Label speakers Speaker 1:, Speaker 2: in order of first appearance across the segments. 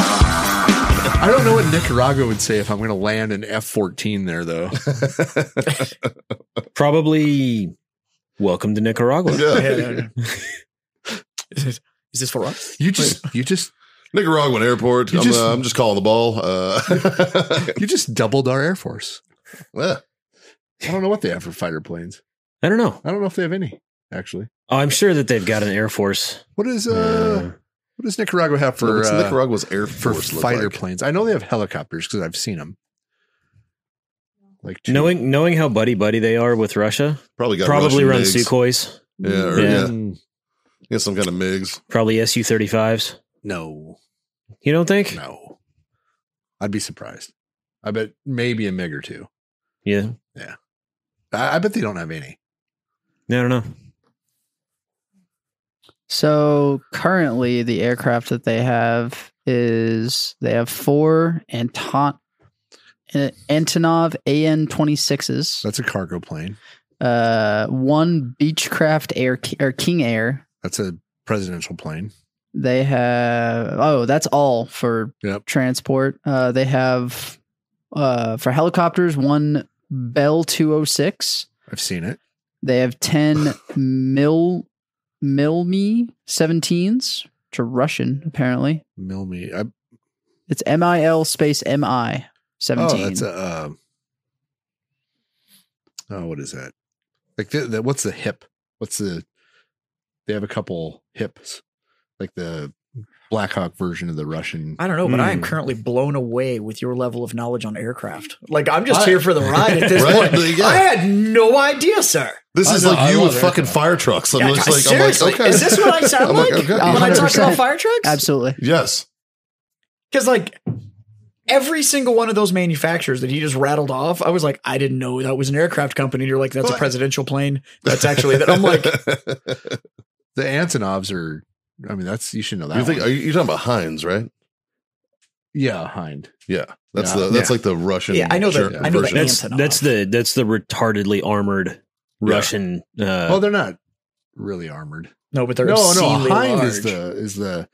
Speaker 1: I don't know what Nicaragua would say if I'm going to land an F 14 there, though.
Speaker 2: Probably welcome to Nicaragua.
Speaker 3: Is this, is this for us?
Speaker 1: You just, you just,
Speaker 4: Nicaraguan Airport.
Speaker 1: You
Speaker 4: I'm,
Speaker 1: just-
Speaker 4: uh, I'm just calling the ball. Uh,
Speaker 1: you just doubled our Air Force.
Speaker 4: yeah.
Speaker 1: I don't know what they have for fighter planes.
Speaker 2: I don't know.
Speaker 1: I don't know if they have any, actually.
Speaker 2: Oh, I'm sure that they've got an Air Force.
Speaker 1: What is, uh, what does Nicaragua have for,
Speaker 4: What's
Speaker 1: uh,
Speaker 4: Nicaragua's Air
Speaker 1: for
Speaker 4: Force look
Speaker 1: fighter
Speaker 4: like?
Speaker 1: planes? I know they have helicopters because I've seen them. Like, two-
Speaker 2: knowing knowing how buddy buddy they are with Russia,
Speaker 4: Probably got
Speaker 2: probably
Speaker 4: Russian
Speaker 2: run
Speaker 4: MiGs.
Speaker 2: Sukhois,
Speaker 4: Yeah, or, yeah.
Speaker 2: Yeah.
Speaker 4: yeah, some kind of MiGs.
Speaker 2: probably Su 35s.
Speaker 1: No,
Speaker 2: You don't think?
Speaker 1: no. I'd be surprised. I bet maybe a MiG or two.
Speaker 2: Yeah.
Speaker 1: I, I bet they don't have any.
Speaker 2: No, I don't know.
Speaker 5: So currently, the aircraft that they have is they have four Anton uh, Antonov AN 26s,
Speaker 1: That's a cargo plane.
Speaker 5: uh, one Beechcraft Air or King Air.
Speaker 1: That's a presidential plane.
Speaker 5: They have oh, that's all for
Speaker 1: Yep.
Speaker 5: transport. Uh, they have uh, for helicopters one Bell 206.
Speaker 1: I've seen it.
Speaker 5: They have 10 mil milme 17s, which are Russian apparently.
Speaker 1: Mill me. I,
Speaker 5: It's M I L space M I 17.
Speaker 1: Oh, that's a. Uh, oh, what is that? Like the, the what's the hip? What's the? They have a couple hips, like the Black Hawk version of the Russian.
Speaker 3: I don't know, but I am
Speaker 2: Hmm.
Speaker 3: currently blown away with your level of knowledge on aircraft. Like I'm just
Speaker 1: I-
Speaker 3: here for the ride at this
Speaker 4: Right?
Speaker 3: point.
Speaker 4: uh, Yeah.
Speaker 3: I had no idea, sir.
Speaker 4: This
Speaker 1: I
Speaker 4: is
Speaker 1: know,
Speaker 4: like
Speaker 1: I
Speaker 4: you
Speaker 1: love
Speaker 4: with fucking
Speaker 1: aircraft.
Speaker 4: fire trucks. I'm
Speaker 3: Yeah,
Speaker 4: just like, I'm
Speaker 3: seriously,
Speaker 4: like, okay.
Speaker 3: is this what I sound
Speaker 4: I'm
Speaker 3: like?
Speaker 4: okay.
Speaker 3: When I talk
Speaker 5: 100%.
Speaker 3: about fire trucks,
Speaker 5: Absolutely.
Speaker 4: Yes.
Speaker 3: because like every single one of those manufacturers that he just rattled off, I was like, I didn't know that was an aircraft company. And you're like, that's
Speaker 4: Well,
Speaker 3: a presidential plane. That's actually that. I'm like,
Speaker 1: the Antonovs are. I mean, that's you should know that.
Speaker 4: you think,
Speaker 1: one.
Speaker 4: are you, you're talking about Heinz, right?
Speaker 1: yeah, Hind.
Speaker 4: Yeah. That's
Speaker 1: Yeah.
Speaker 4: the that's
Speaker 1: Yeah.
Speaker 4: like the Russian.
Speaker 3: yeah, I know that.
Speaker 4: Ger-
Speaker 3: I know that.
Speaker 4: version.
Speaker 2: That's
Speaker 3: Antonov.
Speaker 2: that's the that's the retardedly armored
Speaker 4: Yeah.
Speaker 2: Russian. Uh,
Speaker 1: well, Oh, they're not really armored.
Speaker 3: no, but they're
Speaker 1: No, no. Hind
Speaker 3: large.
Speaker 1: is the is the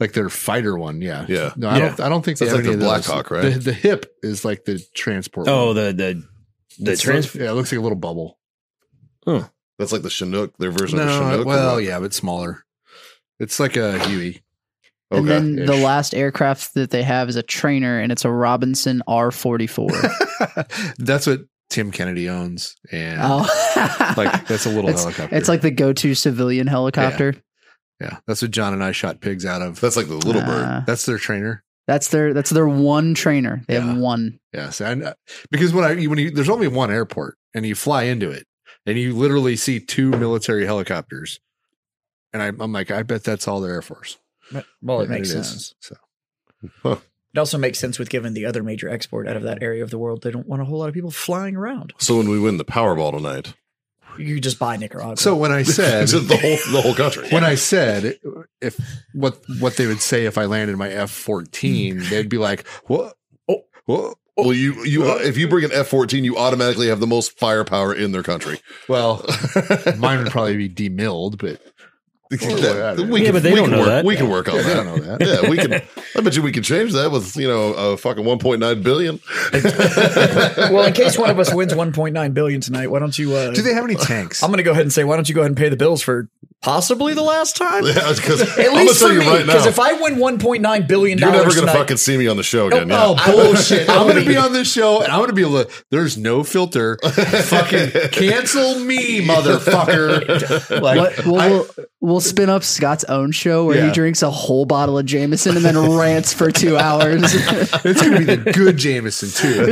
Speaker 1: like their fighter one. Yeah,
Speaker 4: Yeah.
Speaker 1: No, I
Speaker 2: Yeah.
Speaker 1: don't. I don't think
Speaker 4: That's
Speaker 1: they have
Speaker 4: like
Speaker 1: any
Speaker 4: the
Speaker 1: of
Speaker 4: Black
Speaker 1: those.
Speaker 4: Hawk, right?
Speaker 1: The, the hip is like the transport.
Speaker 2: oh,
Speaker 1: one.
Speaker 2: the the the
Speaker 1: It's-
Speaker 2: trans.
Speaker 1: Yeah, it looks like a little bubble.
Speaker 4: That's like the Chinook, their version of the
Speaker 1: No,
Speaker 4: Chinook. or
Speaker 1: well,
Speaker 4: what?
Speaker 1: yeah, but smaller. It's like a Huey.
Speaker 4: Okay.
Speaker 5: And then the
Speaker 1: Ish.
Speaker 5: last aircraft that they have is a trainer and it's a Robinson R44.
Speaker 1: that's what Tim Kennedy owns, and
Speaker 5: oh.
Speaker 1: like that's a little
Speaker 5: It's-
Speaker 1: helicopter.
Speaker 5: It's like the go-to civilian helicopter.
Speaker 1: yeah, that's what John and I shot pigs out of.
Speaker 4: That's like the little bird.
Speaker 5: Uh,
Speaker 1: that's their trainer.
Speaker 5: that's their that's their one trainer. They
Speaker 1: Yeah.
Speaker 5: have one.
Speaker 1: Yes, and uh, because when I when you there's only one airport, and you fly into it, and you literally see two military helicopters, and I, I'm like, I bet that's all their Air Force.
Speaker 3: well, it
Speaker 1: And
Speaker 3: makes
Speaker 1: is.
Speaker 3: sense.
Speaker 1: So
Speaker 3: It also makes sense with given the other major export out of that area of the world, they don't want a whole lot of people flying around.
Speaker 4: So when we win the Powerball tonight,
Speaker 3: You could just buy Nicaragua.
Speaker 1: so when I said
Speaker 4: Just the whole the whole country.
Speaker 1: when I said if what what they would say if I landed my F fourteen, they'd be like, "What? Oh, what?
Speaker 4: Well, you you if you bring an F fourteen, you automatically have the most firepower in their country.
Speaker 1: Well, mine would probably be demilled, but
Speaker 4: That-
Speaker 1: yeah,
Speaker 4: we
Speaker 2: Yeah,
Speaker 4: can,
Speaker 2: but they
Speaker 4: we
Speaker 2: don't
Speaker 4: can
Speaker 2: know
Speaker 4: work,
Speaker 2: that.
Speaker 4: We can work on
Speaker 1: they
Speaker 4: that.
Speaker 1: don't know that.
Speaker 4: Yeah, we can. I bet you we can change that with you know a fucking one point nine billion.
Speaker 3: well, in case one of us wins 1.9 billion tonight, why don't you? Uh,
Speaker 1: Do they have any tanks?
Speaker 3: I'm going to go ahead and say, why don't you go ahead and pay the bills for possibly the last time?
Speaker 4: Yeah, because
Speaker 3: At
Speaker 4: I'm gonna
Speaker 3: least
Speaker 4: tell
Speaker 3: for
Speaker 4: you
Speaker 3: me,
Speaker 4: right
Speaker 3: because
Speaker 4: now,
Speaker 3: if I win 1.9 billion
Speaker 4: you're never
Speaker 3: dollars
Speaker 4: gonna
Speaker 3: tonight,
Speaker 4: fucking see me on the show again.
Speaker 3: Oh,
Speaker 4: yeah.
Speaker 3: oh, bullshit!
Speaker 1: I'm going to be on this show, and I'm going to be like, "There's no filter. Fucking cancel me, motherfucker!" Like,
Speaker 5: What, we'll,
Speaker 1: I-
Speaker 5: we'll, we'll spin up Scott's own show where
Speaker 1: Yeah.
Speaker 5: he drinks a whole bottle of Jameson and then rants for two hours.
Speaker 1: it's going to be the good Jameson too.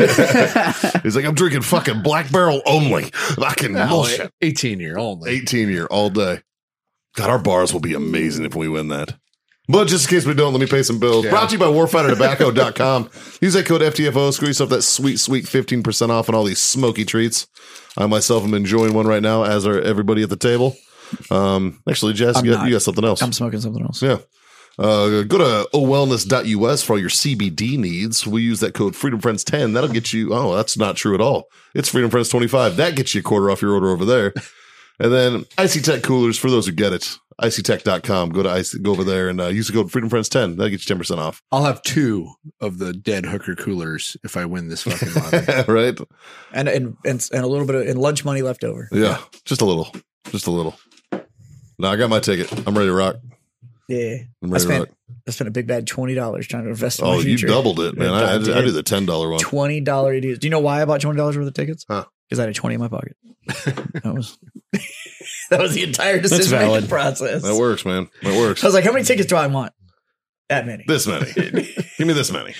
Speaker 4: He's like, I'm drinking fucking Black Barrel only. Fucking
Speaker 1: Oh,
Speaker 4: bullshit.
Speaker 1: Eighteen year only.
Speaker 4: Eighteen year all day. God, our bars will be amazing if we win that.
Speaker 6: But just in case we don't, let me pay some bills.
Speaker 1: Yeah.
Speaker 6: Brought to you by warfightertobacco.com. Use that code FTFO, screw yourself that sweet, sweet 15% off on all these smoky treats. I myself am enjoying one right now, as are everybody at the table. Um, actually, Jess,
Speaker 3: I'm
Speaker 6: you got,
Speaker 3: not.
Speaker 6: you got something else.
Speaker 3: I'm smoking something else.
Speaker 6: Yeah. Uh, go to owellness.us for all your CBD needs. We use that code FreedomFriends10. That'll get you. Oh, that's not true at all. It's FreedomFriends25. That gets you a quarter off your order over there. And then IC Tech coolers for those who get it. ICTech.com. Go to IC, go over there and uh, use the code FreedomFriends10. That'll get you 10% off.
Speaker 1: I'll have two of the dead hooker coolers if I win this fucking lottery.
Speaker 6: right?
Speaker 3: And, and and and a little bit of and lunch money left over.
Speaker 6: Yeah. Just a little. Just a little. No, I got my ticket. I'm ready to rock.
Speaker 3: Yeah.
Speaker 6: I'm
Speaker 3: I
Speaker 6: ready to rock.
Speaker 3: spent I spent a big bad twenty dollars trying to invest in
Speaker 6: Oh,
Speaker 3: my
Speaker 6: you
Speaker 3: future.
Speaker 6: doubled it, man. I, I, I
Speaker 3: God
Speaker 6: do
Speaker 3: damn.
Speaker 6: the $10 one.
Speaker 3: twenty dollar ideas. Do you know why I bought twenty dollars worth of tickets?
Speaker 6: Huh.
Speaker 3: Because I had a twenty in my pocket. that was that was the entire decision
Speaker 2: valid.
Speaker 3: making process.
Speaker 6: That works, man. That works.
Speaker 3: I was like, how many tickets do I want? That many.
Speaker 6: This many. Give me this many.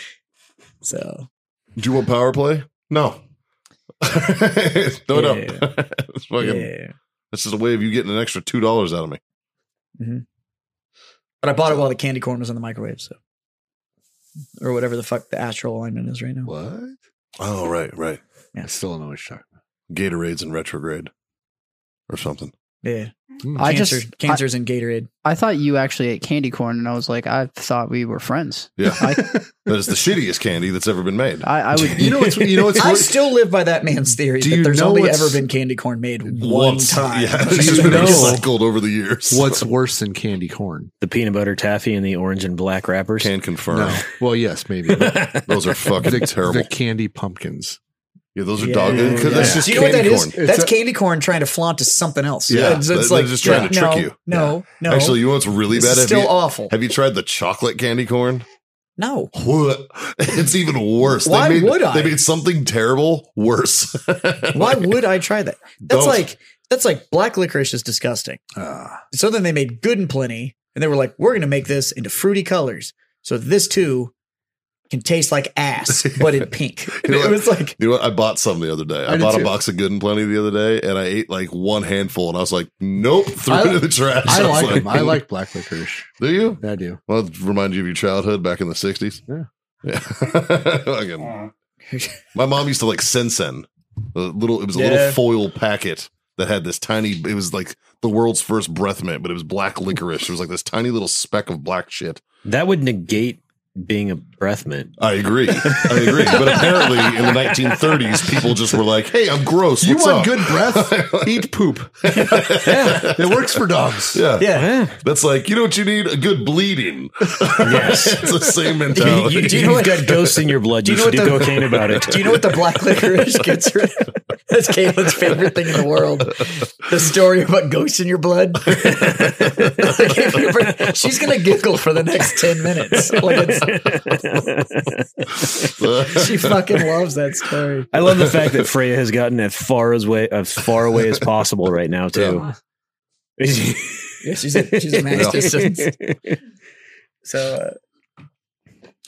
Speaker 3: So
Speaker 6: Do you want power play? No. no, I don't.
Speaker 3: Yeah.
Speaker 6: it's fucking,
Speaker 3: yeah.
Speaker 6: This is a way of you getting an extra two dollars out of me.
Speaker 3: But I bought it while the candy corn was in the microwave, so or whatever the fuck the astral alignment is right now.
Speaker 1: what?
Speaker 6: Oh, right, right.
Speaker 1: I still don't know what you're talking about.
Speaker 6: Gatorades in retrograde, or something.
Speaker 3: Yeah.
Speaker 5: I
Speaker 3: cancer,
Speaker 5: just I,
Speaker 3: cancer's in Gatorade.
Speaker 5: I thought you actually ate candy corn, and I was like, I thought we were friends.
Speaker 6: Yeah,
Speaker 5: I-
Speaker 6: that is the shittiest candy that's ever been made.
Speaker 5: I, I would.
Speaker 1: You know what's you know what's
Speaker 3: I
Speaker 1: wor-
Speaker 3: still live by that man's theory
Speaker 1: Do
Speaker 3: that
Speaker 1: you
Speaker 3: there's
Speaker 1: know
Speaker 3: only
Speaker 1: what's-
Speaker 3: ever been candy corn made one time.
Speaker 6: yeah,
Speaker 3: It's
Speaker 6: it's just
Speaker 3: just
Speaker 6: been
Speaker 1: know-
Speaker 6: recycled over the years.
Speaker 1: what's worse than candy corn?
Speaker 2: The peanut butter taffy and the orange and black wrappers.
Speaker 6: can confirm?
Speaker 1: Well, yes, maybe.
Speaker 6: Those are fucking
Speaker 1: the,
Speaker 6: terrible.
Speaker 1: the candy pumpkins.
Speaker 6: yeah, those are
Speaker 3: Yeah.
Speaker 6: dog. Because that's
Speaker 1: Yeah.
Speaker 6: just
Speaker 3: Do you know what that
Speaker 6: candy
Speaker 3: is?
Speaker 6: corn.
Speaker 1: It's
Speaker 3: That's
Speaker 1: a-
Speaker 3: candy corn trying to flaunt to something else.
Speaker 6: Yeah,
Speaker 3: it's, it's
Speaker 6: they're
Speaker 3: like
Speaker 6: just trying to trick
Speaker 3: no,
Speaker 6: you.
Speaker 3: No, no.
Speaker 6: Actually, you know what's really
Speaker 3: This
Speaker 6: bad?
Speaker 3: is
Speaker 6: Have
Speaker 3: still
Speaker 6: you,
Speaker 3: awful.
Speaker 6: have you tried the chocolate candy corn?
Speaker 3: no,
Speaker 6: What? It's even worse.
Speaker 3: Why
Speaker 6: they made,
Speaker 3: would I?
Speaker 6: They made something terrible worse.
Speaker 3: why would I try that? That's
Speaker 6: Don't.
Speaker 3: like that's like black licorice is disgusting.
Speaker 6: Ah.
Speaker 3: So then they made good and plenty, and they were like, we're going to make this into fruity colors, so this too can taste like ass, but in pink.
Speaker 6: You know
Speaker 3: it
Speaker 6: what?
Speaker 3: was like
Speaker 6: You know what? I bought some the other day. I,
Speaker 1: I did
Speaker 6: bought a
Speaker 1: too.
Speaker 6: box of Good and Plenty the other day, and I ate like one handful, and I was like, "Nope," threw
Speaker 1: I-
Speaker 6: it in the trash.
Speaker 1: I
Speaker 6: was
Speaker 1: like them. I like black licorice.
Speaker 6: Do you?
Speaker 1: I do.
Speaker 6: Well, it remind you of your childhood back in the '60s.
Speaker 1: Yeah.
Speaker 6: yeah. Fucking- My mom used to like Sensen. A little, it was a little
Speaker 3: Yeah.
Speaker 6: foil packet that had this tiny. It was like the world's first breath mint, but it was black licorice. It was like this tiny little speck of black shit.
Speaker 2: That would negate being a breath mint.
Speaker 6: I agree. I agree. But apparently, in the 1930s, people just were like, "Hey, I'm gross.
Speaker 1: You
Speaker 6: What's
Speaker 1: want
Speaker 6: up?"
Speaker 1: good breath? Eat poop.
Speaker 6: yeah.
Speaker 1: It works for dogs.
Speaker 3: yeah.
Speaker 6: that's like you know what you need a good bleeding. Yes, it's the same
Speaker 2: You,
Speaker 6: mentality.
Speaker 2: you,
Speaker 3: Do
Speaker 2: you
Speaker 3: you know
Speaker 2: have got ghosts in your blood.
Speaker 3: Do
Speaker 2: You,
Speaker 3: you know
Speaker 2: should do
Speaker 3: what the-
Speaker 2: cocaine about it.
Speaker 3: Do you know what the black licorice gets rid of? That's Caitlin's favorite thing in the world. The story about ghosts in your blood. Like, if you ever- she's going to giggle for the next 10 minutes. Like it's, she fucking loves that story.
Speaker 2: I love the fact that Freya has gotten as far as way as far away as possible right now too.
Speaker 3: Yeah, she's a, she's a mass
Speaker 6: Yeah.
Speaker 3: distance. So, uh,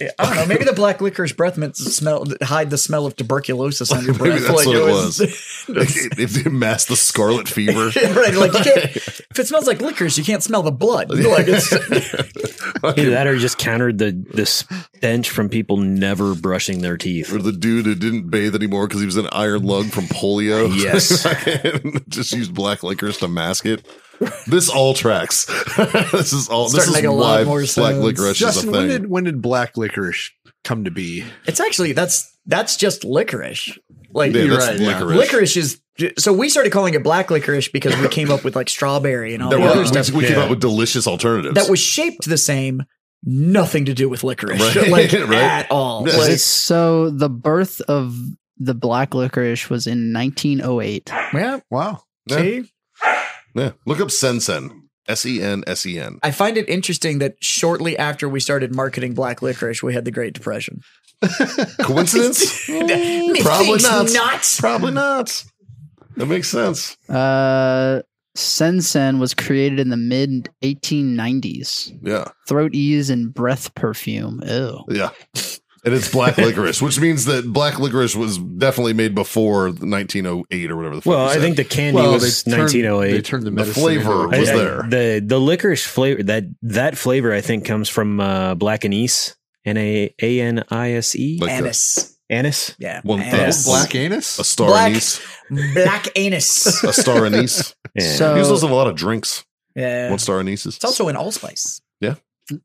Speaker 3: yeah, I don't know. Maybe the black licorice breath mints smell hide the smell of tuberculosis on your breath.
Speaker 6: Maybe that's
Speaker 3: like
Speaker 6: what it
Speaker 3: was.
Speaker 6: if they mask the scarlet fever,
Speaker 3: right, like you can't, if it smells like licorice, you can't smell the blood. You're like it's,
Speaker 2: Either that or just countered the the stench from people never brushing their teeth.
Speaker 6: or the dude who didn't bathe anymore because he was an iron lung from polio.
Speaker 2: Yes.
Speaker 6: just used black licorice to mask it. This all tracks. this is all. this
Speaker 3: Starting to make
Speaker 6: is
Speaker 3: a lot
Speaker 6: why
Speaker 3: more
Speaker 6: black
Speaker 3: sense.
Speaker 6: licorice
Speaker 1: Justin,
Speaker 6: is a
Speaker 1: when
Speaker 6: thing.
Speaker 1: did when did black licorice come to be?
Speaker 3: it's actually that's that's just licorice. Like
Speaker 6: yeah,
Speaker 1: you're
Speaker 6: that's
Speaker 1: right, yeah.
Speaker 6: licorice.
Speaker 3: licorice is so we started calling it black licorice because we came up with like strawberry and all
Speaker 6: There
Speaker 3: that
Speaker 6: were-
Speaker 3: other
Speaker 6: we-
Speaker 3: stuff
Speaker 6: we, came
Speaker 2: Yeah.
Speaker 6: up with delicious alternatives.
Speaker 3: that was shaped the same, nothing to do with licorice,
Speaker 6: Right,
Speaker 3: like
Speaker 6: right.
Speaker 3: at all.
Speaker 6: Yeah.
Speaker 3: Like,
Speaker 5: So the birth of the black licorice was in 1908.
Speaker 1: Yeah. Wow.
Speaker 6: Yeah.
Speaker 3: see?
Speaker 6: Yeah. Look up Sensen. S E N S E N.
Speaker 3: I find it interesting that shortly after we started marketing black licorice, we had the Great Depression.
Speaker 6: Coincidence? Probably
Speaker 3: Methinks
Speaker 6: not.
Speaker 3: not.
Speaker 6: Probably not. That makes sense.
Speaker 5: Uh, Sensen was created in the mid 1890s.
Speaker 6: Yeah.
Speaker 5: Throat ease and breath perfume. Ew.
Speaker 6: Yeah. and it's black licorice, which means that black licorice was definitely made before 1908 or whatever the fuck.
Speaker 2: Well,
Speaker 6: you
Speaker 2: I
Speaker 6: said.
Speaker 2: think the candy
Speaker 1: Well,
Speaker 2: was
Speaker 1: they turned- They
Speaker 2: 1908.
Speaker 1: turned the,
Speaker 6: The
Speaker 1: medicine
Speaker 6: flavor
Speaker 1: into a-
Speaker 6: was
Speaker 2: I- I-
Speaker 1: Yeah.
Speaker 6: there.
Speaker 2: the the licorice flavor that that flavor I think comes from uh, black anise. N a a n i s e
Speaker 6: Like the-
Speaker 3: Anise.
Speaker 2: anise.
Speaker 3: Yeah.
Speaker 6: One-
Speaker 3: anise.
Speaker 6: Yes.
Speaker 1: Black anus.
Speaker 6: a star
Speaker 3: Black-
Speaker 6: anise,
Speaker 3: Black anus.
Speaker 6: a star anise.
Speaker 2: Yeah.
Speaker 5: So-
Speaker 6: he was also in a lot of drinks.
Speaker 3: yeah.
Speaker 6: One star anises.
Speaker 3: It's also in allspice.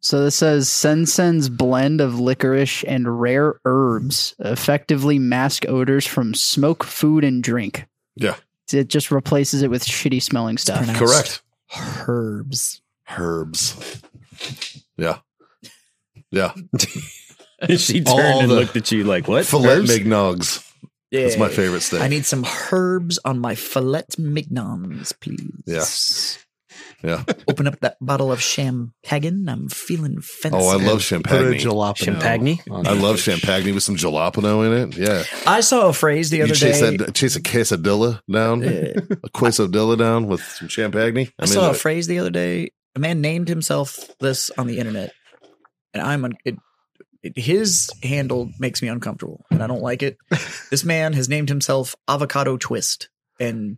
Speaker 5: So this says Sensen's blend of licorice and rare herbs effectively mask odors from smoke, food, and drink.
Speaker 6: Yeah.
Speaker 5: It just replaces it with shitty smelling stuff.
Speaker 3: pronounced-
Speaker 6: correct.
Speaker 3: Herbs.
Speaker 6: Herbs. Yeah. Yeah.
Speaker 2: she
Speaker 6: All
Speaker 2: turned and
Speaker 6: the-
Speaker 2: looked at you like, "What?"
Speaker 6: Filet
Speaker 2: Herbs?
Speaker 6: mignogs.
Speaker 3: Yeah.
Speaker 6: That's my favorite
Speaker 3: I
Speaker 6: steak.
Speaker 3: need some herbs on my filet mignons, please.
Speaker 6: Yes. Yeah.
Speaker 3: Open up that bottle of champagne. I'm feeling fancy.
Speaker 6: Oh, I love champagne.
Speaker 2: Champagne?
Speaker 1: Oh,
Speaker 6: I love champagne with some jalapeno in it. Yeah.
Speaker 3: I saw a phrase the other
Speaker 6: you chase
Speaker 3: day. Uh,
Speaker 6: that chase a quesadilla down,
Speaker 3: Yeah.
Speaker 6: a quesadilla down with some champagne. uh,
Speaker 3: I saw a phrase the other day. A man named himself this on the internet, and I'm un- it, it, his handle makes me uncomfortable, and I don't like it. this man has named himself Avocado Twist, and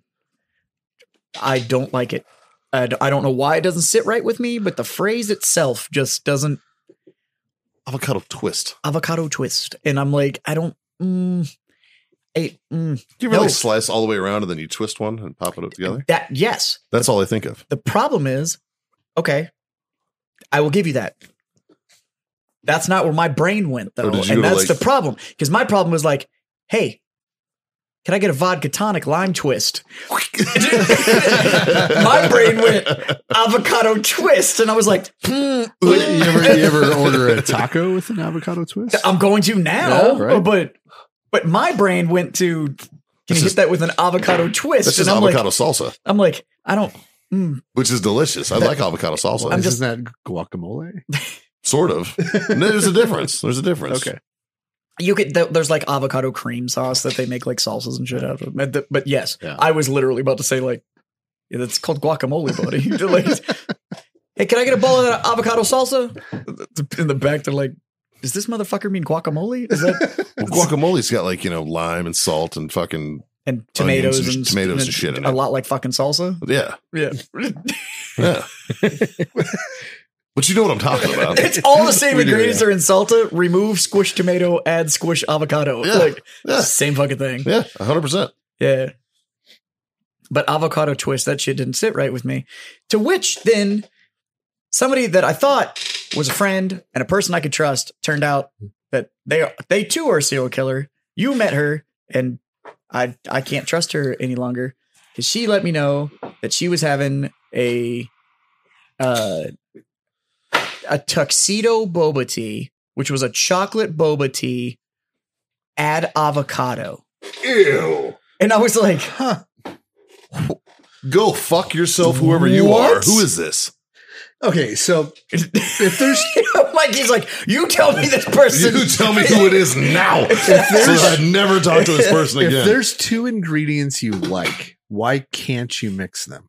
Speaker 3: I don't like it. I, d- I don't know why it doesn't sit right with me, but the phrase itself just doesn't
Speaker 6: avocado twist.
Speaker 3: avocado twist, and I'm like, I don't. Mm, I, mm,
Speaker 6: Do you really
Speaker 3: No.
Speaker 6: slice all the way around and then you twist one and pop it up together?
Speaker 3: that yes,
Speaker 6: That's all I think of.
Speaker 3: The problem is, okay, I will give you that. That's not where my brain went though,
Speaker 6: Or did you
Speaker 3: and
Speaker 6: go to,
Speaker 3: that's
Speaker 6: like-
Speaker 3: the problem. Because my problem was like, hey, can I get a vodka tonic lime twist? my brain went avocado twist, and I was like, hmm,
Speaker 1: you, ever, you ever order a taco with an avocado twist?
Speaker 3: I'm going to now,
Speaker 1: Yeah, right.
Speaker 3: but but my brain went to can you
Speaker 6: This
Speaker 3: hit
Speaker 6: is-
Speaker 3: that with an avocado twist?
Speaker 6: That's just
Speaker 3: and I'm
Speaker 6: avocado
Speaker 3: like,
Speaker 6: salsa,
Speaker 3: I'm like, I don't. mm,
Speaker 6: which is delicious. I like avocado salsa.
Speaker 3: I'm
Speaker 1: I'm just
Speaker 3: just-
Speaker 1: that guacamole.
Speaker 6: sort of. No, there's a difference. There's a difference.
Speaker 1: Okay.
Speaker 3: You could th- there's like avocado cream sauce that they make like salsas and shit out of. But, th- but yes,
Speaker 1: Yeah.
Speaker 3: I was literally about to say like yeah, that's called guacamole, buddy. They're like, hey, can I get a bowl of that avocado salsa? In the back, they're like, does this motherfucker mean guacamole? Is that
Speaker 6: Well, guacamole's got like you know lime and salt and fucking
Speaker 3: and tomatoes
Speaker 6: and
Speaker 3: and
Speaker 6: tomatoes and shit in
Speaker 3: A
Speaker 6: it.
Speaker 3: lot like fucking salsa.
Speaker 6: yeah
Speaker 3: Yeah,
Speaker 6: yeah. but you know what I'm talking about.
Speaker 3: it's all the same
Speaker 1: We do,
Speaker 3: ingredients
Speaker 1: yeah.
Speaker 3: are in salsa. Remove squish tomato, add squish avocado.
Speaker 6: Yeah.
Speaker 3: Like
Speaker 6: Yeah,
Speaker 3: same fucking thing.
Speaker 6: yeah, 100. percent
Speaker 3: Yeah. But avocado twist, that shit didn't sit right with me. To which then somebody that I thought was a friend and a person I could trust turned out that they are, they too are a serial killer. You met her and I I can't trust her any longer because she let me know that she was having a uh a tuxedo boba tea, which was a chocolate boba tea, add avocado.
Speaker 6: Ew.
Speaker 3: And I was like, huh.
Speaker 6: Go fuck yourself, whoever you are.
Speaker 3: What?
Speaker 6: Who is this?
Speaker 1: Okay, so if there's
Speaker 3: Mikey's like, you tell me this person.
Speaker 6: You tell me who it is now. so that I never talk to this person
Speaker 1: if
Speaker 6: again.
Speaker 1: there's two ingredients you like, why can't you mix them?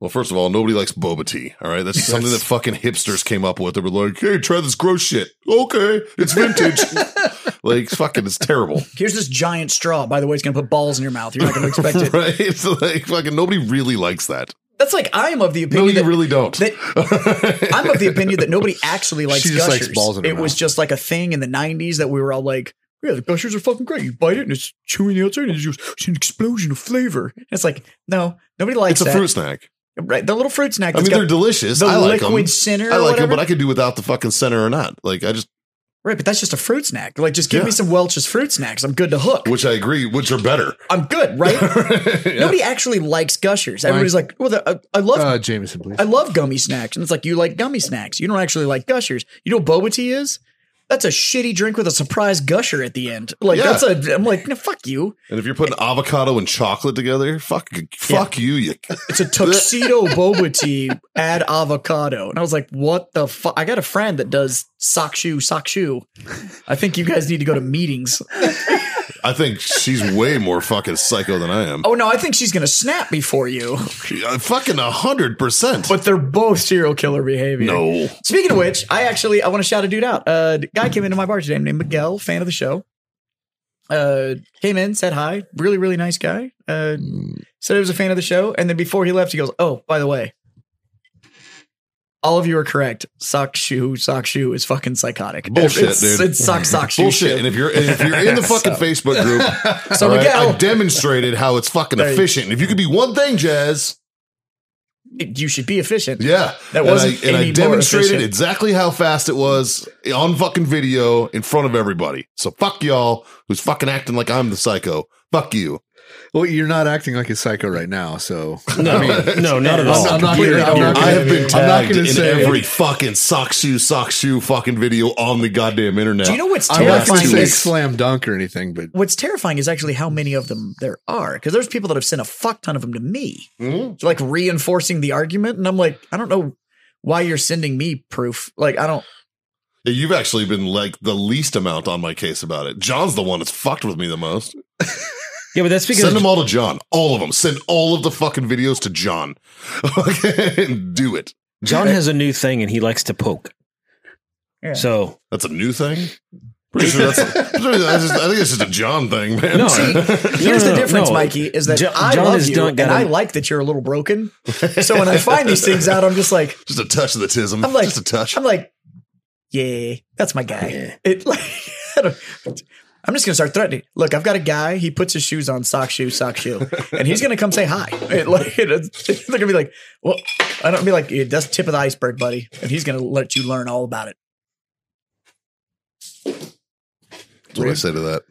Speaker 6: Well, first of all, nobody likes boba tea. All right, that's just something that
Speaker 1: That's-
Speaker 6: fucking hipsters came up with. They were like, "Hey, try this gross shit." Okay, it's vintage. like fucking, it's terrible.
Speaker 3: Here's this giant straw. By the way, it's going to put balls in your mouth. You're not going to expect it.
Speaker 6: right? It's like fucking nobody really likes that.
Speaker 3: That's like, I am of
Speaker 6: No,
Speaker 3: the opinion
Speaker 6: you
Speaker 3: that.
Speaker 6: really don't.
Speaker 3: that- I'm of the opinion that nobody actually likes
Speaker 1: She just
Speaker 3: gushers.
Speaker 1: likes balls in her
Speaker 3: it was
Speaker 1: mouth.
Speaker 3: just like a thing in the 90s that we were all like, yeah, the gushers are fucking great. You bite it and it's chewing the outside and it's, just, it's an explosion of flavor. And it's like, no, nobody likes
Speaker 6: it's a
Speaker 3: that.
Speaker 6: fruit snack.
Speaker 3: Right. The little fruit snack.
Speaker 6: I
Speaker 3: that's
Speaker 6: mean, they're
Speaker 3: got
Speaker 6: delicious.
Speaker 3: the
Speaker 6: I like them.
Speaker 3: liquid center.
Speaker 6: I like
Speaker 3: or
Speaker 6: them, but
Speaker 3: whatever.
Speaker 6: I could do without the fucking center or not. Like I just,
Speaker 3: Right, but that's just a fruit snack. Like, just give
Speaker 6: Yeah.
Speaker 3: me some Welch's fruit snacks. I'm good to hook.
Speaker 6: which I agree, which are better.
Speaker 3: I'm good, right?
Speaker 6: Yeah.
Speaker 3: Nobody actually likes gushers. Everybody's like, well, the, uh, I love
Speaker 1: Uh, Jameson, please.
Speaker 3: I love gummy snacks. And it's like, you like gummy snacks. You don't actually like gushers. You know what boba tea is? That's a shitty drink with a surprise gusher at the end. Like,
Speaker 6: Yeah.
Speaker 3: that's a, I'm like, no, fuck you.
Speaker 6: And if you're putting avocado and chocolate together, fuck, fuck you, you.
Speaker 3: It's a tuxedo boba tea, add avocado. And I was like, what the fuck? I got a friend that does sock shoe, sock shoe. I think you guys need to go to meetings.
Speaker 6: I think she's way more fucking psycho than I am.
Speaker 3: Oh no, I think she's gonna snap before you.
Speaker 6: Uh, fucking a hundred percent.
Speaker 3: But they're both serial killer behavior.
Speaker 6: No,
Speaker 3: Speaking of which, I actually I want to shout a dude out. Uh, a guy came into my bar today named Miguel, fan of the show. Uh, came in, said hi, really really nice guy. Uh, said he was a fan of the show, and then before he left, he goes, "Oh, by the way, all of you are correct. Sock shoe, sock shoe is fucking psychotic.
Speaker 6: Bullshit,
Speaker 3: it's,
Speaker 6: dude.
Speaker 3: It's sock sock shoe.
Speaker 6: bullshit.
Speaker 3: shoe.
Speaker 6: And if you're and if you're in the fucking
Speaker 3: So-
Speaker 6: Facebook group,
Speaker 3: so
Speaker 6: all right,
Speaker 3: Miguel,
Speaker 6: I demonstrated how it's fucking
Speaker 3: There you go.
Speaker 6: efficient. And if you could be one thing, Jazz,
Speaker 3: you should be efficient.
Speaker 6: yeah,
Speaker 3: That
Speaker 6: And
Speaker 3: wasn't
Speaker 6: I, and
Speaker 3: any
Speaker 6: I
Speaker 3: more
Speaker 6: demonstrated
Speaker 3: efficient.
Speaker 6: exactly how fast it was on fucking video in front of everybody. So fuck y'all who's fucking acting like I'm the psycho. Fuck you.
Speaker 1: Well, you're not acting like a psycho right now, so
Speaker 2: No, no, Oh, not at all.
Speaker 1: I'm not
Speaker 2: You're-
Speaker 1: gonna- I'm
Speaker 2: you're-
Speaker 1: not
Speaker 6: I have been
Speaker 1: I'm not
Speaker 6: tagged
Speaker 1: gonna
Speaker 6: in
Speaker 1: say-
Speaker 6: every fucking sock shoe, sock shoe fucking video on the goddamn internet.
Speaker 3: Do you know what's
Speaker 1: I'm not going
Speaker 3: terrifying?
Speaker 1: to say
Speaker 3: is-
Speaker 1: slam dunk or anything, but
Speaker 3: what's terrifying is actually how many of them there are because there's people that have sent a fuck ton of them to me
Speaker 6: Mm-hmm.
Speaker 3: It's like reinforcing the argument and i'm like i don't know why you're sending me proof like i don't
Speaker 6: Yeah, You've actually been like the least amount on my case about it. John's the one that's fucked with me the most.
Speaker 2: Yeah, but that's because
Speaker 6: Send them all to John. All of them. Send all of the fucking videos to John. Okay, and do it.
Speaker 2: John has a new thing and he likes to poke.
Speaker 3: Yeah.
Speaker 2: So
Speaker 6: That's a new thing. Pretty sure that's. pretty sure that's just- I think it's just a John thing, man.
Speaker 2: Oh, No.
Speaker 3: see here's the difference mikey is that
Speaker 2: Jo-
Speaker 3: i
Speaker 2: John
Speaker 3: love
Speaker 2: has
Speaker 3: you
Speaker 2: not
Speaker 3: and
Speaker 2: got a-
Speaker 3: i like that you're a little broken so when i find these things out i'm just like
Speaker 6: just a touch of the tism.
Speaker 3: I'm like-
Speaker 6: just a touch.
Speaker 3: i'm like yeah that's my guy it like I don't- I'm just gonna start threatening. Look, I've got a guy. He puts his shoes on, sock shoe, sock shoe, and he's gonna come say hi. It, like, it's- they're gonna be like, "Well, I don't be like yeah, that's tip of the iceberg, buddy," and he's gonna let you learn all about it.
Speaker 6: That's what I say to that.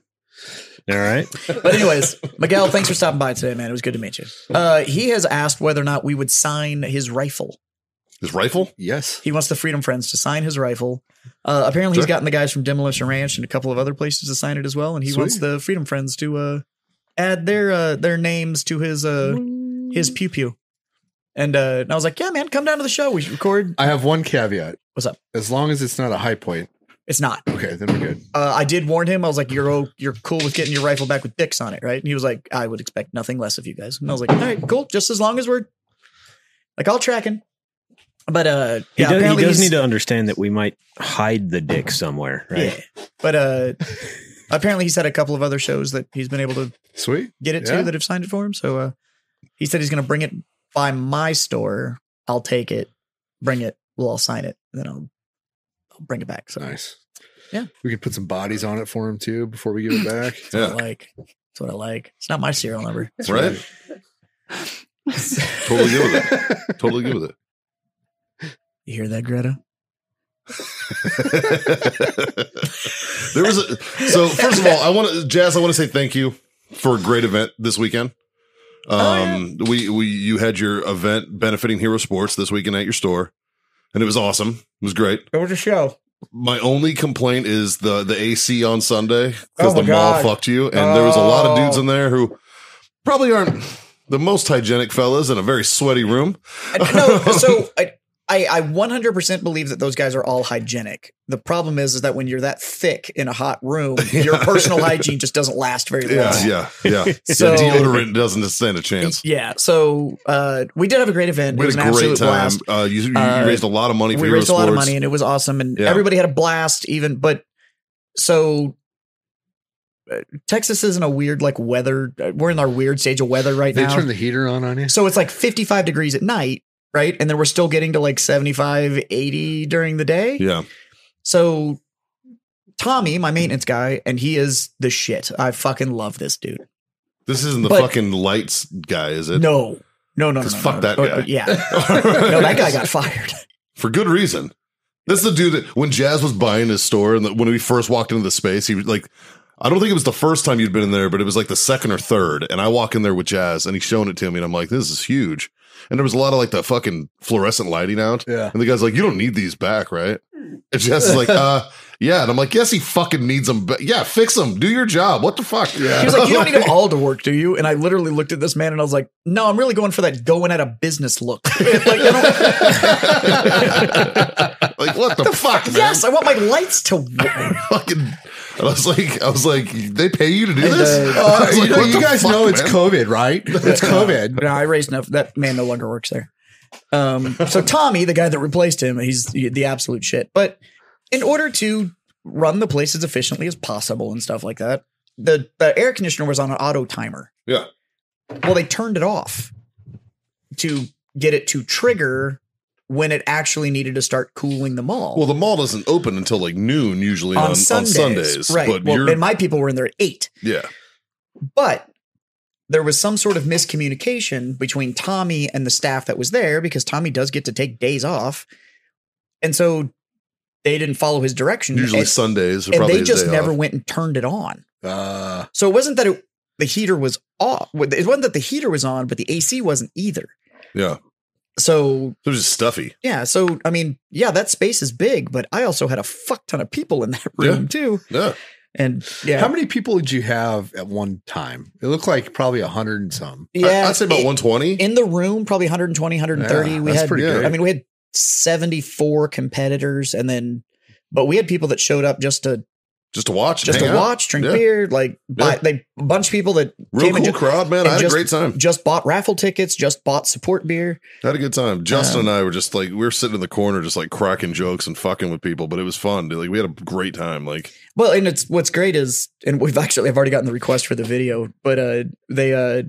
Speaker 2: all right.
Speaker 3: But anyways, Miguel, thanks for stopping by today, man. It was good to meet you. Uh, he has asked whether or not we would sign his rifle.
Speaker 6: His rifle.
Speaker 1: yes,
Speaker 3: He wants the Freedom Friends to sign his rifle. Uh, apparently, he's
Speaker 6: Sure.
Speaker 3: gotten the guys from Demolition Ranch and a couple of other places to sign it as well, and he wants
Speaker 1: Sweet.
Speaker 3: the Freedom Friends to uh, add their uh, their names to his uh, his pew pew. And, uh, and I was like, yeah, man, come down to the show. We should record.
Speaker 1: I have one caveat.
Speaker 3: What's up?
Speaker 1: As long as it's not a high point,
Speaker 3: It's not.
Speaker 1: okay, then we're good.
Speaker 3: Uh, I did warn him. I was like, you're o- you're cool with getting your rifle back with dicks on it, right? And he was like, I would expect nothing less of you guys. And I was like, all right, cool. Just as long as we're like all tracking. But
Speaker 2: He,
Speaker 3: uh, yeah,
Speaker 2: does, he
Speaker 3: apparently
Speaker 2: does
Speaker 3: he's-
Speaker 2: need to understand that we might hide the dick somewhere, right?
Speaker 3: Yeah. But uh apparently he's had a couple of other shows that he's been able to
Speaker 1: Sweet.
Speaker 3: get it
Speaker 1: Yeah.
Speaker 3: to that have signed it for him. So uh he said he's gonna bring it by my store. I'll take it, bring it, we'll all sign it, and then I'll I'll bring it back. So
Speaker 1: Nice.
Speaker 3: Yeah.
Speaker 1: We could put some bodies on it for him too before we give it back.
Speaker 3: that's
Speaker 6: Yeah,
Speaker 3: what I like. That's what I like. It's not my serial number.
Speaker 6: right. totally good with it. Totally good with
Speaker 3: You hear that, Greta?
Speaker 6: it. there was a so first of all, I want to Jazz. I want to say thank you for a great event this weekend.
Speaker 3: Oh,
Speaker 6: Um, we we you had your event benefiting Hero Sports this weekend at your store, and it was awesome. It was great.
Speaker 3: It was a show.
Speaker 6: My only complaint is the the AC on Sunday because
Speaker 3: Oh my
Speaker 6: the mall
Speaker 3: God.
Speaker 6: fucked you, and there was a lot of dudes
Speaker 3: Oh.
Speaker 6: in there who probably aren't the most hygienic fellas in a very sweaty room.
Speaker 3: no, so I, I, I 100% believe that those guys are all hygienic. The problem is, is that when you're that thick in a hot room, your
Speaker 6: Yeah.
Speaker 3: personal hygiene just doesn't last very long.
Speaker 6: Yeah, yeah, yeah.
Speaker 3: So-
Speaker 6: the deodorant doesn't stand a chance.
Speaker 3: Yeah. So uh, we did have a great event.
Speaker 6: We
Speaker 3: it was an
Speaker 6: had a great
Speaker 3: absolute
Speaker 6: time.
Speaker 3: blast.
Speaker 6: Uh, you, you
Speaker 3: Uh,
Speaker 6: raised a lot of money for
Speaker 3: We
Speaker 6: Hero
Speaker 3: raised a lot of
Speaker 6: Sports.
Speaker 3: money and it was awesome. And
Speaker 6: Yeah.
Speaker 3: everybody had a blast, even. But so uh, Texas is in a weird, like, weather. uh, We're in our weird stage of weather right
Speaker 1: They
Speaker 3: now.
Speaker 1: turn the heater on on you.
Speaker 3: so it's like 55 degrees at night, right? And then we're still getting to like 75, 80 during the day.
Speaker 6: Yeah,
Speaker 3: So Tommy, my maintenance guy, and he is the shit. I fucking love this dude.
Speaker 6: this isn't the
Speaker 3: But-
Speaker 6: fucking lights guy, is it?
Speaker 3: No, no, no, no, no,
Speaker 6: Just fuck
Speaker 3: no.
Speaker 6: that
Speaker 3: Oh,
Speaker 6: guy.
Speaker 3: Yeah, no, that guy got fired.
Speaker 6: for good reason. This is the dude that when Jazz was buying his store and the, when we first walked into the space, he was like, I don't think it was the first time you'd been in there, but it was like the second or third. And I walk in there with Jazz and he's showing it to me and I'm like, this is huge. And there was a lot of like the fucking fluorescent lighting out.
Speaker 1: Yeah.
Speaker 6: And the guy's like, you don't need these back, right? And Jazz is like, uh, yeah. And I'm like, yes, he fucking needs them. Ba- yeah, fix them. Do your job. What the fuck? Yeah.
Speaker 3: He was like, "You don't need them all to work, do you?" And I literally looked at this man and I was like, "No, I'm really going for that going at a business look." like, I don't,
Speaker 6: like, what the, fuck, man?
Speaker 3: yes, I want my lights to work.
Speaker 6: fucking And I was like, I was like, they pay you to do
Speaker 3: And,
Speaker 6: this?
Speaker 3: uh,
Speaker 6: I was
Speaker 1: you,
Speaker 6: like,
Speaker 1: know,
Speaker 6: what
Speaker 1: you
Speaker 6: the
Speaker 1: guys
Speaker 6: fuck,
Speaker 1: know it's
Speaker 6: man?
Speaker 1: COVID, right? It's COVID.
Speaker 3: No, I raised enough. That man no longer works there. Um, so Tommy, the guy that replaced him, he's the absolute shit. But in order to run the place as efficiently as possible and stuff like that, the, the air conditioner was on an auto timer.
Speaker 6: Yeah.
Speaker 3: Well, they turned it off to get it to trigger when it actually needed to start cooling the mall.
Speaker 6: Well, the mall doesn't open until like noon usually on, on Sundays.
Speaker 3: right?
Speaker 6: But
Speaker 3: well,
Speaker 6: you're,
Speaker 3: and my people were in there at eight.
Speaker 6: yeah,
Speaker 3: But there was some sort of miscommunication between Tommy and the staff that was there because Tommy does get to take days off. And so they didn't follow his direction.
Speaker 6: usually
Speaker 3: and,
Speaker 6: Sundays. are
Speaker 3: and
Speaker 6: probably
Speaker 3: they
Speaker 6: his
Speaker 3: just
Speaker 6: day
Speaker 3: never
Speaker 6: off.
Speaker 3: went and turned it on.
Speaker 1: Uh,
Speaker 3: So it wasn't that it, the heater was off. It wasn't that the heater was on, but the AC wasn't either.
Speaker 6: Yeah,
Speaker 3: So
Speaker 6: it was just stuffy.
Speaker 3: yeah, so I mean, yeah, that space is big, but I also had a fuck ton of people in that room
Speaker 6: Yeah.
Speaker 3: too.
Speaker 6: Yeah,
Speaker 3: And yeah,
Speaker 1: How many people did you have at one time? It looked like probably a hundred and some.
Speaker 3: yeah,
Speaker 6: I, I'd say about
Speaker 3: it-
Speaker 6: one twenty.
Speaker 3: in the room probably 120 130
Speaker 1: Yeah,
Speaker 3: we
Speaker 1: that's
Speaker 3: had
Speaker 1: pretty
Speaker 6: good.
Speaker 3: i mean we had 74 competitors and then but we had people that showed up just to
Speaker 6: Just to watch,
Speaker 3: just
Speaker 6: hang
Speaker 3: to
Speaker 6: out.
Speaker 3: watch drink
Speaker 6: Yeah.
Speaker 3: beer like buy,
Speaker 6: Yeah.
Speaker 3: they a bunch of people that
Speaker 6: Real
Speaker 3: came
Speaker 6: cool
Speaker 3: and ju-
Speaker 6: crowd, man.
Speaker 3: and
Speaker 6: I had
Speaker 3: just-
Speaker 6: a great time.
Speaker 3: just bought raffle tickets just bought support beer
Speaker 6: Had a good time. Justin
Speaker 3: Um,
Speaker 6: and I were just like we were sitting in the corner, just like cracking jokes and fucking with people, but it was fun. dude. Like we had a great time. Like
Speaker 3: well and it's what's great is and we've actually i've already gotten the request for the video but uh they uh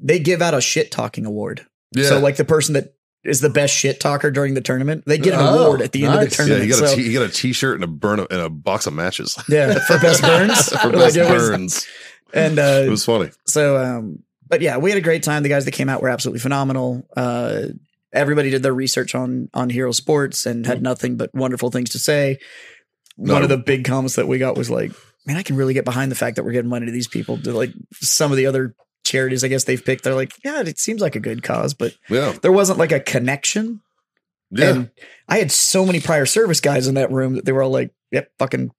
Speaker 3: they give out a shit talking award
Speaker 6: yeah,
Speaker 3: so like the person that is the best shit talker during the tournament they get an
Speaker 1: Oh,
Speaker 3: award at the end of the
Speaker 1: nice. Yeah,
Speaker 6: yeah.
Speaker 3: tournament
Speaker 6: You got
Speaker 3: so-
Speaker 6: a t- you got a t-shirt and a burn and a box of matches
Speaker 3: yeah for best burns
Speaker 6: for
Speaker 3: Like,
Speaker 6: best
Speaker 3: it was-
Speaker 6: burns.
Speaker 3: and
Speaker 6: It
Speaker 3: uh,
Speaker 6: was funny.
Speaker 3: so um but yeah we had a great time the guys that came out were absolutely phenomenal uh everybody did their research on on hero sports and had nothing but wonderful things to say
Speaker 6: Mm-hmm. No.
Speaker 3: one of the big comments that we got was like man i can really get behind the fact that we're giving money to these people to like some of the other charities i guess they've picked they're like yeah it seems like a good cause but
Speaker 6: Yeah,
Speaker 3: there wasn't like a connection
Speaker 6: yeah.
Speaker 3: and i had so many prior service guys in that room that they were all like yep fucking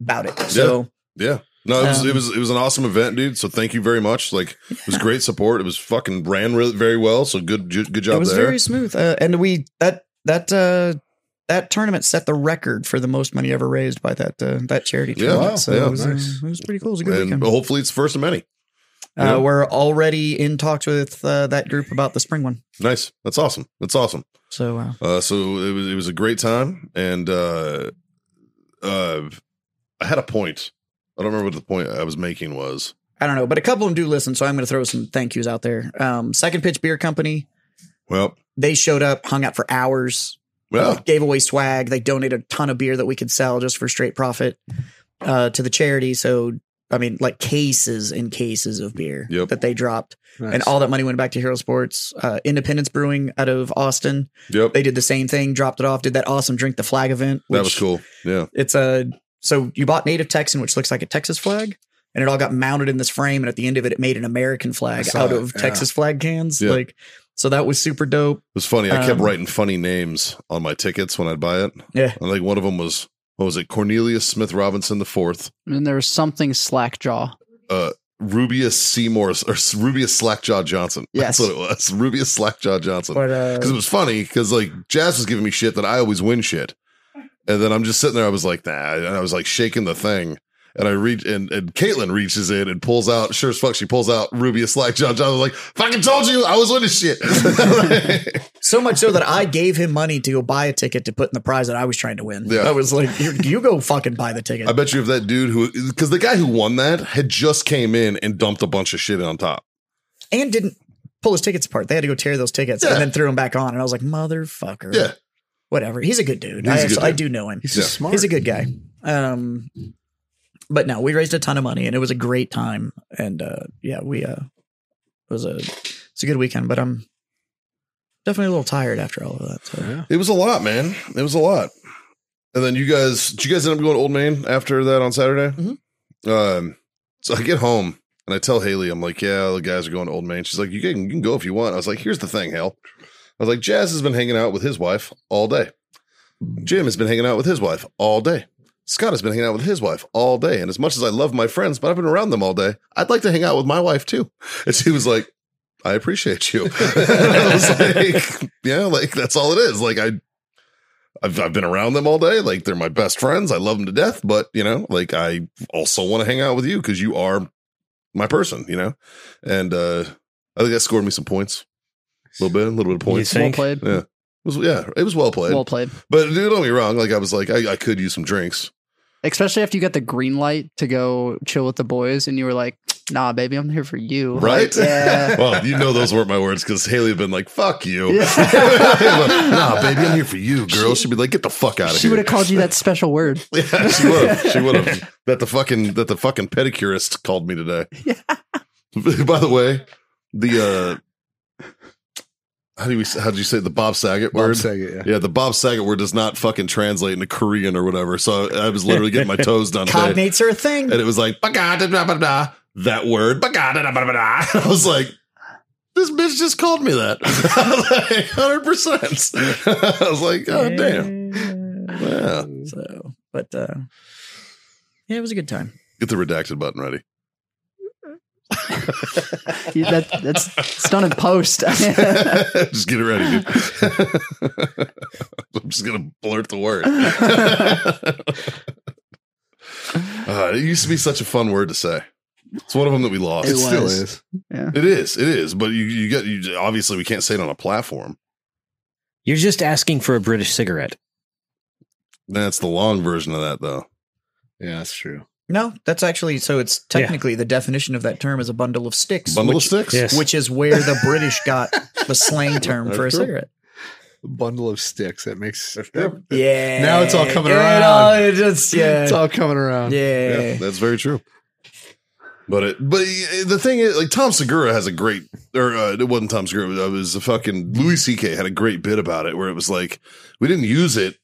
Speaker 3: about it so
Speaker 6: Yeah. No, it was
Speaker 3: Um,
Speaker 6: it was it was an awesome event, dude. So thank you very much. Like it was great support. It was fucking ran re- very well. So good ju- good job
Speaker 3: it was
Speaker 6: there.
Speaker 3: very smooth uh, and we that that uh that tournament set the record for the most money ever raised by that uh, that charity
Speaker 6: Yeah.
Speaker 3: tournament.
Speaker 6: Wow.
Speaker 3: so
Speaker 6: Yeah.
Speaker 3: it, was, uh,
Speaker 1: Nice.
Speaker 3: it was pretty cool. It was a good
Speaker 6: and
Speaker 3: weekend.
Speaker 6: hopefully it's the first of many. yeah.
Speaker 3: Uh, we're already in talks with uh, that group about the spring one.
Speaker 6: Nice. That's awesome. That's awesome.
Speaker 3: So uh,
Speaker 6: Uh, so it was it was a great time, and uh, uh, I had a point. I don't remember what the point I was making was.
Speaker 3: I don't know, but a couple of them do listen. So I'm going to throw some thank yous out there. Um, Second Pitch Beer Company.
Speaker 6: Well,
Speaker 3: They showed up, hung out for hours,
Speaker 6: well,
Speaker 3: gave away swag. They donated a ton of beer that we could sell just for straight profit uh, to the charity. So I mean, like cases and cases of beer
Speaker 6: Yep.
Speaker 3: that they dropped. and
Speaker 1: Nice.
Speaker 3: all that money went back to Hero Sports. Uh, Independence Brewing out of Austin,
Speaker 6: yep,
Speaker 3: they did the same thing, dropped it off, did that awesome drink the flag event.
Speaker 6: that
Speaker 3: which
Speaker 6: was cool. Yeah,
Speaker 3: It's a so you bought Native Texan, which looks like a Texas flag, and it all got mounted in this frame, and at the end of it, it made an American flag
Speaker 1: saw
Speaker 3: out
Speaker 1: that,
Speaker 3: of
Speaker 1: yeah.
Speaker 3: Texas flag cans.
Speaker 6: Yeah.
Speaker 3: Like, so that was super dope.
Speaker 6: it was funny. I kept
Speaker 3: Um,
Speaker 6: writing funny names on my tickets when I'd buy it.
Speaker 3: Yeah.
Speaker 6: I think one of them was what was it? Cornelius Smith Robinson the fourth. uh,
Speaker 5: And there was something slackjaw.
Speaker 6: Rubius Seymour or Rubius Slackjaw Johnson.
Speaker 5: Yes.
Speaker 6: That's what it was. Rubius Slackjaw Johnson.
Speaker 3: But uh,
Speaker 6: Because it was funny because like Jazz was giving me shit that I always win shit. And then I'm just sitting there, I was like, nah, and I was like shaking the thing. And I reach and, and Caitlin reaches in and pulls out, sure as fuck, she pulls out Rubius Slackjaw Johnson. I was like, fucking told you I was winning shit.
Speaker 3: so much so that I gave him money to go buy a ticket to put in the prize that I was trying to win.
Speaker 6: Yeah.
Speaker 3: I was like, you, you go fucking buy the ticket.
Speaker 6: I bet you if that dude who because the guy who won that had just came in and dumped a bunch of shit on top.
Speaker 3: and didn't pull his tickets apart. They had to go tear those tickets
Speaker 6: Yeah.
Speaker 3: and then threw them back on. And I was like, motherfucker.
Speaker 6: Yeah.
Speaker 3: Whatever. He's a good dude.
Speaker 6: He's a
Speaker 3: I,
Speaker 6: good
Speaker 3: actually, I
Speaker 6: dude.
Speaker 3: do know him.
Speaker 1: He's
Speaker 6: Yeah.
Speaker 1: just smart.
Speaker 3: He's a good guy. Um, but no, we raised a ton of money and it was a great time. And uh, yeah, we uh, it was a it's a good weekend. But I'm definitely a little tired after all of that. So.
Speaker 1: Yeah.
Speaker 6: It was a lot, man. It was a lot. And then you guys, did you guys end up going to Old Main after that on Saturday?
Speaker 3: Mhm.
Speaker 6: Um, so I get home and I tell Haley, I'm like, yeah, the guys are going to Old Main. She's like, you can, you can go if you want. I was like, here's the thing, Hale. I was like, Jazz has been hanging out with his wife all day. Jim has been hanging out with his wife all day. Scott has been hanging out with his wife all day. And as much as I love my friends, but I've been around them all day, I'd like to hang out with my wife too. And she was like, I appreciate you. And I was like, yeah, like that's all it is. Like I, I, I've, I've been around them all day. Like they're my best friends. I love them to death. But you know, like I also want to hang out with you because you are my person. You know, and uh, I think that scored me some points. A little bit, a little bit of points.
Speaker 2: You
Speaker 5: Well
Speaker 2: think?
Speaker 5: played.
Speaker 6: Yeah. It was, yeah, it was well played.
Speaker 5: Well played.
Speaker 6: but dude, don't get me wrong. Like I was like, I, I could use some drinks.
Speaker 5: Especially after you got the green light to go chill with the boys, and you were like, "Nah, baby, I'm here for you." Like,
Speaker 6: Right?
Speaker 5: yeah.
Speaker 6: Well, you know those weren't my words because Haley had been like, "Fuck you."
Speaker 5: Yeah.
Speaker 6: nah, baby, I'm here for you, girl. She, would be like, "Get the fuck out of
Speaker 5: she
Speaker 6: here."
Speaker 5: would have called you that special word.
Speaker 6: Yeah, she would have. She would have. That the fucking that the fucking pedicurist called me today. By the way, the uh how do we how did you say it? the Bob Saget
Speaker 1: Bob
Speaker 6: word?
Speaker 1: Saget, yeah.
Speaker 6: Yeah, the Bob Saget word does not fucking translate into Korean or whatever. So I was literally getting my toes done today.
Speaker 3: Cognates are a thing.
Speaker 6: And it was like, "Ba-ga-da-da-ba-da," that word. "Ba-ga-da-da-ba-da-ba." I was like, this bitch just called me that. I was like, 100%. I was like, oh, damn. Yeah.
Speaker 3: So, but uh, yeah, it was a good time.
Speaker 6: Get the redacted button ready.
Speaker 5: That, that's it's done in post.
Speaker 6: just get it ready, dude. I'm just gonna blurt the word. Uh, it used to be such a fun word to say. It's one of them that we lost.
Speaker 5: It
Speaker 1: It still
Speaker 5: was.
Speaker 1: is.
Speaker 6: It is. It is. But you, you get. You, obviously, we can't say it on a platform.
Speaker 2: You're just asking for a British cigarette.
Speaker 6: That's the long version of that, though.
Speaker 1: Yeah, that's true.
Speaker 3: No, that's actually so. It's
Speaker 2: Yeah.
Speaker 3: technically the definition of that term is a bundle of sticks,
Speaker 6: Bundle
Speaker 3: which,
Speaker 6: of sticks.
Speaker 2: Yes.
Speaker 3: which is where the British got the slang term for a
Speaker 6: That's true.
Speaker 3: cigarette.
Speaker 1: A bundle of sticks. That makes
Speaker 3: Yeah,
Speaker 1: Now it's all coming
Speaker 3: It
Speaker 1: around.
Speaker 3: all- it just yeah,
Speaker 1: it's all coming around.
Speaker 3: yeah.
Speaker 6: Yeah, that's very true. But it, but he- the thing is, like Tom Segura has a great, or uh, it wasn't Tom Segura. It was a fucking Louis C.K. had a great bit about it where it was like we didn't use it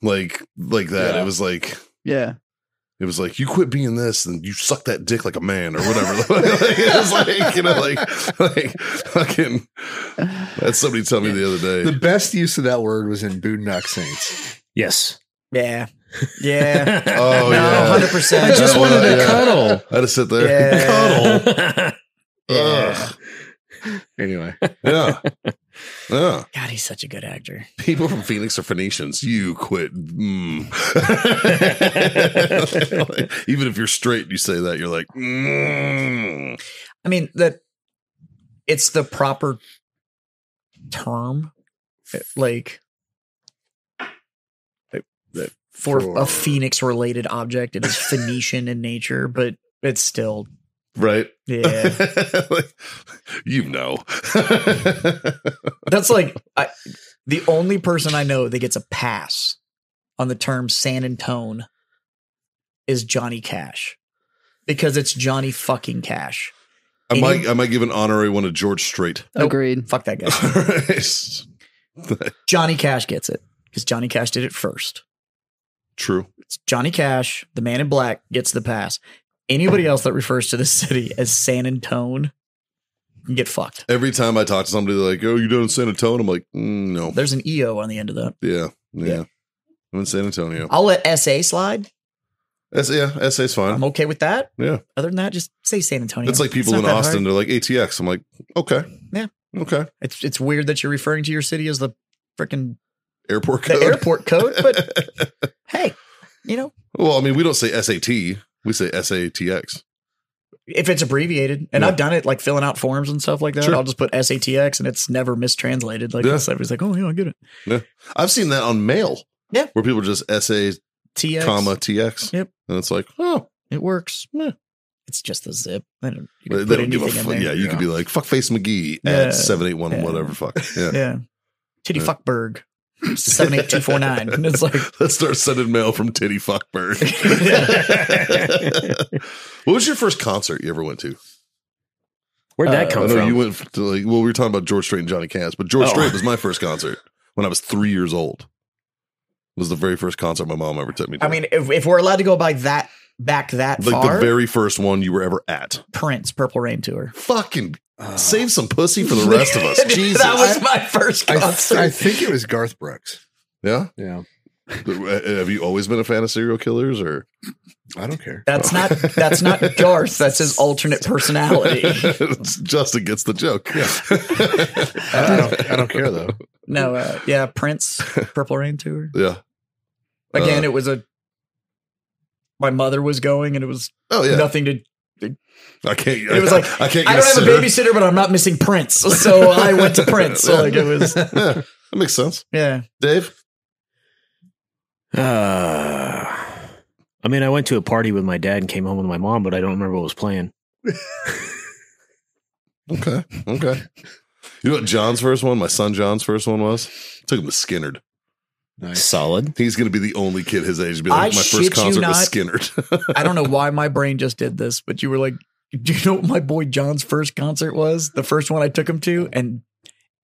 Speaker 6: like like that.
Speaker 1: Yeah.
Speaker 6: It was like
Speaker 5: yeah.
Speaker 6: it was like you quit being this and you suck that dick like a man or whatever. like, it was like you know like like fucking. That's somebody told me the other
Speaker 1: The
Speaker 6: day.
Speaker 1: best use of that word was in Boondock Saints.
Speaker 2: Yes.
Speaker 3: Yeah. Yeah.
Speaker 6: Oh
Speaker 3: no,
Speaker 6: yeah,
Speaker 3: 100%.
Speaker 2: I just
Speaker 6: That
Speaker 2: wanted
Speaker 6: one,
Speaker 2: to
Speaker 6: yeah.
Speaker 2: cuddle.
Speaker 6: I just sit there
Speaker 3: Yeah.
Speaker 6: cuddle.
Speaker 3: Yeah.
Speaker 6: Ugh.
Speaker 1: Anyway,
Speaker 6: Yeah, yeah.
Speaker 3: God, he's such a good actor.
Speaker 6: People from Phoenix are Phoenicians. You quit. Mm. Even if you're straight, you say that you're like, mm.
Speaker 3: I mean, that it's the proper term, eh, like eh, for, a phoenix related object. It is Phoenician in nature, but it's still,
Speaker 6: right?
Speaker 3: yeah.
Speaker 6: Like, you know.
Speaker 3: That's like I, the only person I know that gets a pass on the term San Antone is Johnny Cash because it's Johnny fucking Cash.
Speaker 6: I
Speaker 3: Any-
Speaker 6: might, I might give an honorary one to George Strait.
Speaker 3: Nope.
Speaker 5: Agreed.
Speaker 3: Fuck that guy. Johnny Cash gets it because Johnny Cash did it first.
Speaker 6: True.
Speaker 3: It's Johnny Cash, the man in black, gets the pass. Anybody else that refers to this city as San Antone can get fucked.
Speaker 6: Every time I talk to somebody, they're like, "Oh, you doing San Antonio?" I'm like, mm, "No,
Speaker 3: There's an EO on the end of that.
Speaker 6: yeah, yeah."
Speaker 3: Yeah.
Speaker 6: I'm in San Antonio.
Speaker 3: I'll let SA slide.
Speaker 6: That's, yeah, SA's fine.
Speaker 3: I'm okay with that.
Speaker 6: Yeah.
Speaker 3: Other than that, just say San Antonio.
Speaker 6: It's like people
Speaker 3: not
Speaker 6: in
Speaker 3: that hard.
Speaker 6: Austin. They're like ATX. I'm like, okay,
Speaker 3: Yeah.
Speaker 6: okay.
Speaker 3: It's it's weird that you're referring to your city as the freaking
Speaker 6: Airport
Speaker 3: the
Speaker 6: code.
Speaker 3: airport code, but hey, you know,
Speaker 6: Well, I mean, we don't say SAT. We say SATX.
Speaker 3: if it's abbreviated, and
Speaker 6: Yeah.
Speaker 3: I've done it like filling out forms and stuff like that,
Speaker 6: Sure.
Speaker 3: I'll just put SATX and it's never mistranslated. Like
Speaker 6: Yeah.
Speaker 3: it's everybody's like, oh yeah, I get it.
Speaker 6: I've seen that on mail.
Speaker 3: Yeah.
Speaker 6: Where people just SA,
Speaker 3: TX,
Speaker 6: comma, TX.
Speaker 3: Yep.
Speaker 6: And it's like, oh,
Speaker 3: it works. It's just the zip. I don't, you
Speaker 6: they
Speaker 3: can
Speaker 6: they
Speaker 3: put
Speaker 6: don't give a
Speaker 3: anything in
Speaker 6: fuck.
Speaker 3: there.
Speaker 6: Yeah, you could be like, fuckface McGee
Speaker 3: Yeah.
Speaker 6: at 781
Speaker 3: Yeah.
Speaker 6: whatever. Fuck. Yeah.
Speaker 3: yeah, titty
Speaker 6: Yeah.
Speaker 3: fuckberg, seven eight two four nine, and it's like.
Speaker 6: Let's start sending mail from Titty Fuckberg. what was your first concert you ever went to?
Speaker 2: Where'd that
Speaker 3: Uh,
Speaker 2: come
Speaker 6: I know
Speaker 2: from?
Speaker 6: you went to like, well, we were talking about George Strait and Johnny Cass, but George
Speaker 2: Oh.
Speaker 6: Strait was my first concert when I was three years old. It was the very first concert my mom ever took me to.
Speaker 3: I mean, if, if we're allowed to go by that back that
Speaker 6: like
Speaker 3: far,
Speaker 6: the very first one you were ever at.
Speaker 3: Prince Purple Rain tour.
Speaker 6: Fucking
Speaker 1: Uh,
Speaker 6: save some pussy for the rest of us. Jesus.
Speaker 3: that was my first
Speaker 1: I,
Speaker 3: concert.
Speaker 1: I think it was Garth Brooks.
Speaker 6: yeah. Uh,
Speaker 1: Yeah,
Speaker 6: Have you always been a fan of serial killers or?
Speaker 1: I don't care.
Speaker 3: That's not that's not Garth. That's his alternate personality.
Speaker 6: Justin gets the joke.
Speaker 1: I don't, I don't care though.
Speaker 3: No, uh, yeah, Prince Purple Rain tour.
Speaker 6: Yeah.
Speaker 3: Again,
Speaker 6: Uh,
Speaker 3: it was a. My mother was going, and it was
Speaker 6: Oh yeah.
Speaker 3: nothing to.
Speaker 6: I can't.
Speaker 3: It was like
Speaker 6: I can't. Get
Speaker 3: I don't have a
Speaker 6: sitter.
Speaker 3: babysitter, but I'm not missing Prince, so I went to Prince. So like it was,
Speaker 6: yeah, that makes sense.
Speaker 3: yeah.
Speaker 6: Dave,
Speaker 2: Uh, I mean, I went to a party with my dad and came home with my mom, but I don't remember what was playing.
Speaker 6: okay, okay. You know what John's first one, my son John's first one was? Took him to Skinnerd.
Speaker 1: Nice.
Speaker 2: Solid.
Speaker 6: He's going to be the only kid his age to be like,
Speaker 3: I
Speaker 6: my
Speaker 3: shit you
Speaker 6: first concert was
Speaker 3: not.
Speaker 6: Skinnerd.
Speaker 3: I don't know why my brain just did this, but you were like, "Do you know what my boy John's first concert was? The first one I took him to, and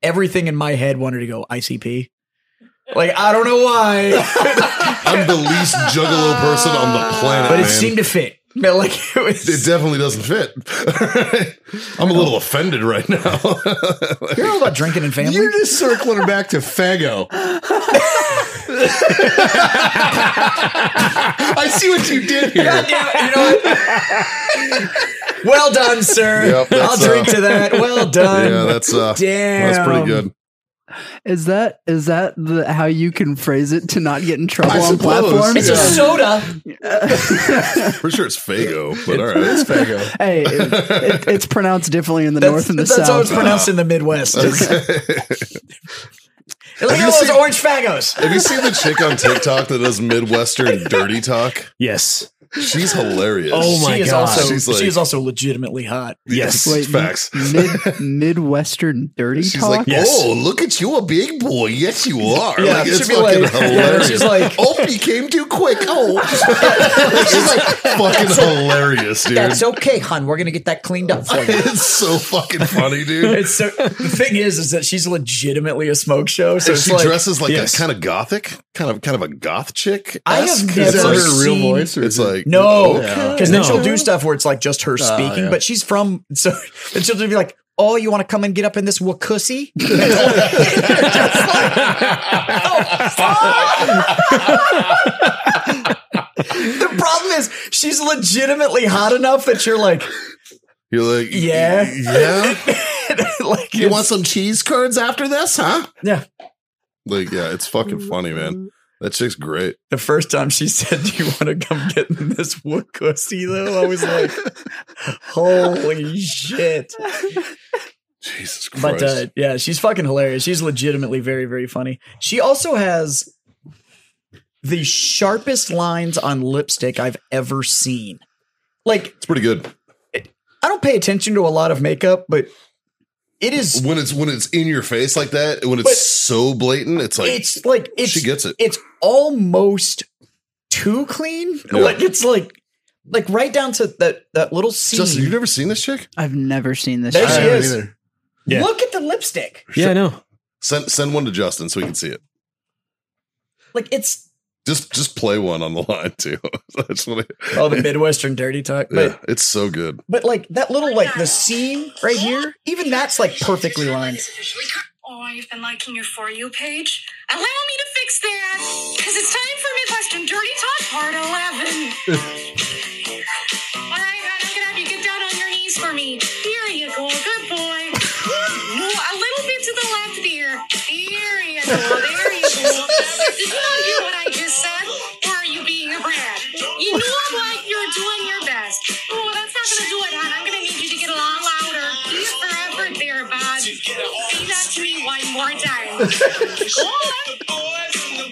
Speaker 3: everything in my head wanted to go ICP. Like I don't know why,
Speaker 6: I'm the least juggalo person on the planet.
Speaker 3: but it
Speaker 6: man.
Speaker 3: seemed to fit. But like it was.
Speaker 6: It definitely doesn't fit. I'm a little offended right now.
Speaker 3: you're all about drinking and family.
Speaker 1: You're just circling back to Fago. I see what you did here.
Speaker 3: God damn it, you know what? well done, sir.
Speaker 6: Yep, that's,
Speaker 3: I'll drink
Speaker 6: uh,
Speaker 3: to that. Well done.
Speaker 6: yeah, that's uh,
Speaker 3: Damn.
Speaker 6: that's pretty good.
Speaker 5: Is that is that the, how you can phrase it to not get in trouble
Speaker 6: I
Speaker 5: on
Speaker 6: suppose,
Speaker 5: platforms?
Speaker 3: It's a
Speaker 6: Yeah.
Speaker 3: soda.
Speaker 6: Pretty sure it's Fago, but all right, it's Fago.
Speaker 5: Hey, it, it, it's pronounced differently in the
Speaker 3: That's,
Speaker 5: north and the
Speaker 3: that's how it's
Speaker 5: south.
Speaker 3: pronounced in the Midwest. It's- Look
Speaker 6: Have you
Speaker 3: at those
Speaker 6: seen-
Speaker 3: orange fagos.
Speaker 6: Have you seen the chick on TikTok that does Midwestern dirty talk?
Speaker 2: Yes.
Speaker 6: She's hilarious.
Speaker 2: Oh my
Speaker 3: she is
Speaker 2: God.
Speaker 3: also
Speaker 6: She's like-
Speaker 3: she is also legitimately hot.
Speaker 2: Yes.
Speaker 5: Wait,
Speaker 6: facts.
Speaker 5: Mid, Midwestern dirty
Speaker 6: She's
Speaker 5: talk.
Speaker 6: like,
Speaker 2: Yes.
Speaker 6: oh, look at you, a big boy. Yes, you are.
Speaker 3: Yeah,
Speaker 6: like,
Speaker 3: it
Speaker 6: it's
Speaker 3: should be
Speaker 6: fucking
Speaker 3: like- yeah,
Speaker 6: hilarious.
Speaker 3: she's like-
Speaker 6: oh, you came too quick. Oh, she's like, fucking hilarious, dude.
Speaker 3: That's okay, hon. We're gonna get that cleaned up for you.
Speaker 6: it's so fucking funny, dude.
Speaker 3: It's so the thing is, is that she's legitimately a smoke show. So
Speaker 6: And
Speaker 3: it's
Speaker 6: she
Speaker 3: like
Speaker 6: dresses like
Speaker 2: Yes.
Speaker 6: a kind of gothic, kind of kind of a goth chick.
Speaker 3: I have
Speaker 1: Is that
Speaker 3: never
Speaker 1: her real
Speaker 3: seen-
Speaker 1: voice? Or
Speaker 6: It's
Speaker 1: is it-
Speaker 6: like
Speaker 3: no,
Speaker 6: Yeah.
Speaker 3: because then
Speaker 2: No.
Speaker 3: she'll do stuff where it's like just
Speaker 6: Oh,
Speaker 3: her speaking,
Speaker 1: yeah.
Speaker 3: but she's from so and she'll just be like, "Oh, you want to come and get up in this wakussy?" You're just like, "Oh, fuck." the problem is she's legitimately hot enough that you're like,
Speaker 6: You're like,
Speaker 3: Yeah.
Speaker 6: yeah.
Speaker 3: like
Speaker 6: You want some cheese curds after this, huh?
Speaker 3: Yeah.
Speaker 6: Like, yeah, it's fucking funny, man. That chick's great.
Speaker 3: The first time she said, "Do you want to come get in this wussy?" Though I was like, "Holy shit!"
Speaker 6: Jesus Christ.
Speaker 3: But uh, yeah, she's fucking hilarious. She's legitimately very, very funny. She also has the sharpest lines on lipstick I've ever seen. Like,
Speaker 6: it's pretty good.
Speaker 3: I don't pay attention to a lot of makeup, but it is.
Speaker 6: When it's when it's in your face like that, when it's
Speaker 3: But-
Speaker 6: so blatant, it's like
Speaker 3: it's like it's
Speaker 6: she gets it.
Speaker 3: it's almost too clean.
Speaker 6: Yeah.
Speaker 3: Like it's like like right down to that that little scene.
Speaker 6: Justin, you've never seen this chick?
Speaker 5: I've never seen this.
Speaker 3: There
Speaker 5: shit.
Speaker 3: she
Speaker 1: I don't
Speaker 3: is.
Speaker 1: either.
Speaker 2: Yeah.
Speaker 3: Look at the lipstick.
Speaker 2: Yeah, I know.
Speaker 6: Send send one to Justin so he can see it.
Speaker 3: Like it's
Speaker 6: Just just play one on the line too. That's what I,
Speaker 3: oh the Midwestern dirty talk. But
Speaker 6: yeah, it's so good.
Speaker 3: but like that little like the seam right here, even that's like perfectly lined.
Speaker 7: Oh, I've been liking your For You page. Allow me to fix that, because it's time for Midwestern Dirty Talk Part 11. All right, hon, I'm going to have you get down on your knees for me. Here you go. Good boy. No, a little bit to the left there. There you go. There you go. Did you not hear what I just said? Or are you being a brat? You know what? You're doing your best. Oh, that's not going to do it, hon. I'm going to need you to get a lot louder. Keep your effort there, bud. Say that to me one more time. go on. Oh,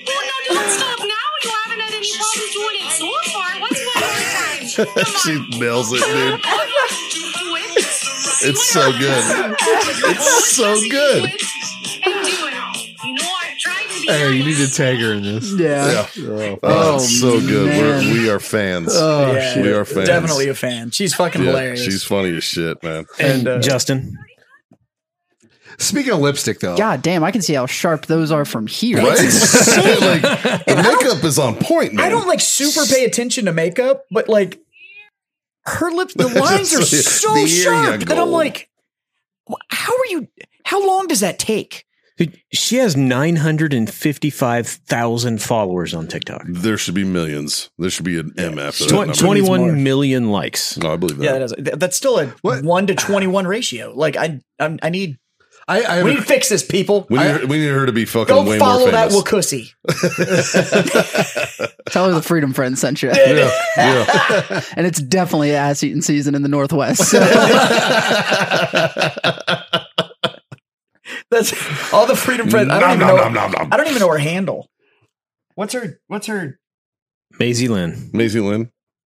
Speaker 7: no, don't stop now. You haven't had any problems doing it so far. What's one more time? Come on.
Speaker 6: She nails it, dude.
Speaker 7: It's
Speaker 6: It's so good. It's so good.
Speaker 1: Hey, you need to tag her in this.
Speaker 5: Yeah.
Speaker 6: Yeah.
Speaker 1: Oh,
Speaker 6: Oh,
Speaker 5: Oh,
Speaker 6: it's so good. We're,
Speaker 5: man.
Speaker 6: we are fans.
Speaker 1: oh,
Speaker 3: Yeah,
Speaker 6: We are fans.
Speaker 3: Definitely a fan. She's fucking
Speaker 6: yeah,
Speaker 3: hilarious.
Speaker 6: she's funny as shit, man.
Speaker 2: And
Speaker 3: uh,
Speaker 2: Justin.
Speaker 1: Speaking of lipstick, though,
Speaker 5: God damn, I can see how sharp those are from here.
Speaker 6: Right? like the makeup is on point, man.
Speaker 3: I don't like super pay attention to makeup, but like her lips, the lines are so
Speaker 6: There you
Speaker 3: sharp that I'm
Speaker 6: go.
Speaker 3: like, wh- how are you? How long does that take?
Speaker 2: Dude, She has 955,000 followers on TikTok.
Speaker 6: There should be millions. There should be an M after that.
Speaker 2: Tw-
Speaker 6: number.
Speaker 2: 21 million likes.
Speaker 6: No, I believe that.
Speaker 3: Yeah, that is, th- that's still a
Speaker 1: What?
Speaker 3: one to twenty one ratio. Like I, I'm, I need
Speaker 1: I, I have
Speaker 3: We
Speaker 1: a-
Speaker 3: need to fix this, people.
Speaker 6: We need, her, we need her to be fucking
Speaker 3: Go
Speaker 6: way
Speaker 3: follow
Speaker 6: more
Speaker 3: that
Speaker 6: famous.
Speaker 3: Wakusi.
Speaker 5: Tell her the Freedom Friend sent you.
Speaker 6: yeah, yeah.
Speaker 5: And it's definitely ass eating season in the Northwest.
Speaker 3: That's all the freedom friends. I don't
Speaker 6: Nom,
Speaker 3: even
Speaker 6: nom,
Speaker 3: know.
Speaker 6: nom, nom, nom.
Speaker 3: I don't even know her handle. What's her? What's her?
Speaker 2: Maisie Lynn.
Speaker 6: Maisie Lynn.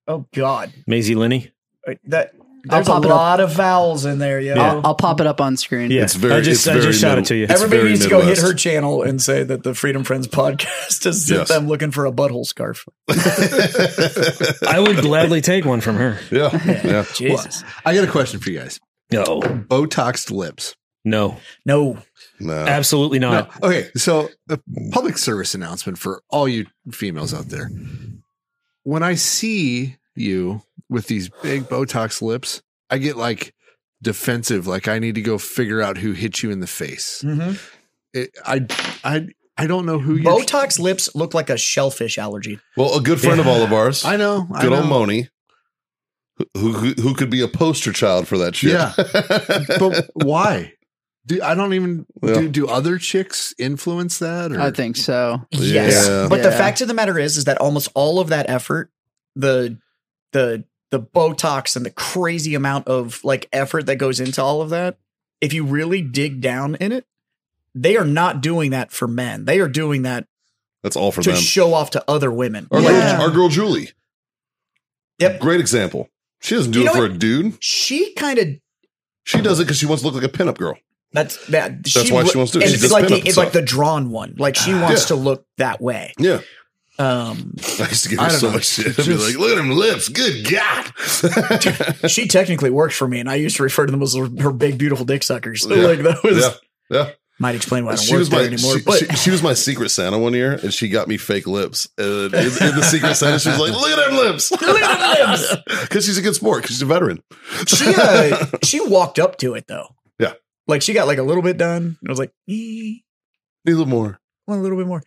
Speaker 3: Oh God,
Speaker 2: Maisie Lenny.
Speaker 3: Uh, that there's a
Speaker 5: pop it up.
Speaker 3: lot of vowels in there. Yo.
Speaker 2: Yeah.
Speaker 5: I'll, I'll pop it up on screen.
Speaker 2: Yeah.
Speaker 6: It's very-
Speaker 2: I just,
Speaker 6: it's
Speaker 2: I
Speaker 6: very
Speaker 2: just shot
Speaker 6: middle-
Speaker 2: it to you.
Speaker 6: It's
Speaker 3: Everybody
Speaker 6: very
Speaker 3: needs to go hit
Speaker 6: Midwest.
Speaker 3: her channel and say that the Freedom Friends podcast has sent
Speaker 6: Yes.
Speaker 3: them looking for a butthole scarf.
Speaker 2: I would gladly take one from her.
Speaker 6: Yeah, yeah.
Speaker 3: Jesus,
Speaker 1: I got a question for you guys.
Speaker 2: No.
Speaker 1: Botoxed lips.
Speaker 2: No.
Speaker 3: no.
Speaker 6: No.
Speaker 2: Absolutely
Speaker 1: No.
Speaker 2: not.
Speaker 1: Okay, so a public service announcement for all you females out there. When I see you with these big Botox lips, I get like defensive, like I need to go figure out who hit you in the face.
Speaker 3: Mhm.
Speaker 1: It, I, I, I don't know who you're.
Speaker 3: Botox lips look like a shellfish allergy.
Speaker 6: Well, a good friend of all of ours,
Speaker 1: I know. I
Speaker 6: good
Speaker 1: know.
Speaker 6: old Moni, who, who who could be a poster child for that shit.
Speaker 1: Yeah. But why? Do I don't even
Speaker 6: Yeah.
Speaker 1: do, do other chicks influence that? Or
Speaker 5: I think so.
Speaker 3: Yes.
Speaker 6: Yeah.
Speaker 3: But the
Speaker 5: Yeah.
Speaker 3: fact of the matter is, is that almost all of that effort, the the the Botox and the crazy amount of like effort that goes into all of that, if you really dig down in it, they are not doing that for men. They are doing that
Speaker 6: That's all for
Speaker 3: to
Speaker 6: them.
Speaker 3: show off to other women.
Speaker 6: Our,
Speaker 5: Yeah.
Speaker 6: girl, our girl Julie.
Speaker 3: Yep.
Speaker 6: Great example. She doesn't do
Speaker 3: You
Speaker 6: it
Speaker 3: know
Speaker 6: for a dude.
Speaker 3: She kind of
Speaker 6: She does it because she wants to look like a pinup girl.
Speaker 3: that's that.
Speaker 6: That's why she wants to. She
Speaker 3: And it's
Speaker 6: does
Speaker 3: like the,
Speaker 6: pinup
Speaker 3: it's like
Speaker 6: stuff.
Speaker 3: the drawn one. Like she wants
Speaker 6: Ah. Yeah.
Speaker 3: to look that way.
Speaker 6: Yeah.
Speaker 3: Um,
Speaker 6: I used to give
Speaker 1: I
Speaker 6: her
Speaker 1: don't
Speaker 6: so
Speaker 1: know.
Speaker 6: much shit. I'd be
Speaker 1: Just-
Speaker 6: like, look at them lips. Good God.
Speaker 3: she technically works for me, and I used to refer to them as her, her big, beautiful dick suckers.
Speaker 6: Yeah.
Speaker 3: Like that was
Speaker 6: yeah. Yeah.
Speaker 3: might explain why I don't
Speaker 6: She
Speaker 3: work
Speaker 6: was
Speaker 3: there
Speaker 6: my
Speaker 3: anymore.
Speaker 6: she,
Speaker 3: but
Speaker 6: she- she was my secret Santa one year, and she got me fake lips. And in, in the secret Santa, she was like, "Look at them lips,
Speaker 3: Look at them lips.
Speaker 6: Because she's a good sport. Because she's a veteran.
Speaker 3: she uh, she walked up to it though.
Speaker 6: Yeah.
Speaker 3: like she got like a little bit done. And I was like, eh,
Speaker 6: Need a little more.
Speaker 3: want a little bit more.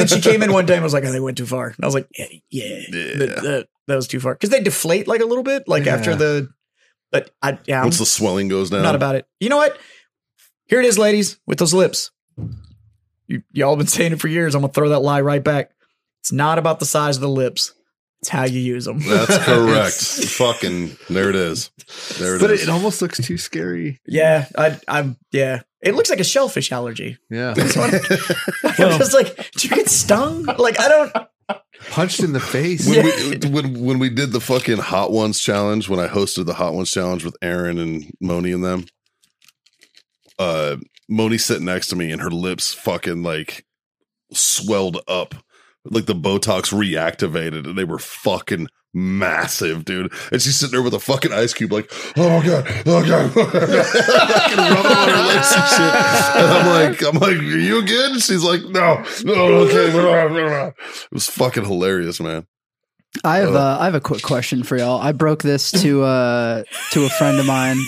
Speaker 3: then she came in one time. I was like, oh, they went too far. And I was like, yeah, yeah,
Speaker 6: Yeah.
Speaker 3: That, that, that was too far because they deflate like a little bit, like after
Speaker 1: Yeah.
Speaker 3: the. But I yeah, I'm
Speaker 6: Once the swelling goes down,
Speaker 3: not about it. You know what? Here it is, ladies, with those lips. You, y'all been saying it for years. I'm gonna throw that lie right back. It's not about the size of the lips. It's how you use them.
Speaker 6: That's correct. Fucking there it is. There it is.
Speaker 1: But it, it almost looks too scary.
Speaker 3: Yeah, I, I'm. Yeah, it looks like a shellfish allergy.
Speaker 1: Yeah,
Speaker 3: I'm just like, did you get stung? Like, I don't.
Speaker 1: punched in the face.
Speaker 6: when we when when we did the fucking hot ones challenge when i hosted the hot ones challenge with aaron and moni and them uh moni sitting next to me and her lips fucking like swelled up like the botox reactivated and they were fucking massive dude and she's sitting there with a fucking ice cube like oh god oh god fucking rubbing on her lips and shit and i'm like i'm like are you good And she's like no no okay it was fucking hilarious man
Speaker 5: I have uh, I have a quick question for y'all. I broke this to uh to a friend of mine.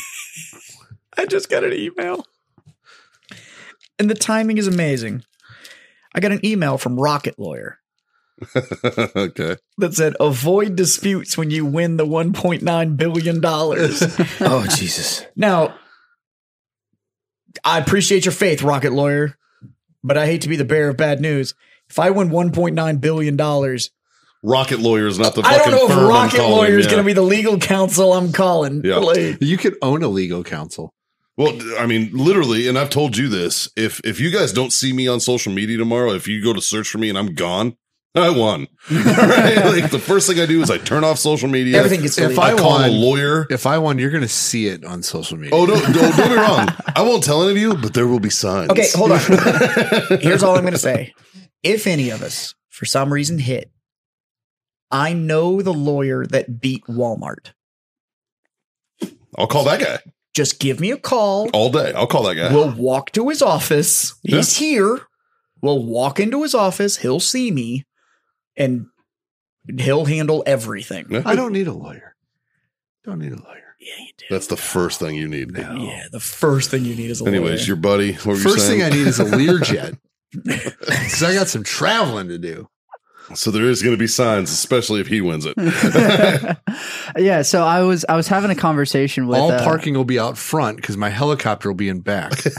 Speaker 3: I just got an email, and the timing is amazing. I got an email from Rocket Lawyer
Speaker 6: okay.
Speaker 3: that said, "Avoid disputes when you win the 1.9 billion dollars."
Speaker 2: Oh, Jesus.
Speaker 3: Now, I appreciate your faith, Rocket Lawyer, but I hate to be the bearer of bad news. If I win $1.9 billion, I
Speaker 6: Rocket Lawyer is not the
Speaker 3: don't
Speaker 6: fucking
Speaker 3: know if
Speaker 6: firm I'm
Speaker 3: Rocket
Speaker 6: calling,
Speaker 3: Lawyer is
Speaker 6: yeah.
Speaker 3: going to be the legal counsel I'm calling.
Speaker 6: Yeah.
Speaker 3: Like,
Speaker 1: you could own a legal counsel.
Speaker 6: Well, I mean, literally, and I've told you this. If if you guys don't see me on social media tomorrow, if you go to search for me and I'm gone, I won. right? Like the first thing I do is I turn off social media.
Speaker 3: Everything gets
Speaker 1: If
Speaker 3: deleted.
Speaker 6: I,
Speaker 1: I
Speaker 6: call a
Speaker 1: won-
Speaker 6: lawyer.
Speaker 1: If I won, you're going to see it on social media.
Speaker 6: Oh no, no, don't get me wrong. I won't tell any of you, but there will be signs.
Speaker 3: okay, hold on. Here's all I'm going to say. If any of us, for some reason, hit, I know the lawyer that beat Walmart.
Speaker 6: I'll call that guy
Speaker 3: Just give me a call.
Speaker 6: all day. I'll call that guy.
Speaker 3: We'll walk to his office. He's here. We'll walk into his office. He'll see me and he'll handle everything.
Speaker 6: Yeah.
Speaker 1: I don't need a lawyer. Don't need a lawyer.
Speaker 3: Yeah, you do.
Speaker 6: That's the first thing you need.
Speaker 3: Yeah, the first thing you need is a
Speaker 6: Anyways,
Speaker 3: lawyer.
Speaker 6: your buddy. What were you
Speaker 1: First thing
Speaker 6: saying?
Speaker 1: I need is a Learjet because I got some traveling to do.
Speaker 6: So there is going to be signs, especially if he wins it.
Speaker 5: yeah, so I was I was having a conversation with
Speaker 1: All
Speaker 5: uh,
Speaker 1: parking will be out front because my helicopter will be in back.
Speaker 3: It's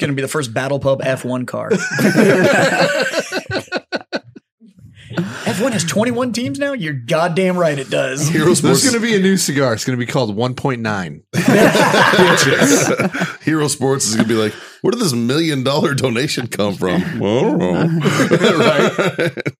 Speaker 3: going to be the first Battle Pub F1 car. F1 has 21 teams now? You're goddamn right it does.
Speaker 6: Heroes
Speaker 1: There's
Speaker 6: Sports,
Speaker 1: going to be a new cigar. It's going to be called 1.9.
Speaker 6: Hero Sports is going to be like, where did this million dollar donation come from? I don't know.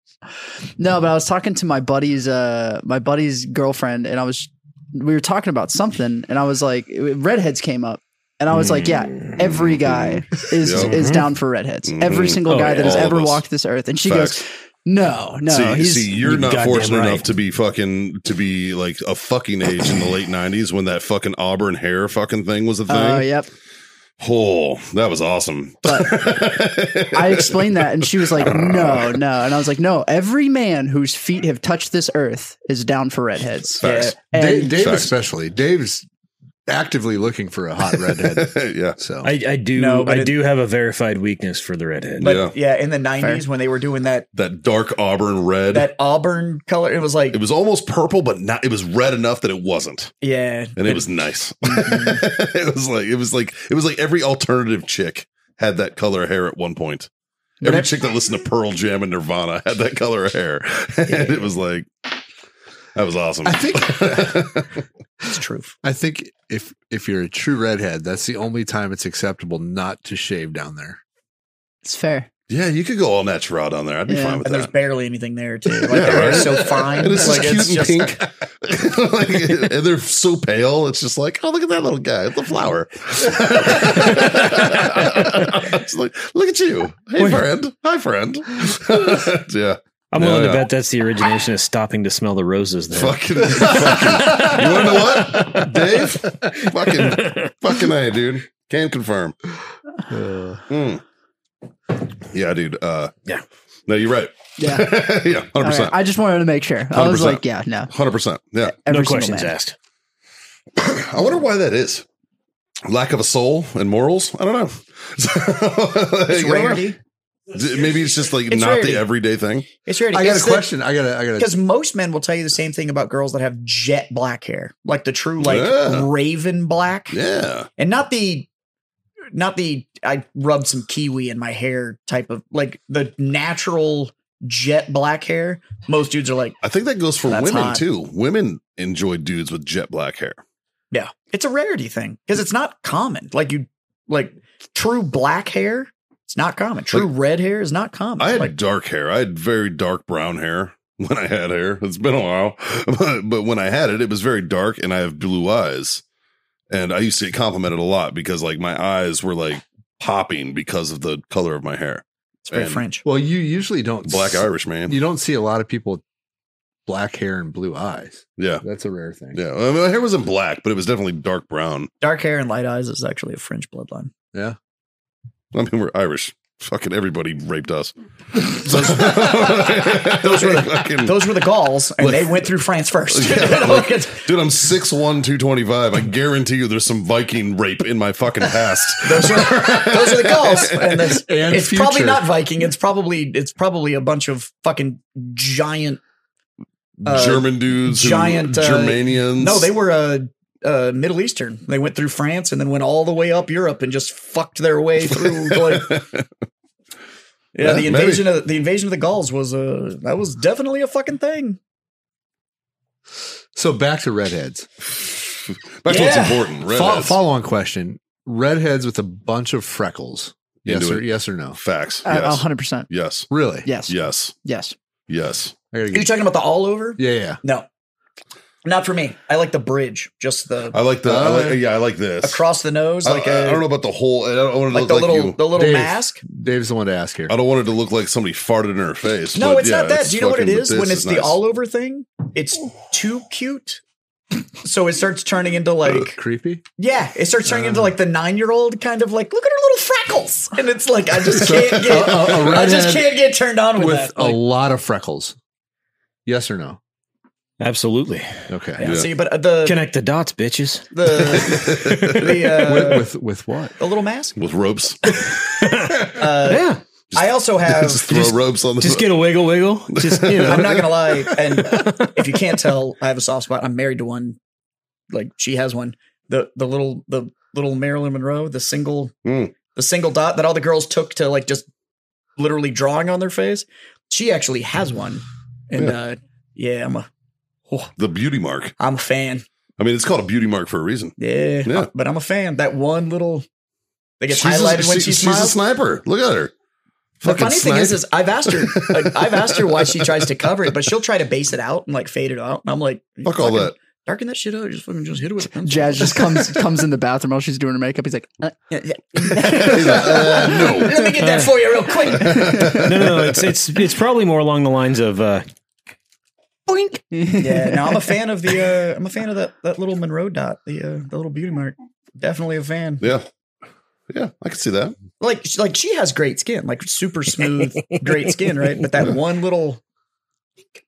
Speaker 5: No, but I was talking to my buddy's uh my buddy's girlfriend and I was we were talking about something and I was like redheads came up. And I was like, yeah, every guy is
Speaker 6: Mm. Yeah. Mm-hmm.
Speaker 5: is down for redheads. Every single
Speaker 2: Oh,
Speaker 5: guy
Speaker 2: yeah.
Speaker 5: that has
Speaker 6: All of
Speaker 5: ever
Speaker 6: us.
Speaker 5: walked this earth. And she
Speaker 6: Facts.
Speaker 5: goes, "No, no,
Speaker 6: see,
Speaker 5: he's
Speaker 6: see, you're
Speaker 2: you're
Speaker 6: not
Speaker 2: goddamn
Speaker 6: fortunate
Speaker 2: right.
Speaker 6: enough to be fucking to be like a fucking age in the late '90s when that fucking auburn hair fucking thing was a thing.
Speaker 5: Oh, yep.
Speaker 6: Oh, that was awesome.
Speaker 5: I explained that, and she was like, "No, no," and I was like, "No, every man whose feet have touched this earth is down for redheads."
Speaker 6: Facts.
Speaker 5: And
Speaker 1: Dave, Dave
Speaker 6: Facts.
Speaker 1: especially. Dave's actively looking for a hot redhead.
Speaker 6: yeah.
Speaker 1: So
Speaker 2: I, I do
Speaker 3: No, but
Speaker 2: I
Speaker 3: it-
Speaker 2: do have a verified weakness for the redhead.
Speaker 6: But-
Speaker 3: But yeah, in the 90s when they were doing that
Speaker 6: That dark auburn red.
Speaker 3: that auburn color, it was like,
Speaker 6: it was almost purple, but not. It was red enough that it wasn't,
Speaker 3: yeah.
Speaker 6: and it was nice.
Speaker 4: Mm-hmm.
Speaker 6: it was like it was like it was like every alternative chick had that color hair at one point. Every
Speaker 3: that-
Speaker 6: chick that listened to Pearl Jam and Nirvana had that color of hair, and it was like that was awesome.
Speaker 1: I think
Speaker 3: It's truth.
Speaker 1: I think if if you're a true redhead, that's the only time it's acceptable not to shave down there.
Speaker 5: it's fair.
Speaker 6: yeah, you could go all natural down there. I'd be
Speaker 5: Yeah.
Speaker 6: fine with
Speaker 3: And there's
Speaker 6: that.
Speaker 3: barely anything there, too. Like,
Speaker 6: Yeah,
Speaker 3: they're
Speaker 6: right.
Speaker 3: so fine.
Speaker 6: And it's
Speaker 3: like,
Speaker 6: just
Speaker 3: it's
Speaker 6: cute and pink. Like, and they're so pale. It's just like, oh, look at that little guy. It's a flower. It's like, look at you. Hey, friend. Hi, friend. yeah.
Speaker 2: I'm willing
Speaker 6: Yeah.
Speaker 2: to bet that's the origination of stopping to smell the roses. There,
Speaker 6: Fucking, fucking. You want to know what? Dave? Fucking, fucking A, dude. Can confirm. Mm. Yeah, dude. Uh,
Speaker 2: Yeah.
Speaker 6: No, you're right.
Speaker 5: Yeah.
Speaker 6: yeah, 100%.
Speaker 5: All right. I just wanted to make sure. I was
Speaker 6: 100%.
Speaker 5: like, "Yeah, no,
Speaker 6: 100%. Yeah.
Speaker 5: every single
Speaker 2: no questions
Speaker 5: man.
Speaker 2: asked.
Speaker 6: I wonder why that is. Lack of a soul and morals. I don't know.
Speaker 3: It's
Speaker 6: It's
Speaker 3: rarity.
Speaker 6: Maybe it's just like
Speaker 3: It's
Speaker 6: not
Speaker 3: rarity.
Speaker 6: the everyday thing.
Speaker 3: It's rarity.
Speaker 1: I got
Speaker 3: It's
Speaker 1: a
Speaker 3: the-
Speaker 1: question. I got a, I got a,
Speaker 3: Because most men will tell you the same thing about girls that have jet black hair, like the true, like
Speaker 6: Yeah.
Speaker 3: raven black,
Speaker 6: Yeah.
Speaker 3: and not the, not the I rubbed some kiwi in my hair type of like the natural jet black hair. Most dudes are like,
Speaker 6: I think that goes for
Speaker 3: That's
Speaker 6: women
Speaker 3: hot.
Speaker 6: too. Women enjoy dudes with jet black hair.
Speaker 3: yeah, it's a rarity thing because it's not common. Like you, like true black hair, it's not common. True red hair is not common.
Speaker 6: I had
Speaker 3: like,
Speaker 6: dark hair. I had very dark brown hair when I had hair. It's been a while. But, but when I had it, it was very dark and I have blue eyes. And I used to get complimented a lot because like my eyes were like popping because of the color of my hair.
Speaker 3: it's very
Speaker 6: and-
Speaker 3: French.
Speaker 1: well, you usually don't
Speaker 6: Black
Speaker 1: s-
Speaker 6: Irish man.
Speaker 1: You don't see a lot of people with black hair and blue eyes.
Speaker 6: Yeah.
Speaker 1: That's a rare thing.
Speaker 6: Yeah, I mean, my hair wasn't black, but it was definitely dark brown.
Speaker 3: Dark hair and light eyes is actually a French bloodline.
Speaker 6: I mean, we're Irish. Fucking everybody raped us.
Speaker 3: Those-
Speaker 6: those
Speaker 3: were the-
Speaker 6: fucking.
Speaker 3: Those were the Gauls, and
Speaker 6: Like-
Speaker 3: they went through France first.
Speaker 6: Yeah, like-
Speaker 3: It's-
Speaker 6: dude, I'm 6'1", 225. I guarantee you there's some Viking rape in my fucking past. those are,
Speaker 3: Those are the Gauls, and that's-
Speaker 1: And
Speaker 3: it's probably
Speaker 1: future.
Speaker 3: not Viking. It's probably it's probably a bunch of fucking giant. uh,
Speaker 6: German dudes.
Speaker 3: giant,
Speaker 6: Who,
Speaker 3: uh,
Speaker 6: Germanians.
Speaker 3: No, they were uh, uh, Middle Eastern. They went through France and then went all the way up Europe and just fucked their way through. Like, yeah,
Speaker 6: Yeah,
Speaker 3: the
Speaker 6: maybe.
Speaker 3: invasion of the invasion of the Gauls was uh, that was definitely a fucking thing.
Speaker 1: So back to redheads.
Speaker 6: That's what's
Speaker 3: Yeah.
Speaker 6: important.
Speaker 1: Fo-
Speaker 6: Redheads.
Speaker 1: follow on question. Redheads with a bunch of freckles. Yes
Speaker 6: Into
Speaker 1: or
Speaker 6: it.
Speaker 1: yes or no?
Speaker 6: Facts.
Speaker 5: Uh,
Speaker 6: yes.
Speaker 5: 100%.
Speaker 6: yes.
Speaker 1: Really?
Speaker 5: Yes.
Speaker 6: Yes.
Speaker 5: Yes.
Speaker 6: Yes.
Speaker 1: I gotta
Speaker 3: Are you
Speaker 1: get,
Speaker 3: talking about the all over?
Speaker 1: yeah, yeah.
Speaker 3: No, not for me. I like the bridge, just the
Speaker 6: I like the. I like, yeah, I like this.
Speaker 3: Uh, across the nose,
Speaker 6: I
Speaker 3: like
Speaker 6: I,
Speaker 3: a
Speaker 6: I don't know about the whole. I don't want to
Speaker 3: like
Speaker 6: look
Speaker 3: the
Speaker 6: like
Speaker 3: little
Speaker 6: you.
Speaker 3: the little
Speaker 1: Dave.
Speaker 3: mask.
Speaker 1: Dave's the one to ask here.
Speaker 6: I don't want it to look like somebody farted in her face.
Speaker 3: No,
Speaker 6: but
Speaker 3: it's
Speaker 6: yeah,
Speaker 3: not that.
Speaker 6: it's
Speaker 3: Do you know what it
Speaker 6: fucking-
Speaker 3: is?
Speaker 6: this
Speaker 3: When it's the
Speaker 6: nice.
Speaker 3: all over thing, it's too cute. So it starts turning into like
Speaker 1: Creepy.
Speaker 3: yeah, it starts turning into like the nine year old kind of like look at her little freckles, and it's like I just can't get
Speaker 1: A- a- a
Speaker 3: I just
Speaker 1: redhead
Speaker 3: can't get turned on with,
Speaker 1: With
Speaker 3: that.
Speaker 1: a
Speaker 3: Like,
Speaker 1: lot of freckles. Yes or no?
Speaker 2: Absolutely,
Speaker 1: Okay.
Speaker 3: yeah, See, but uh, the
Speaker 2: connect the dots, bitches.
Speaker 3: the the, uh,
Speaker 1: With, with with what?
Speaker 3: the little mask.
Speaker 6: with ropes.
Speaker 3: Uh,
Speaker 2: yeah,
Speaker 3: I also have.
Speaker 6: just throw ropes on the
Speaker 2: Just get a wiggle, wiggle. Just you know.
Speaker 3: I'm not gonna lie, and if you can't tell, I have a soft spot. I'm married to one, like she has one. The the little the little Marilyn Monroe, the single
Speaker 6: Mm.
Speaker 3: the single dot that all the girls took to like just literally drawing on their face. She actually has one, and
Speaker 6: Yeah.
Speaker 3: uh, yeah, I'm a
Speaker 6: the beauty mark.
Speaker 3: I'm a fan.
Speaker 6: I mean, it's called a beauty mark for a reason.
Speaker 3: Yeah,
Speaker 6: Yeah.
Speaker 3: but I'm a fan. That one little that gets
Speaker 6: She's a-
Speaker 3: highlighted when
Speaker 6: she-
Speaker 3: she,
Speaker 6: she's
Speaker 3: smiles.
Speaker 6: a sniper. Look at her.
Speaker 3: The funny thing is,
Speaker 6: snipe.
Speaker 3: is I've asked her, like, I've asked her why she tries to cover it, but she'll try to base it out and like fade it out. And I'm like,
Speaker 6: fuck all
Speaker 3: fucking
Speaker 6: that.
Speaker 3: darken that shit out. Just fucking just hit it with a pencil.
Speaker 5: Jazz just comes comes in the bathroom while she's doing her makeup. He's like, uh,
Speaker 3: Yeah, yeah.
Speaker 6: He's like, uh, no.
Speaker 3: Let me get that for you real quick.
Speaker 2: no, no, no, it's it's it's probably more along the lines of uh,
Speaker 3: Boink. Yeah, no, I'm a fan of the. Uh, I'm a fan of that that little Monroe dot, the uh, the little beauty mark. Definitely a fan.
Speaker 6: Yeah. Yeah, I can see that.
Speaker 3: Like she- like she has great skin, like super smooth, great skin, right? But that one little,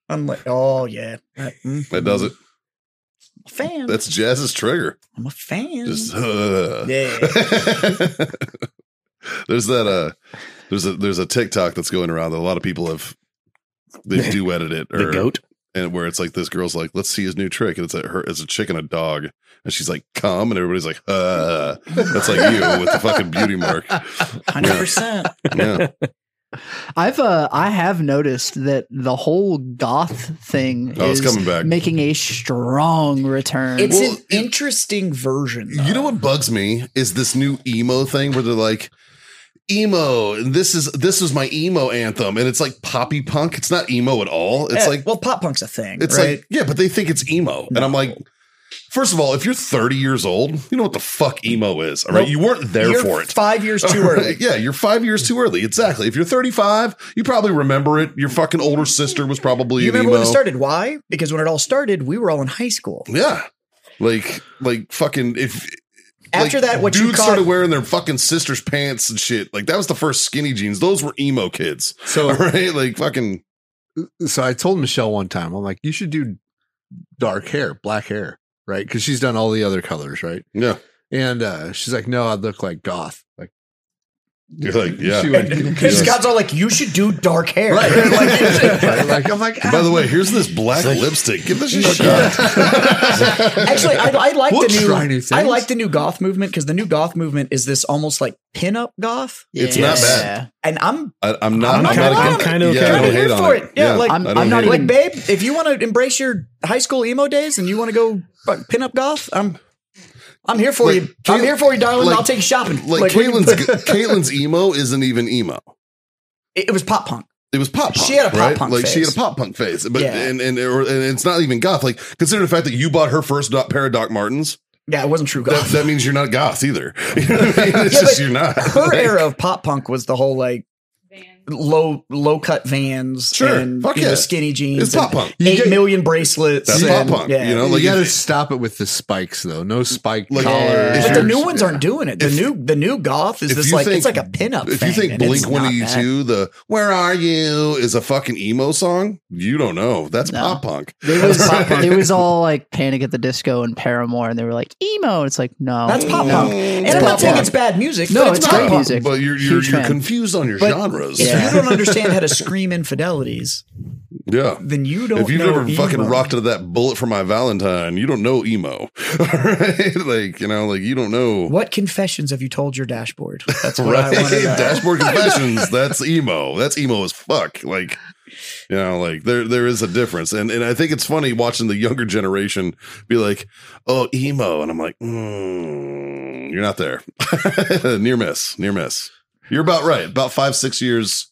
Speaker 3: I'm like, oh yeah, That- mm,
Speaker 6: That does it.
Speaker 3: I'm a fan.
Speaker 6: That's Jazz's trigger.
Speaker 3: I'm a fan.
Speaker 6: Just uh.
Speaker 3: yeah.
Speaker 6: there's that uh there's a there's a TikTok that's going around that a lot of people have they duetted it
Speaker 2: the goat.
Speaker 6: and where it's like this girl's like, let's see his new trick. And it's a her, it's a chick and a dog, and she's like, come, and everybody's like, uh, that's like you with the fucking beauty mark.
Speaker 3: Hundred percent.
Speaker 6: Yeah,
Speaker 5: I've uh, I have noticed that the whole goth thing
Speaker 6: oh, it's
Speaker 5: is
Speaker 6: coming back.
Speaker 5: making a strong return.
Speaker 3: It's
Speaker 6: Well,
Speaker 3: an interesting version.
Speaker 6: You know what bugs me is this new emo thing where they're like emo, and this is this is my emo anthem, and it's like poppy punk. It's not emo at all. It's like
Speaker 3: well, pop punk's a thing,
Speaker 6: It's
Speaker 3: Eh, right?
Speaker 6: like, yeah, but they think it's emo. And I'm like, first of all, if you're 30 years old, you know what the fuck emo is. All right.
Speaker 3: Nope.
Speaker 6: You weren't there
Speaker 3: You're
Speaker 6: for it.
Speaker 3: Five years too
Speaker 6: All right,
Speaker 3: early.
Speaker 6: Yeah, you're five years too early. Exactly. If you're 35, you probably remember it. Your fucking older sister was probably
Speaker 3: You
Speaker 6: an
Speaker 3: remember
Speaker 6: emo.
Speaker 3: when it started? Why? Because when it all started, we were all in high school.
Speaker 6: Yeah. Like, like fucking if
Speaker 3: After
Speaker 6: like,
Speaker 3: that, what
Speaker 6: dudes
Speaker 3: you call
Speaker 6: started wearing their fucking sister's pants and shit. Like that was the first skinny jeans. Those were emo kids. All
Speaker 1: So
Speaker 6: right, like fucking
Speaker 1: so I told Michelle one time, I'm like, you should do dark hair, black hair, right? Because she's done all the other colors, right?
Speaker 6: yeah.
Speaker 1: And uh, she's like, no, I'd look like goth. Like,
Speaker 6: You're like yeah.
Speaker 1: She would-
Speaker 3: Scott's all like, "You should do dark hair."
Speaker 1: right?
Speaker 3: Like-
Speaker 1: Like, like, I'm like, ah.
Speaker 6: By the way, here's this black lipstick. Give this a shot.
Speaker 3: Actually, I, I like
Speaker 1: We'll try
Speaker 3: the
Speaker 1: new
Speaker 3: new.
Speaker 1: things.
Speaker 3: I like the new goth movement because the new goth movement is this almost like pinup goth,
Speaker 6: It's not bad.
Speaker 3: and I'm
Speaker 6: I, I'm not. I'm,
Speaker 2: I'm
Speaker 6: not
Speaker 2: kinda- I'm
Speaker 6: against-
Speaker 2: kinda
Speaker 6: yeah,
Speaker 2: okay.
Speaker 6: I don't
Speaker 3: I'm
Speaker 6: hate
Speaker 3: here
Speaker 6: on
Speaker 3: for
Speaker 6: it.
Speaker 3: it. Yeah, like-
Speaker 5: I'm-
Speaker 6: I don't
Speaker 5: I'm not
Speaker 6: hate it.
Speaker 3: like,
Speaker 5: even-
Speaker 3: babe, if you want to embrace your high school emo days and you want to go fuck, pinup goth, I'm. I'm here for
Speaker 6: Like,
Speaker 3: you. I'm
Speaker 6: Cait-
Speaker 3: here for you, darling.
Speaker 6: like-
Speaker 3: I'll take you shopping.
Speaker 6: Like,
Speaker 3: we can-
Speaker 6: Caitlin's Caitlin's emo isn't even emo.
Speaker 3: it, it was pop punk.
Speaker 6: It was pop punk.
Speaker 3: She had a pop
Speaker 6: right?
Speaker 3: punk
Speaker 6: Like she had
Speaker 3: phase.
Speaker 6: a pop punk phase, but
Speaker 3: Yeah.
Speaker 6: and and, or, and it's not even goth. Like consider the fact that you bought her first do- pair of Doc Martens.
Speaker 3: Yeah, it wasn't true
Speaker 6: That,
Speaker 3: goth.
Speaker 6: that means you're not goth either. You know what I mean? It's
Speaker 3: Yeah,
Speaker 6: just
Speaker 3: but
Speaker 6: you're not.
Speaker 3: her
Speaker 6: Like,
Speaker 3: era of pop punk was the whole like low low cut vans
Speaker 6: Sure.
Speaker 3: and
Speaker 6: Fuck
Speaker 3: you know,
Speaker 6: yeah.
Speaker 3: skinny jeans.
Speaker 6: It's pop
Speaker 3: and
Speaker 6: punk.
Speaker 3: eight million
Speaker 1: get-
Speaker 3: bracelets.
Speaker 6: That's
Speaker 3: and-
Speaker 6: pop punk, you know?
Speaker 1: you
Speaker 6: like, if-
Speaker 1: gotta stop it with the spikes though. No spike
Speaker 6: Like,
Speaker 1: collars.
Speaker 6: if
Speaker 3: But the
Speaker 6: you're-
Speaker 3: new ones aren't doing it. The new the new goth is
Speaker 6: If
Speaker 3: this
Speaker 6: you
Speaker 3: like it's
Speaker 6: think-
Speaker 3: like a pinup.
Speaker 6: If you
Speaker 3: thing,
Speaker 6: think
Speaker 3: and it's
Speaker 6: Blink
Speaker 3: not
Speaker 6: One Eighty
Speaker 3: that.
Speaker 6: Two, the "Where Are You" is a fucking emo song, you don't know. That's
Speaker 5: No.
Speaker 6: pop punk.
Speaker 5: It was, it was all like Panic at the Disco and Paramore, and they were like emo. It's like no,
Speaker 3: that's pop
Speaker 6: No.
Speaker 3: punk. And
Speaker 6: It's
Speaker 3: I'm
Speaker 6: pop
Speaker 3: not saying
Speaker 6: punk.
Speaker 3: it's bad music.
Speaker 5: No,
Speaker 3: but
Speaker 5: it's
Speaker 3: pop
Speaker 5: great
Speaker 3: punk.
Speaker 5: music.
Speaker 6: But you're you're,
Speaker 5: Huge
Speaker 6: you're
Speaker 5: fan.
Speaker 6: confused on your
Speaker 5: But-
Speaker 6: genres.
Speaker 3: If
Speaker 5: Yeah.
Speaker 3: you don't understand how to scream infidelities,
Speaker 6: yeah.
Speaker 3: then you don't.
Speaker 6: if you've
Speaker 3: know
Speaker 6: ever fucking
Speaker 3: emo.
Speaker 6: rocked to that bullet for my Valentine, you don't know emo, right? Like you know, like you don't know.
Speaker 3: what confessions have you told your dashboard? That's what
Speaker 6: Right,
Speaker 3: I want to know.
Speaker 6: dashboard confessions. That's emo. That's emo as fuck. Like, you know, like there there is a difference, and and I think it's funny watching the younger generation be like, "Oh, emo," and I'm like, mm, "You're not there. near miss, near miss. You're about right. About five, six years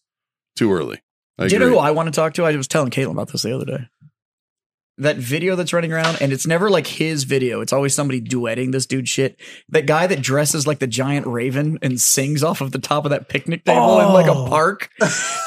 Speaker 6: too early." I
Speaker 3: Do you know
Speaker 6: agree.
Speaker 3: who I want to talk to? I was telling Caitlin about this the other day. That video that's running around, and it's never like his video. It's always somebody duetting this dude shit. That guy that dresses like the giant raven and sings off of the top of that picnic table in like
Speaker 6: Oh.
Speaker 3: a park.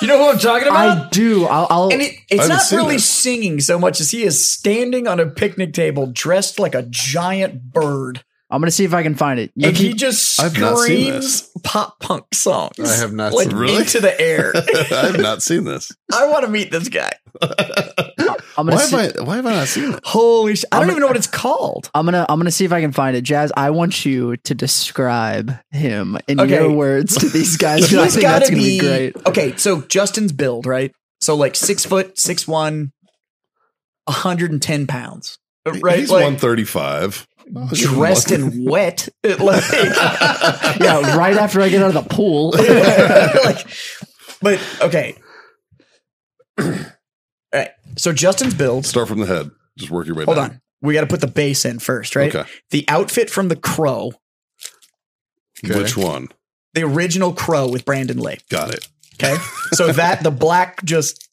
Speaker 3: You know who I'm talking about?
Speaker 5: I do. I'll, I'll
Speaker 3: and it,
Speaker 6: I
Speaker 3: it's
Speaker 6: haven't
Speaker 3: not
Speaker 6: seen
Speaker 3: really
Speaker 6: this.
Speaker 3: singing so much as he is standing on a picnic table dressed like a giant bird.
Speaker 5: I'm gonna see if I can find it. You
Speaker 3: And he
Speaker 5: keep,
Speaker 3: just
Speaker 6: I've not seen
Speaker 3: screams pop punk songs.
Speaker 1: I have not
Speaker 3: like
Speaker 1: seen-
Speaker 6: Really?
Speaker 3: into the air.
Speaker 6: I've not seen this.
Speaker 3: I want to meet this guy.
Speaker 5: I'm
Speaker 6: Why
Speaker 5: gonna
Speaker 6: have
Speaker 5: see, I-
Speaker 6: I? Why have I not seen it?
Speaker 3: Holy shit! I don't even know what it's called.
Speaker 5: am gonna I'm gonna see if I can find it. Jazz, I want you to describe him in
Speaker 3: Okay.
Speaker 5: your words to these guys. 'cause I
Speaker 3: He's
Speaker 5: think
Speaker 3: gotta
Speaker 5: that's gonna be, great.
Speaker 3: Okay, so Justin's build, right? So like six foot, six one, 110 pounds. Right?
Speaker 6: He's
Speaker 3: like,
Speaker 6: one thirty-five.
Speaker 3: dressed in wet. It, like,
Speaker 5: Yeah, right after I get out of the pool.
Speaker 3: like, but okay. All right. So Justin's build.
Speaker 6: Start from the head. Just work your way.
Speaker 3: Hold
Speaker 6: down.
Speaker 3: on. We got to put the base in first, right?
Speaker 6: Okay.
Speaker 3: The outfit from the Crow,
Speaker 1: Okay.
Speaker 6: Which one?
Speaker 3: the original Crow with Brandon Lake.
Speaker 6: Got it.
Speaker 3: Okay. So that the black just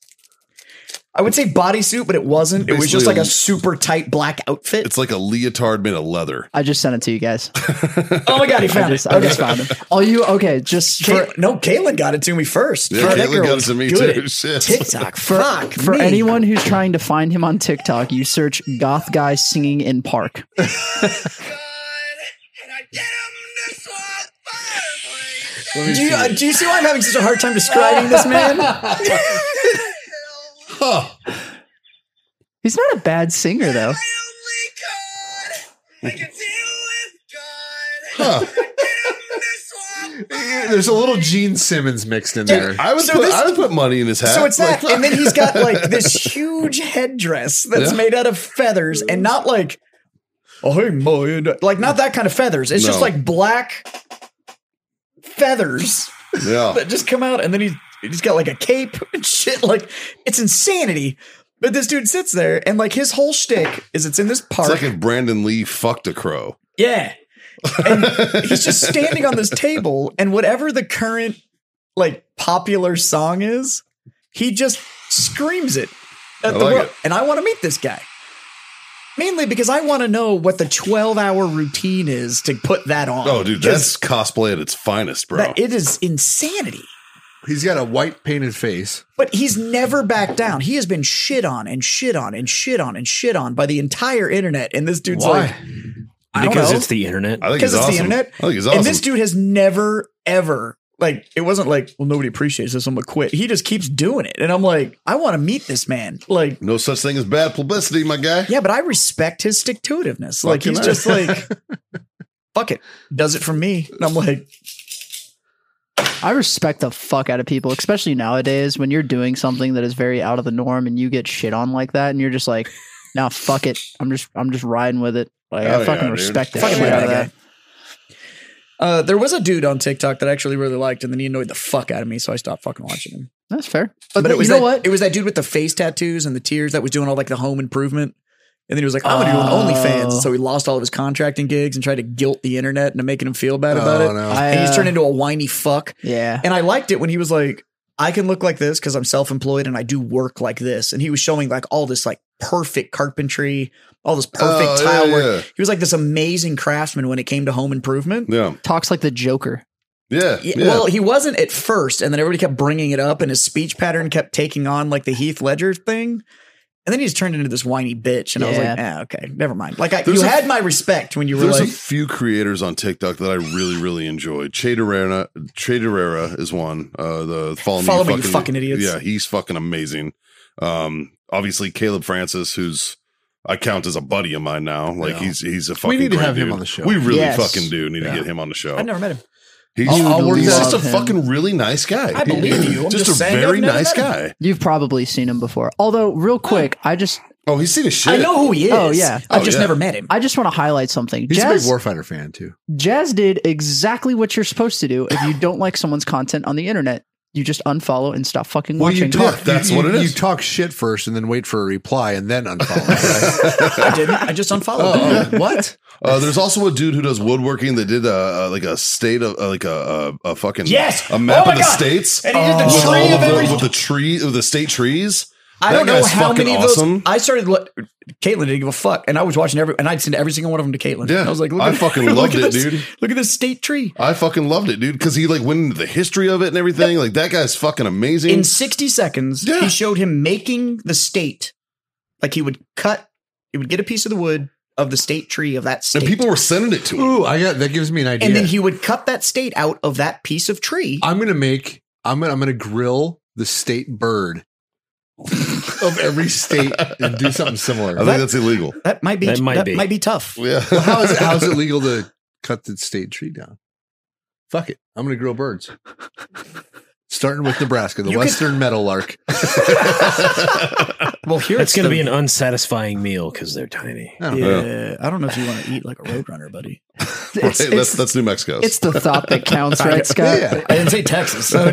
Speaker 3: I would say bodysuit, but it wasn't. it was just like
Speaker 6: Basically a-
Speaker 3: a super tight black outfit.
Speaker 6: It's like a leotard made of leather.
Speaker 5: I just sent it to you guys.
Speaker 3: oh my god,
Speaker 5: I
Speaker 3: he found
Speaker 5: just,
Speaker 3: it.
Speaker 5: I
Speaker 3: Okay.
Speaker 5: just found him. Oh, you okay? Just for,
Speaker 3: Kay- no, Kaylin got it to me first.
Speaker 6: Yeah,
Speaker 3: Fuck, that
Speaker 6: Caitlin
Speaker 3: girl
Speaker 6: got it
Speaker 3: was
Speaker 6: to me
Speaker 3: good
Speaker 6: too.
Speaker 3: at
Speaker 6: Shit.
Speaker 3: TikTok. Fuck.
Speaker 5: for
Speaker 3: me.
Speaker 5: anyone who's trying to find him on TikTok, you search "goth guy singing in park."
Speaker 7: Can I get him this one? Fire,
Speaker 3: Do you, uh, do you see why I'm having such a hard time describing this man?
Speaker 7: please.
Speaker 5: He's not a bad singer though.
Speaker 7: My only God. I can deal with God.
Speaker 6: Huh.
Speaker 7: Can I get him this one?
Speaker 1: There's a little Gene Simmons mixed in there.
Speaker 6: I would
Speaker 3: So
Speaker 6: put
Speaker 3: this-
Speaker 6: I would put money in his hat.
Speaker 3: So it's
Speaker 6: Like,
Speaker 3: that, and then he's got like this huge headdress that's
Speaker 6: Yeah.
Speaker 3: made out of feathers, and not like, oh hey, my, like not that kind of feathers. It's just
Speaker 6: No.
Speaker 3: like black feathers
Speaker 6: yeah.
Speaker 3: that just come out, and then he's he's got like a cape and shit. Like it's insanity. But this dude sits there, and like his whole shtick is it's in this
Speaker 6: It's
Speaker 3: park.
Speaker 6: like if Brandon Lee fucked a crow.
Speaker 3: Yeah. And he's just standing on this table, and whatever the current like popular song is, he just screams it at
Speaker 6: I
Speaker 3: the
Speaker 6: like
Speaker 3: world.
Speaker 6: it.
Speaker 3: And I want to meet this guy. Mainly because I want to know what the 12 hour routine is to put that on.
Speaker 6: Oh, dude,
Speaker 3: 'Cause
Speaker 6: that's cosplay at its finest, bro.
Speaker 3: that it is insanity.
Speaker 1: He's got a white painted face.
Speaker 3: But he's never backed down. He has been shit on and shit on and shit on and shit on by the entire internet. And this dude's like, I don't
Speaker 2: because
Speaker 3: know.
Speaker 2: it's the internet.
Speaker 6: I think
Speaker 3: because
Speaker 6: he's
Speaker 3: it's
Speaker 6: awesome.
Speaker 3: the internet.
Speaker 6: I think he's awesome.
Speaker 3: And this dude has never ever like it wasn't like well nobody appreciates this I'm gonna quit. He just keeps doing it, and I'm like I want to meet this man. Like
Speaker 6: no such thing as bad publicity, my guy.
Speaker 3: yeah, but I respect his stick to itiveness. Like
Speaker 6: Fucking
Speaker 3: he's
Speaker 6: right.
Speaker 3: just like fuck it, does it for me. And I'm like
Speaker 5: I respect the fuck out of people, especially nowadays when you're doing something that is very out of the norm and you get shit on like that, and you're just like, "Nah, fuck it. I'm just I'm just riding with it." Like
Speaker 6: Oh,
Speaker 5: I
Speaker 6: yeah,
Speaker 5: fucking
Speaker 6: dude.
Speaker 5: respect that
Speaker 3: fuck
Speaker 5: shit
Speaker 3: it,
Speaker 5: out
Speaker 3: that
Speaker 5: of that.
Speaker 3: guy. Uh, there was a dude on TikTok that I actually really liked, and then he annoyed the fuck out of me, so I stopped fucking watching him.
Speaker 5: That's fair.
Speaker 3: But,
Speaker 5: But
Speaker 3: it was
Speaker 5: you know
Speaker 3: that,
Speaker 5: what?
Speaker 3: It was that dude with the face tattoos and the tears that was doing all like the home improvement. And then he was like, I'm gonna
Speaker 5: Oh.
Speaker 3: do an OnlyFans. So he lost all of his contracting gigs and tried to guilt the internet into making him feel bad about
Speaker 1: Oh,
Speaker 3: it.
Speaker 1: no.
Speaker 5: I,
Speaker 3: And he's
Speaker 5: uh,
Speaker 3: turned into a whiny fuck.
Speaker 5: yeah.
Speaker 3: And I liked it when he was like, I can look like this because I'm self-employed and I do work like this. And he was showing like all this like perfect carpentry, all this perfect
Speaker 6: Oh,
Speaker 3: tile
Speaker 6: yeah,
Speaker 3: work. He was like this amazing craftsman when it came to home improvement.
Speaker 6: Yeah.
Speaker 5: Talks like the Joker.
Speaker 6: Yeah.
Speaker 3: Yeah,
Speaker 6: yeah.
Speaker 3: Well, he wasn't at first, and then everybody kept bringing it up, and his speech pattern kept taking on like the Heath Ledger thing. And then he just turned into this whiny bitch, and I was like, ah, okay, never mind. Like, I,
Speaker 6: There's
Speaker 3: you
Speaker 6: a-
Speaker 3: had my respect when you were
Speaker 6: There's
Speaker 3: like,
Speaker 6: a few creators on TikTok that I really, really enjoy. Che Derrera, Che Derrera is one. Uh, the follow,
Speaker 3: Follow
Speaker 6: me,
Speaker 3: Me, You Fucking Idiots.
Speaker 6: Yeah, he's fucking amazing. Um, obviously Caleb Francis, who's I count as a buddy of mine now. Like
Speaker 1: Yeah.
Speaker 6: he's he's a fucking.
Speaker 1: need to
Speaker 6: great
Speaker 1: have him
Speaker 6: dude.
Speaker 1: on the show.
Speaker 6: We really
Speaker 5: Yes.
Speaker 6: fucking do need
Speaker 1: Yeah.
Speaker 6: to get him on the show.
Speaker 3: I've never met him.
Speaker 6: He's,
Speaker 1: I'll- I'll work
Speaker 6: he's
Speaker 1: that
Speaker 6: just a
Speaker 5: out.
Speaker 6: fucking really nice guy.
Speaker 3: I believe you. I'm
Speaker 6: just,
Speaker 3: just
Speaker 6: a
Speaker 3: saying I've
Speaker 6: very
Speaker 3: never
Speaker 6: nice
Speaker 3: met him.
Speaker 6: guy.
Speaker 5: You've probably seen him before. Although, real quick, I just
Speaker 6: Oh, he's seen his shit.
Speaker 3: I know who he is.
Speaker 5: Oh, yeah.
Speaker 3: I've
Speaker 6: Oh,
Speaker 3: just
Speaker 6: yeah.
Speaker 3: never met him.
Speaker 5: I just want to highlight something.
Speaker 1: He's a
Speaker 5: Jazz,
Speaker 1: big Warfighter fan too.
Speaker 5: Jazz did exactly what you're supposed to do if you don't like someone's content on the internet. You just unfollow and stop fucking
Speaker 1: Well,
Speaker 5: watching.
Speaker 1: you talk.
Speaker 6: Yeah, that's
Speaker 1: you-
Speaker 6: what it
Speaker 1: you- You
Speaker 6: is.
Speaker 1: talk shit first, and then wait for a reply, and then unfollow. right?
Speaker 3: I didn't. I just unfollowed him.
Speaker 1: oh, what?
Speaker 6: Uh, there's also a dude who does woodworking that did uh, uh, like a state of uh, like a, a, a fucking
Speaker 3: Yes!
Speaker 6: a map
Speaker 3: Oh my
Speaker 6: of the
Speaker 3: God!
Speaker 6: states
Speaker 3: And he did the
Speaker 6: with,
Speaker 3: tree
Speaker 6: all
Speaker 3: of
Speaker 6: the,
Speaker 3: every-
Speaker 6: with the tree of the state trees.
Speaker 3: I
Speaker 6: That
Speaker 3: don't know
Speaker 6: guy's
Speaker 3: how
Speaker 6: fucking
Speaker 3: many of
Speaker 6: awesome.
Speaker 3: those. I started. Look, Caitlin didn't give a fuck, and I was watching every, and I'd send every single one of them to Caitlin.
Speaker 6: Yeah.
Speaker 3: I was like, look
Speaker 6: I
Speaker 3: at-
Speaker 6: fucking
Speaker 3: look
Speaker 6: loved
Speaker 3: at
Speaker 6: it,
Speaker 3: this-
Speaker 6: dude.
Speaker 3: Look at this state tree.
Speaker 6: I fucking loved it, dude, because he like went into the history of it and everything. Like that guy's fucking amazing.
Speaker 3: in 60 seconds
Speaker 6: Yeah.
Speaker 3: he showed him making the state like he would cut he would get a piece of the wood of the state tree of that state.
Speaker 6: And people were sending it to him.
Speaker 1: Ooh, I got that gives me an idea.
Speaker 3: and then he would cut that state out of that piece of tree.
Speaker 1: I'm gonna make I'm gonna I'm gonna grill the state bird of every state and do something
Speaker 6: I
Speaker 1: similar.
Speaker 6: think that's illegal.
Speaker 3: that might be
Speaker 2: That
Speaker 3: that
Speaker 2: might
Speaker 3: might,
Speaker 2: be.
Speaker 3: be. tough.
Speaker 6: Yeah.
Speaker 1: well, how is it how is it legal to cut the state tree down? Fuck it. I'm gonna grill birds. Starting with Nebraska, the
Speaker 3: You could-
Speaker 1: western meadowlark.
Speaker 3: Well, here
Speaker 2: That's
Speaker 3: it's
Speaker 2: going to
Speaker 3: the-
Speaker 2: be an unsatisfying meal because they're tiny.
Speaker 1: I don't know.
Speaker 3: Yeah, I don't know if you want to eat like a roadrunner, buddy.
Speaker 6: Right,
Speaker 5: It's,
Speaker 6: that's
Speaker 5: it's,
Speaker 6: that's New Mexico's.
Speaker 5: it's the thought that counts, right,
Speaker 1: Yeah,
Speaker 5: Scott?
Speaker 1: yeah.
Speaker 3: I didn't say Texas.
Speaker 1: I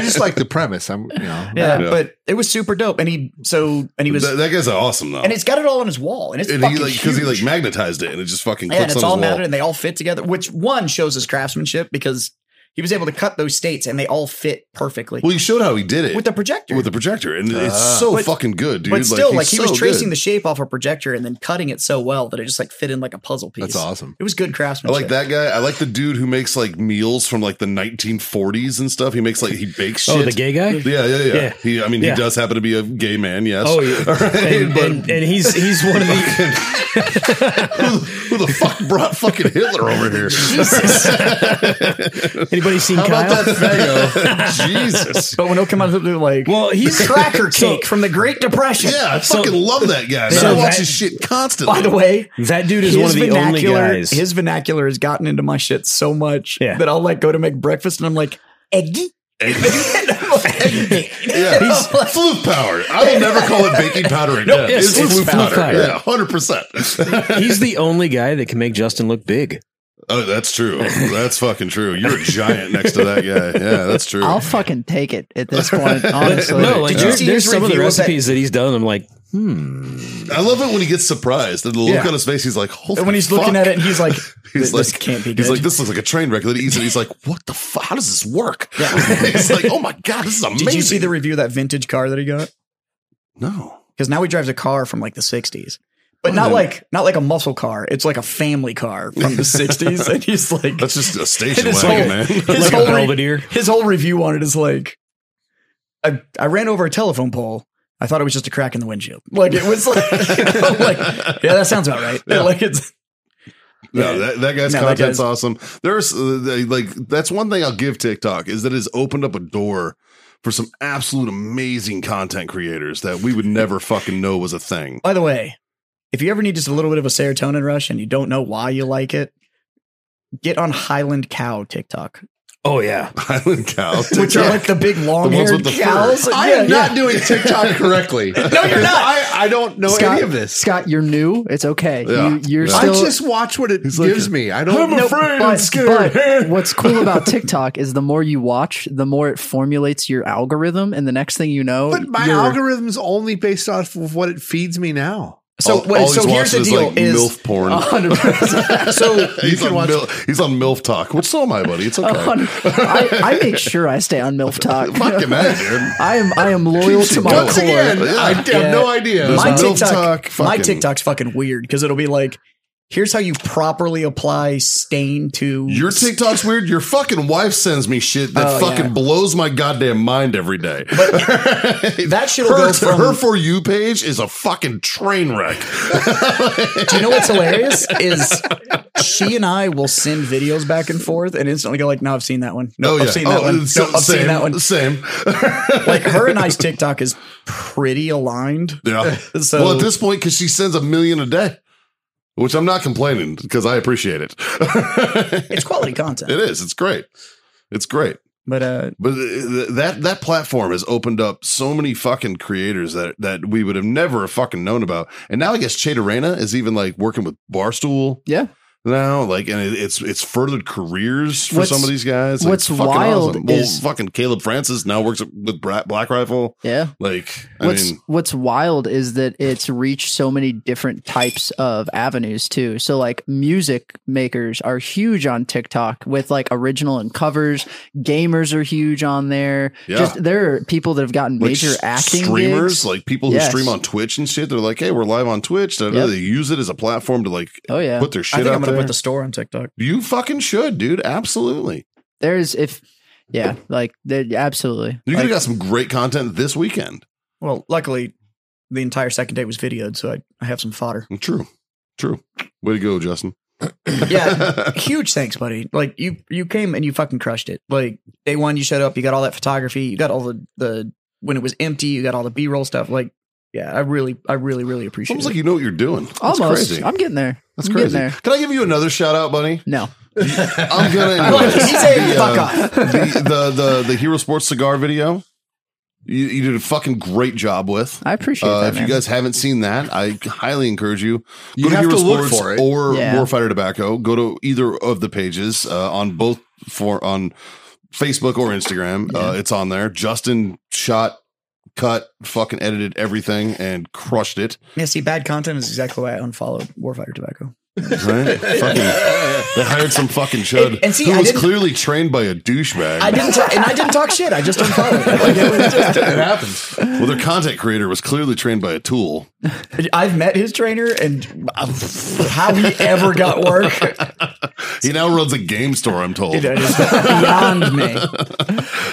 Speaker 1: just like the premise. I'm you know
Speaker 3: yeah,
Speaker 6: Yeah.
Speaker 3: but it was super dope. And he so and he was
Speaker 6: Th- that, guy's awesome though.
Speaker 3: and it's got it all on his wall, and it's
Speaker 6: and
Speaker 3: fucking
Speaker 6: he like because he
Speaker 3: huge.
Speaker 6: like magnetized it and it just fucking
Speaker 3: yeah, and
Speaker 6: clips
Speaker 3: it's all
Speaker 6: on his wall.
Speaker 3: mounted, and they all fit together. Which one shows his craftsmanship because he was able to cut those states, and they all fit perfectly
Speaker 6: well, he showed how he did it
Speaker 3: with the projector.
Speaker 6: with the projector, and it's so
Speaker 3: But-
Speaker 6: fucking good, dude.
Speaker 3: but still, like, he
Speaker 6: he's
Speaker 3: was
Speaker 6: so
Speaker 3: tracing
Speaker 6: good.
Speaker 3: the shape off a projector and then cutting it so well that it just like fit in like a puzzle piece.
Speaker 1: that's awesome.
Speaker 3: It was good
Speaker 6: I
Speaker 3: craftsmanship.
Speaker 6: like that guy. I like the dude who makes like meals from like the 1940s and stuff. He makes like he bakes shit.
Speaker 2: Oh, the gay guy.
Speaker 6: Yeah, yeah, yeah.
Speaker 2: Yeah.
Speaker 6: He, I mean,
Speaker 2: Yeah.
Speaker 6: he does happen to be a gay man. Yes.
Speaker 2: Oh, yeah.
Speaker 6: All right,
Speaker 2: and,
Speaker 6: but
Speaker 2: and, and he's he's one of the
Speaker 6: who, the- who the fuck brought fucking Hitler over here?
Speaker 2: anybody seen
Speaker 1: How
Speaker 2: Kyle?
Speaker 1: about that fago?
Speaker 6: Jesus.
Speaker 3: But when he'll come out with like
Speaker 2: Well, he's
Speaker 3: cracker
Speaker 2: so-
Speaker 3: cake from the Great Depression.
Speaker 6: Yeah, I
Speaker 2: So-
Speaker 6: fucking love that guy. man.
Speaker 2: so
Speaker 6: I watch
Speaker 2: that-
Speaker 6: his shit constantly.
Speaker 3: By the way,
Speaker 2: That dude is one of the only guys.
Speaker 3: His vernacular has gotten into my shit so much
Speaker 2: Yeah.
Speaker 3: that I'll like go to make breakfast and I'm like, eggy. And I'm like,
Speaker 6: yeah, he's floof powder. I will never call it baking powder again.
Speaker 2: yes,
Speaker 6: it's,
Speaker 2: it's
Speaker 6: floof,
Speaker 2: floof
Speaker 6: powder.
Speaker 2: powder.
Speaker 6: Yeah, hundred percent.
Speaker 2: he's the only guy that can make Justin look big.
Speaker 6: Oh, that's true. That's fucking true. You're a giant next to that guy. Yeah, that's true.
Speaker 5: I'll fucking take it at this point, honestly.
Speaker 2: no, like
Speaker 3: Did you
Speaker 2: there's,
Speaker 3: see
Speaker 2: there's
Speaker 3: his
Speaker 2: some of the
Speaker 3: review of that-
Speaker 2: recipes that, he's done. I'm like, hmm.
Speaker 6: I love it when he gets surprised. And the look
Speaker 3: Yeah.
Speaker 6: on his face, he's like, Holy
Speaker 3: when he's looking
Speaker 6: fuck.
Speaker 3: at it, and he's like,
Speaker 6: He's
Speaker 3: this
Speaker 6: like,
Speaker 3: can't be good.
Speaker 6: He's like, this looks like a train wreck. And then he eats it. He's like, what the fuck? How does this work? he's like, oh my God, this is amazing.
Speaker 3: Did you see the review of that vintage car that he got?
Speaker 6: no.
Speaker 3: Because now he drives a car from like the '60s, but not like not like a muscle car. It's like a family car from the '60s, and he's like,
Speaker 6: That's just a station
Speaker 3: And his
Speaker 6: wagon,
Speaker 3: whole-
Speaker 6: man.
Speaker 2: like
Speaker 3: his
Speaker 2: a
Speaker 3: whole re-
Speaker 2: Belvedere.
Speaker 3: his whole review on it is like, I, I ran over a telephone pole. I thought it was just a crack in the windshield. Like it was like, I'm like yeah, that sounds about right. Like it's
Speaker 6: No, that, that guy's
Speaker 3: No, that
Speaker 6: content's
Speaker 3: guy's-
Speaker 6: awesome. There's uh, they- like that's one thing I'll give TikTok is that it's opened up a door for some absolute amazing content creators that we would never fucking know was a thing.
Speaker 3: by the way, if you ever need just a little bit of a serotonin rush and you don't know why you like it, get on Highland Cow TikTok,
Speaker 2: Oh yeah,
Speaker 6: Island Cow,
Speaker 3: which are like the big long haired
Speaker 6: with the fur.
Speaker 3: cows.
Speaker 1: I am not doing TikTok correctly.
Speaker 3: No, you're not.
Speaker 1: I, I don't know
Speaker 5: Scott,
Speaker 1: any of this.
Speaker 5: Scott, you're new. It's okay.
Speaker 6: Yeah.
Speaker 5: You, you're
Speaker 6: Yeah.
Speaker 1: I
Speaker 5: still.
Speaker 1: just watch what it
Speaker 6: like,
Speaker 1: gives me. I don't.
Speaker 6: I'm
Speaker 1: know.
Speaker 6: afraid I'm
Speaker 5: but,
Speaker 6: scared.
Speaker 5: but what's cool about TikTok is the more you watch, the more it formulates your algorithm, and the next thing you know,
Speaker 1: But my
Speaker 5: you're-
Speaker 1: algorithm's only based off of what it feeds me now.
Speaker 3: So,
Speaker 6: All-
Speaker 3: well,
Speaker 6: all
Speaker 3: so
Speaker 6: he's
Speaker 3: here's the
Speaker 6: watching is,
Speaker 3: deal:
Speaker 6: like,
Speaker 3: is uh,
Speaker 6: milf porn.
Speaker 3: 100%. so
Speaker 6: he's,
Speaker 1: can
Speaker 6: on
Speaker 1: watch-
Speaker 6: Mil- he's on MILF Talk, which so am I, buddy. It's okay.
Speaker 5: I, I make sure I stay on MILF Talk.
Speaker 6: Fuck him out, dude.
Speaker 5: I am I am loyal to my
Speaker 6: Once
Speaker 5: core.
Speaker 6: again, I have no idea.
Speaker 3: my
Speaker 6: There's a milf
Speaker 3: TikTok,
Speaker 6: talk,
Speaker 3: my
Speaker 6: fucking-
Speaker 3: TikTok's fucking weird because it'll be like, here's how you properly apply stain to
Speaker 6: Your TikTok's weird. Your fucking wife sends me shit that
Speaker 3: Oh,
Speaker 6: fucking
Speaker 3: yeah.
Speaker 6: blows my goddamn mind every day.
Speaker 3: that shit'll
Speaker 6: her,
Speaker 3: go from-
Speaker 6: her for you page is a fucking train wreck.
Speaker 3: Do you know what's hilarious is she and I will send videos back and forth and instantly go like, no, I've seen that one.
Speaker 6: Oh,
Speaker 3: No, I've seen that one.
Speaker 6: so-
Speaker 3: no, I've
Speaker 6: same,
Speaker 3: seen that one.
Speaker 6: Same.
Speaker 3: Like her and I's TikTok is pretty aligned.
Speaker 6: Yeah.
Speaker 3: So-
Speaker 6: well, at this point, because she sends a million a day, which I'm not complaining because I appreciate it.
Speaker 3: It's quality
Speaker 6: it
Speaker 3: content,
Speaker 6: is. It's great. It's great.
Speaker 3: but uh,
Speaker 6: But th- th- that that platform has opened up so many fucking creators that that we would have never have fucking known about. And now I guess Che Arena is even like working with Barstool
Speaker 5: Yeah.
Speaker 6: now, like, and it, it's it's furthered careers for
Speaker 5: What's-
Speaker 6: some of these guys. Like,
Speaker 5: what's
Speaker 6: it's fucking
Speaker 5: wild
Speaker 6: Well,
Speaker 5: is-
Speaker 6: fucking Caleb Francis now works with Bra- Black Rifle.
Speaker 5: Yeah.
Speaker 6: Like, I
Speaker 5: What's
Speaker 6: mean,
Speaker 5: what's wild is that it's reached so many different types of avenues too. So like music makers are huge on TikTok with like original and covers. Gamers are huge on there.
Speaker 6: Yeah.
Speaker 5: Just there are people that have gotten
Speaker 6: like
Speaker 5: major
Speaker 6: s-
Speaker 5: acting
Speaker 6: streamers,
Speaker 5: gigs.
Speaker 6: like people who
Speaker 5: Yes.
Speaker 6: stream on Twitch and shit. They're like, hey, we're live on Twitch. Da- da- da.
Speaker 5: Yep.
Speaker 6: They use it as a platform to like
Speaker 5: oh yeah.
Speaker 6: put their shit
Speaker 3: I think
Speaker 6: out
Speaker 3: I'm gonna
Speaker 6: there.
Speaker 3: put the store on TikTok.
Speaker 6: you fucking should, dude. Absolutely.
Speaker 5: There's if yeah, like they- absolutely.
Speaker 6: You could
Speaker 5: Like,
Speaker 6: have got some great content this weekend.
Speaker 3: Well, luckily, the entire second day was videoed, so I, I have some fodder.
Speaker 6: True. True. Way to go, Justin.
Speaker 3: Yeah. Huge thanks, buddy. Like you, you came and you fucking crushed it. Like day one, you showed up. You got all that photography. You got all the the when it was empty. You got all the B roll stuff. Like, yeah, I really, I really, really appreciate
Speaker 6: Almost like
Speaker 3: it.
Speaker 6: you know what you're doing. That's
Speaker 5: Almost.
Speaker 6: crazy.
Speaker 5: I'm getting there.
Speaker 6: That's
Speaker 5: I'm
Speaker 6: crazy.
Speaker 5: Getting there.
Speaker 6: Can I give you another shout out, Bunny?
Speaker 5: No.
Speaker 6: I'm gonna
Speaker 3: Look,
Speaker 6: endorse
Speaker 3: he said,
Speaker 6: the,
Speaker 3: "Fuck
Speaker 6: uh,
Speaker 3: off."
Speaker 6: the, the the the Hero Sports cigar video. You, you did a fucking great job with.
Speaker 5: I appreciate
Speaker 6: Uh,
Speaker 5: that.
Speaker 6: if
Speaker 5: man.
Speaker 6: you guys haven't seen that, I highly encourage you.
Speaker 1: You have to look for it.
Speaker 6: or
Speaker 5: Yeah.
Speaker 6: Warfighter Tobacco. Go to either of the pages uh, on both for on Facebook or Instagram. Uh, it's on there. Justin shot, cut, fucking edited everything and crushed it.
Speaker 3: yeah, see, bad content is exactly why I unfollowed Warfighter Tobacco.
Speaker 6: Right? fucking, they hired some fucking chud
Speaker 3: And- and see,
Speaker 6: who
Speaker 3: I
Speaker 6: was
Speaker 3: didn't-
Speaker 6: clearly trained by a douchebag.
Speaker 3: I didn't, talk, and I didn't talk shit. I just unfollowed. Like, it was just-
Speaker 1: It happens.
Speaker 6: Well, their content creator was clearly trained by a tool.
Speaker 3: I've met his trainer, and uh, how he ever got work
Speaker 6: He now runs a game store, I'm told.
Speaker 3: it is beyond me.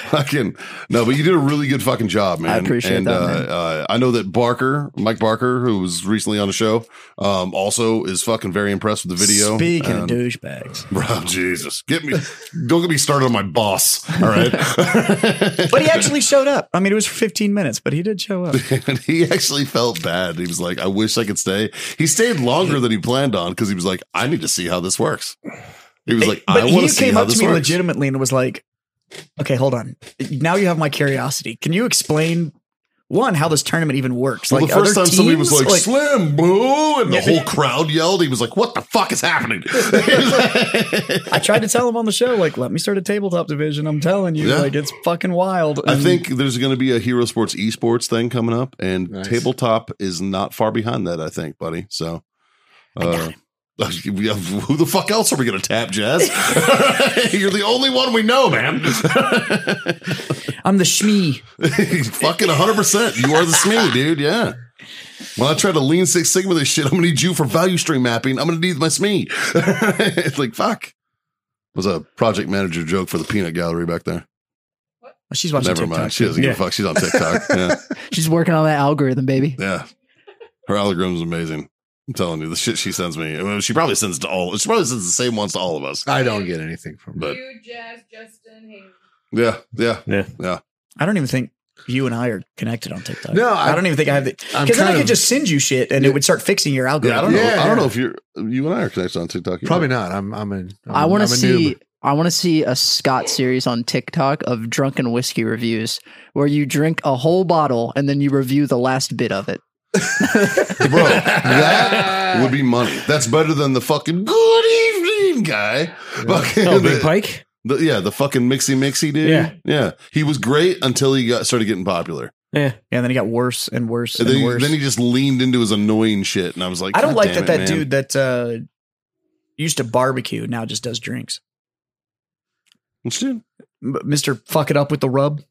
Speaker 6: fucking no, but you did a really good fucking job, man.
Speaker 5: I appreciate
Speaker 6: and,
Speaker 5: that,
Speaker 6: Uh,
Speaker 5: man.
Speaker 6: Uh, I know that Barker, Mike Barker, who was recently on the show, um, also is fucking very impressed with the video. Um,
Speaker 3: Speaking of
Speaker 6: And-
Speaker 3: douchebags,
Speaker 6: Bro, Jesus, get me! Don't get me started on my boss. All right,
Speaker 3: but he actually showed up. I mean, it was for 15 minutes, but he did show up.
Speaker 6: and he actually felt bad. He was like, "I wish I could stay." He stayed longer than he planned on because he was like, "I need to see how this works." He was like, "I
Speaker 3: but
Speaker 6: want
Speaker 3: he
Speaker 6: to see
Speaker 3: came
Speaker 6: how
Speaker 3: up to
Speaker 6: this
Speaker 3: me
Speaker 6: works."
Speaker 3: legitimately and was like, "Okay, hold on. Now you have my curiosity. Can you explain one how this tournament even works?
Speaker 6: Well, the
Speaker 3: are
Speaker 6: first
Speaker 3: there
Speaker 6: time somebody was
Speaker 3: teams?
Speaker 6: like, "Slim, boo," and the
Speaker 3: Yeah.
Speaker 6: whole crowd yelled, he was like, "What the fuck is happening?"
Speaker 3: I tried to tell him on the show, like, let me start a tabletop division. I'm telling you,
Speaker 6: Yeah.
Speaker 3: like, it's fucking wild.
Speaker 6: I
Speaker 3: And
Speaker 6: think there's going to be a Hero Sports esports thing coming up, and
Speaker 1: Nice.
Speaker 6: tabletop is not far behind that, I think, buddy. So, uh, we have- who the fuck else are we going to tap, Jazz? You're the only one we know, man.
Speaker 3: I'm the shmee.
Speaker 6: Fucking 100%. You are the SME, dude. Yeah. When I try to lean Six Sigma this shit, I'm going to need you for value stream mapping. I'm going to need my SME. it's like, fuck. Was a project manager joke for the peanut gallery back there.
Speaker 3: She's watching
Speaker 6: Never
Speaker 3: TikTok.
Speaker 6: mind. She doesn't give a
Speaker 3: Yeah.
Speaker 6: fuck. She's on TikTok. Yeah.
Speaker 5: She's working on that algorithm, baby.
Speaker 6: Yeah. Her algorithm's amazing. I'm telling you, the shit she sends me. I mean, she probably sends to all she probably sends the same ones to all of us.
Speaker 1: I don't get anything from
Speaker 6: But
Speaker 7: you, Jazz, Justin, Hayden.
Speaker 6: yeah, yeah.
Speaker 3: I don't even think you and I are connected on TikTok.
Speaker 1: No,
Speaker 3: I,
Speaker 1: I-
Speaker 3: don't even think I have the.
Speaker 1: I'm
Speaker 3: Because then I
Speaker 1: kind
Speaker 3: could
Speaker 1: of-
Speaker 3: just send you shit and it would start fixing your
Speaker 6: Yeah, I
Speaker 3: algorithm.
Speaker 6: don't know.
Speaker 1: Yeah,
Speaker 6: I don't
Speaker 1: yeah.
Speaker 6: know if you're you and I are connected on TikTok. either.
Speaker 1: Probably not. I'm. I'm an. I'm,
Speaker 6: Um,
Speaker 5: I want
Speaker 1: I'm
Speaker 5: to
Speaker 1: a noob.
Speaker 5: see. I want to see a Scott series on TikTok of drunken whiskey reviews, where you drink a whole bottle and then you review the last bit of it.
Speaker 6: bro. That would be money. That's better than the fucking good evening guy. Fucking-
Speaker 2: Oh, Big Pike?
Speaker 6: the- yeah, the fucking mixy mixy dude.
Speaker 2: Yeah.
Speaker 6: yeah. He was great until he got started getting popular.
Speaker 2: Yeah.
Speaker 3: Yeah, and then he got worse and worse
Speaker 6: And
Speaker 3: and,
Speaker 6: then, he,
Speaker 3: worse.
Speaker 6: then he just leaned into his annoying shit, and I was like,
Speaker 3: I don't
Speaker 6: "God
Speaker 3: like
Speaker 6: damn
Speaker 3: that
Speaker 6: it,
Speaker 3: that
Speaker 6: man."
Speaker 3: dude that uh, used to barbecue now just does drinks.
Speaker 6: Which dude?
Speaker 3: M- Mr. Fuck It Up with the Rub.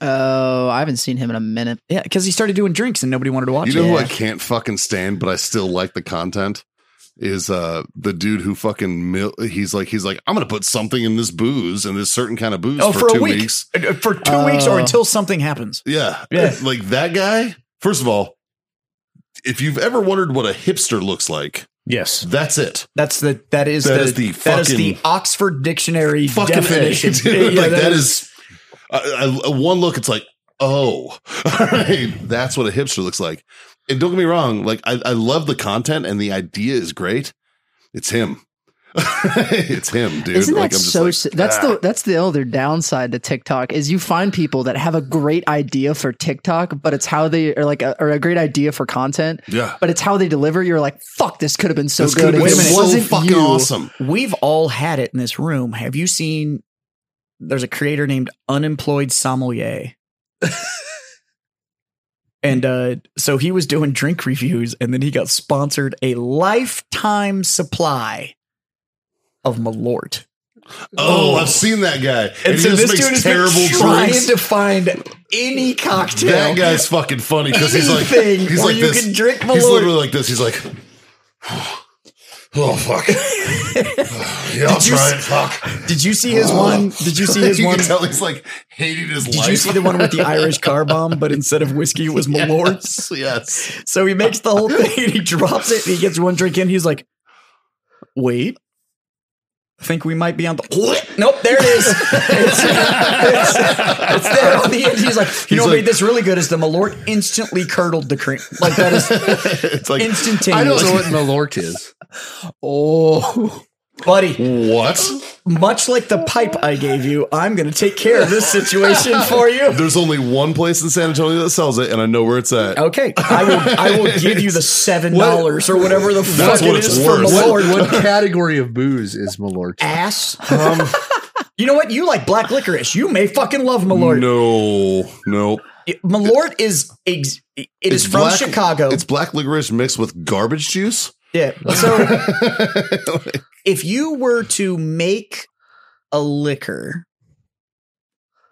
Speaker 5: Oh, I haven't seen him in a minute.
Speaker 3: Yeah, because he started doing drinks and nobody wanted to watch
Speaker 6: You know
Speaker 3: it.
Speaker 6: who I can't fucking stand, but I still like the content is uh the dude who fucking mil- he's like he's like I'm gonna put something in this booze and this certain kind of booze
Speaker 3: oh,
Speaker 6: for,
Speaker 3: for,
Speaker 6: two
Speaker 3: a week.
Speaker 6: weeks.
Speaker 3: Uh, For two
Speaker 5: Oh.
Speaker 3: weeks or until something happens.
Speaker 6: Yeah,
Speaker 3: Yeah.
Speaker 6: Like that guy. First of all, if you've ever wondered what a hipster looks like,
Speaker 2: Yes.
Speaker 6: that's it.
Speaker 3: That's the that is
Speaker 6: That
Speaker 3: the,
Speaker 6: is the
Speaker 3: that is the
Speaker 6: fucking-
Speaker 3: Oxford Dictionary
Speaker 6: Fucking A,
Speaker 3: definition.
Speaker 6: dude.
Speaker 3: Yeah,
Speaker 6: like that is. I, I, one look, it's like, oh, all right, that's what a hipster looks like. And don't get me wrong, like I, I love the content and the idea is great. It's him. it's him, dude.
Speaker 5: Isn't that
Speaker 6: like, ah.
Speaker 5: so? si- that's the that's the other downside to TikTok is you find people that have a great idea for TikTok, but it's how they are like a, or a great idea for content,
Speaker 6: yeah.
Speaker 5: but it's how they deliver. You're like, fuck, this could have been so
Speaker 6: This
Speaker 5: good.
Speaker 6: could have
Speaker 5: if
Speaker 6: been
Speaker 3: Wait a minute.
Speaker 5: it
Speaker 6: so
Speaker 5: wasn't
Speaker 6: fucking
Speaker 5: you.
Speaker 6: awesome.
Speaker 3: We've all had it in this room. Have you seen? There's a creator named Unemployed Sommelier, and uh, so he was doing drink reviews, and then he got sponsored a lifetime supply of Malort.
Speaker 6: Oh, I've seen that guy. And,
Speaker 3: And,
Speaker 6: he
Speaker 3: so
Speaker 6: just
Speaker 3: this
Speaker 6: makes
Speaker 3: dude is
Speaker 6: terrible
Speaker 3: trying
Speaker 6: drinks.
Speaker 3: to find any cocktail.
Speaker 6: That guy's fucking funny because he's like,
Speaker 3: Anything
Speaker 6: he's
Speaker 3: where
Speaker 6: like
Speaker 3: you
Speaker 6: this.
Speaker 3: can drink
Speaker 6: he's
Speaker 3: Malort.
Speaker 6: literally like this. He's like, Oh fuck. yeah, that's
Speaker 3: you s-
Speaker 6: right. Fuck.
Speaker 3: Did you see his one? Did you see his
Speaker 6: Oh. you
Speaker 3: one?
Speaker 6: can tell he's like hated his life.
Speaker 3: Did you see the one with the Irish car bomb, but instead of whiskey, it was Malort?
Speaker 6: Yes, yes.
Speaker 3: So he makes the whole thing and he drops it and he gets one drink in. He's like, wait. I think we might be on the. What? Nope, there it is. It's, it's- it's there on the end. He's like, you
Speaker 6: He's
Speaker 3: know what
Speaker 6: like-
Speaker 3: made this really good is the Malort instantly curdled the cream. Like that is
Speaker 6: it's like
Speaker 3: instantaneous.
Speaker 1: I don't know what Malort is.
Speaker 3: Oh, buddy!
Speaker 6: what?
Speaker 3: Much like the pipe I gave you, I'm going to take care of this situation for you.
Speaker 6: There's only one place in San Antonio that sells it, and I know where it's at.
Speaker 3: Okay, I will. I will give you the seven dollars or whatever the fuck
Speaker 6: what
Speaker 3: it
Speaker 6: it's
Speaker 3: is
Speaker 6: worth.
Speaker 3: for Malort.
Speaker 1: What, what category of booze is Um, Malort?
Speaker 3: ass. you know what? You like black licorice. You may fucking love Malort.
Speaker 6: No, no.
Speaker 3: It- Malort is ex- it is from
Speaker 6: black-
Speaker 3: Chicago.
Speaker 6: It's black licorice mixed with garbage juice.
Speaker 3: yeah. So if you were to make a liquor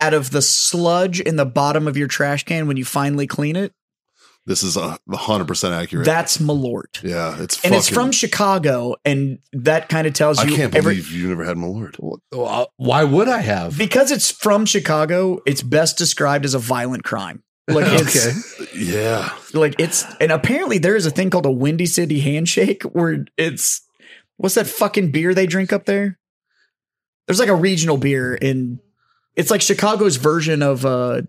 Speaker 3: out of the sludge in the bottom of your trash can when you finally clean it,
Speaker 6: This is a hundred percent accurate.
Speaker 3: that's Malort.
Speaker 6: yeah, it's
Speaker 3: And
Speaker 6: fucking,
Speaker 3: it's from Chicago, and that kind of tells
Speaker 6: I
Speaker 3: you
Speaker 6: can't
Speaker 3: every-
Speaker 6: believe you never had Malort.
Speaker 1: uh, Why would I have?
Speaker 3: because it's from Chicago. It's best described as a violent crime. Like it's,
Speaker 1: Okay.
Speaker 6: Yeah,
Speaker 3: like it's and apparently there is a thing called a windy city handshake where it's what's that fucking beer they drink up there there's like a regional beer in it's like chicago's version of uh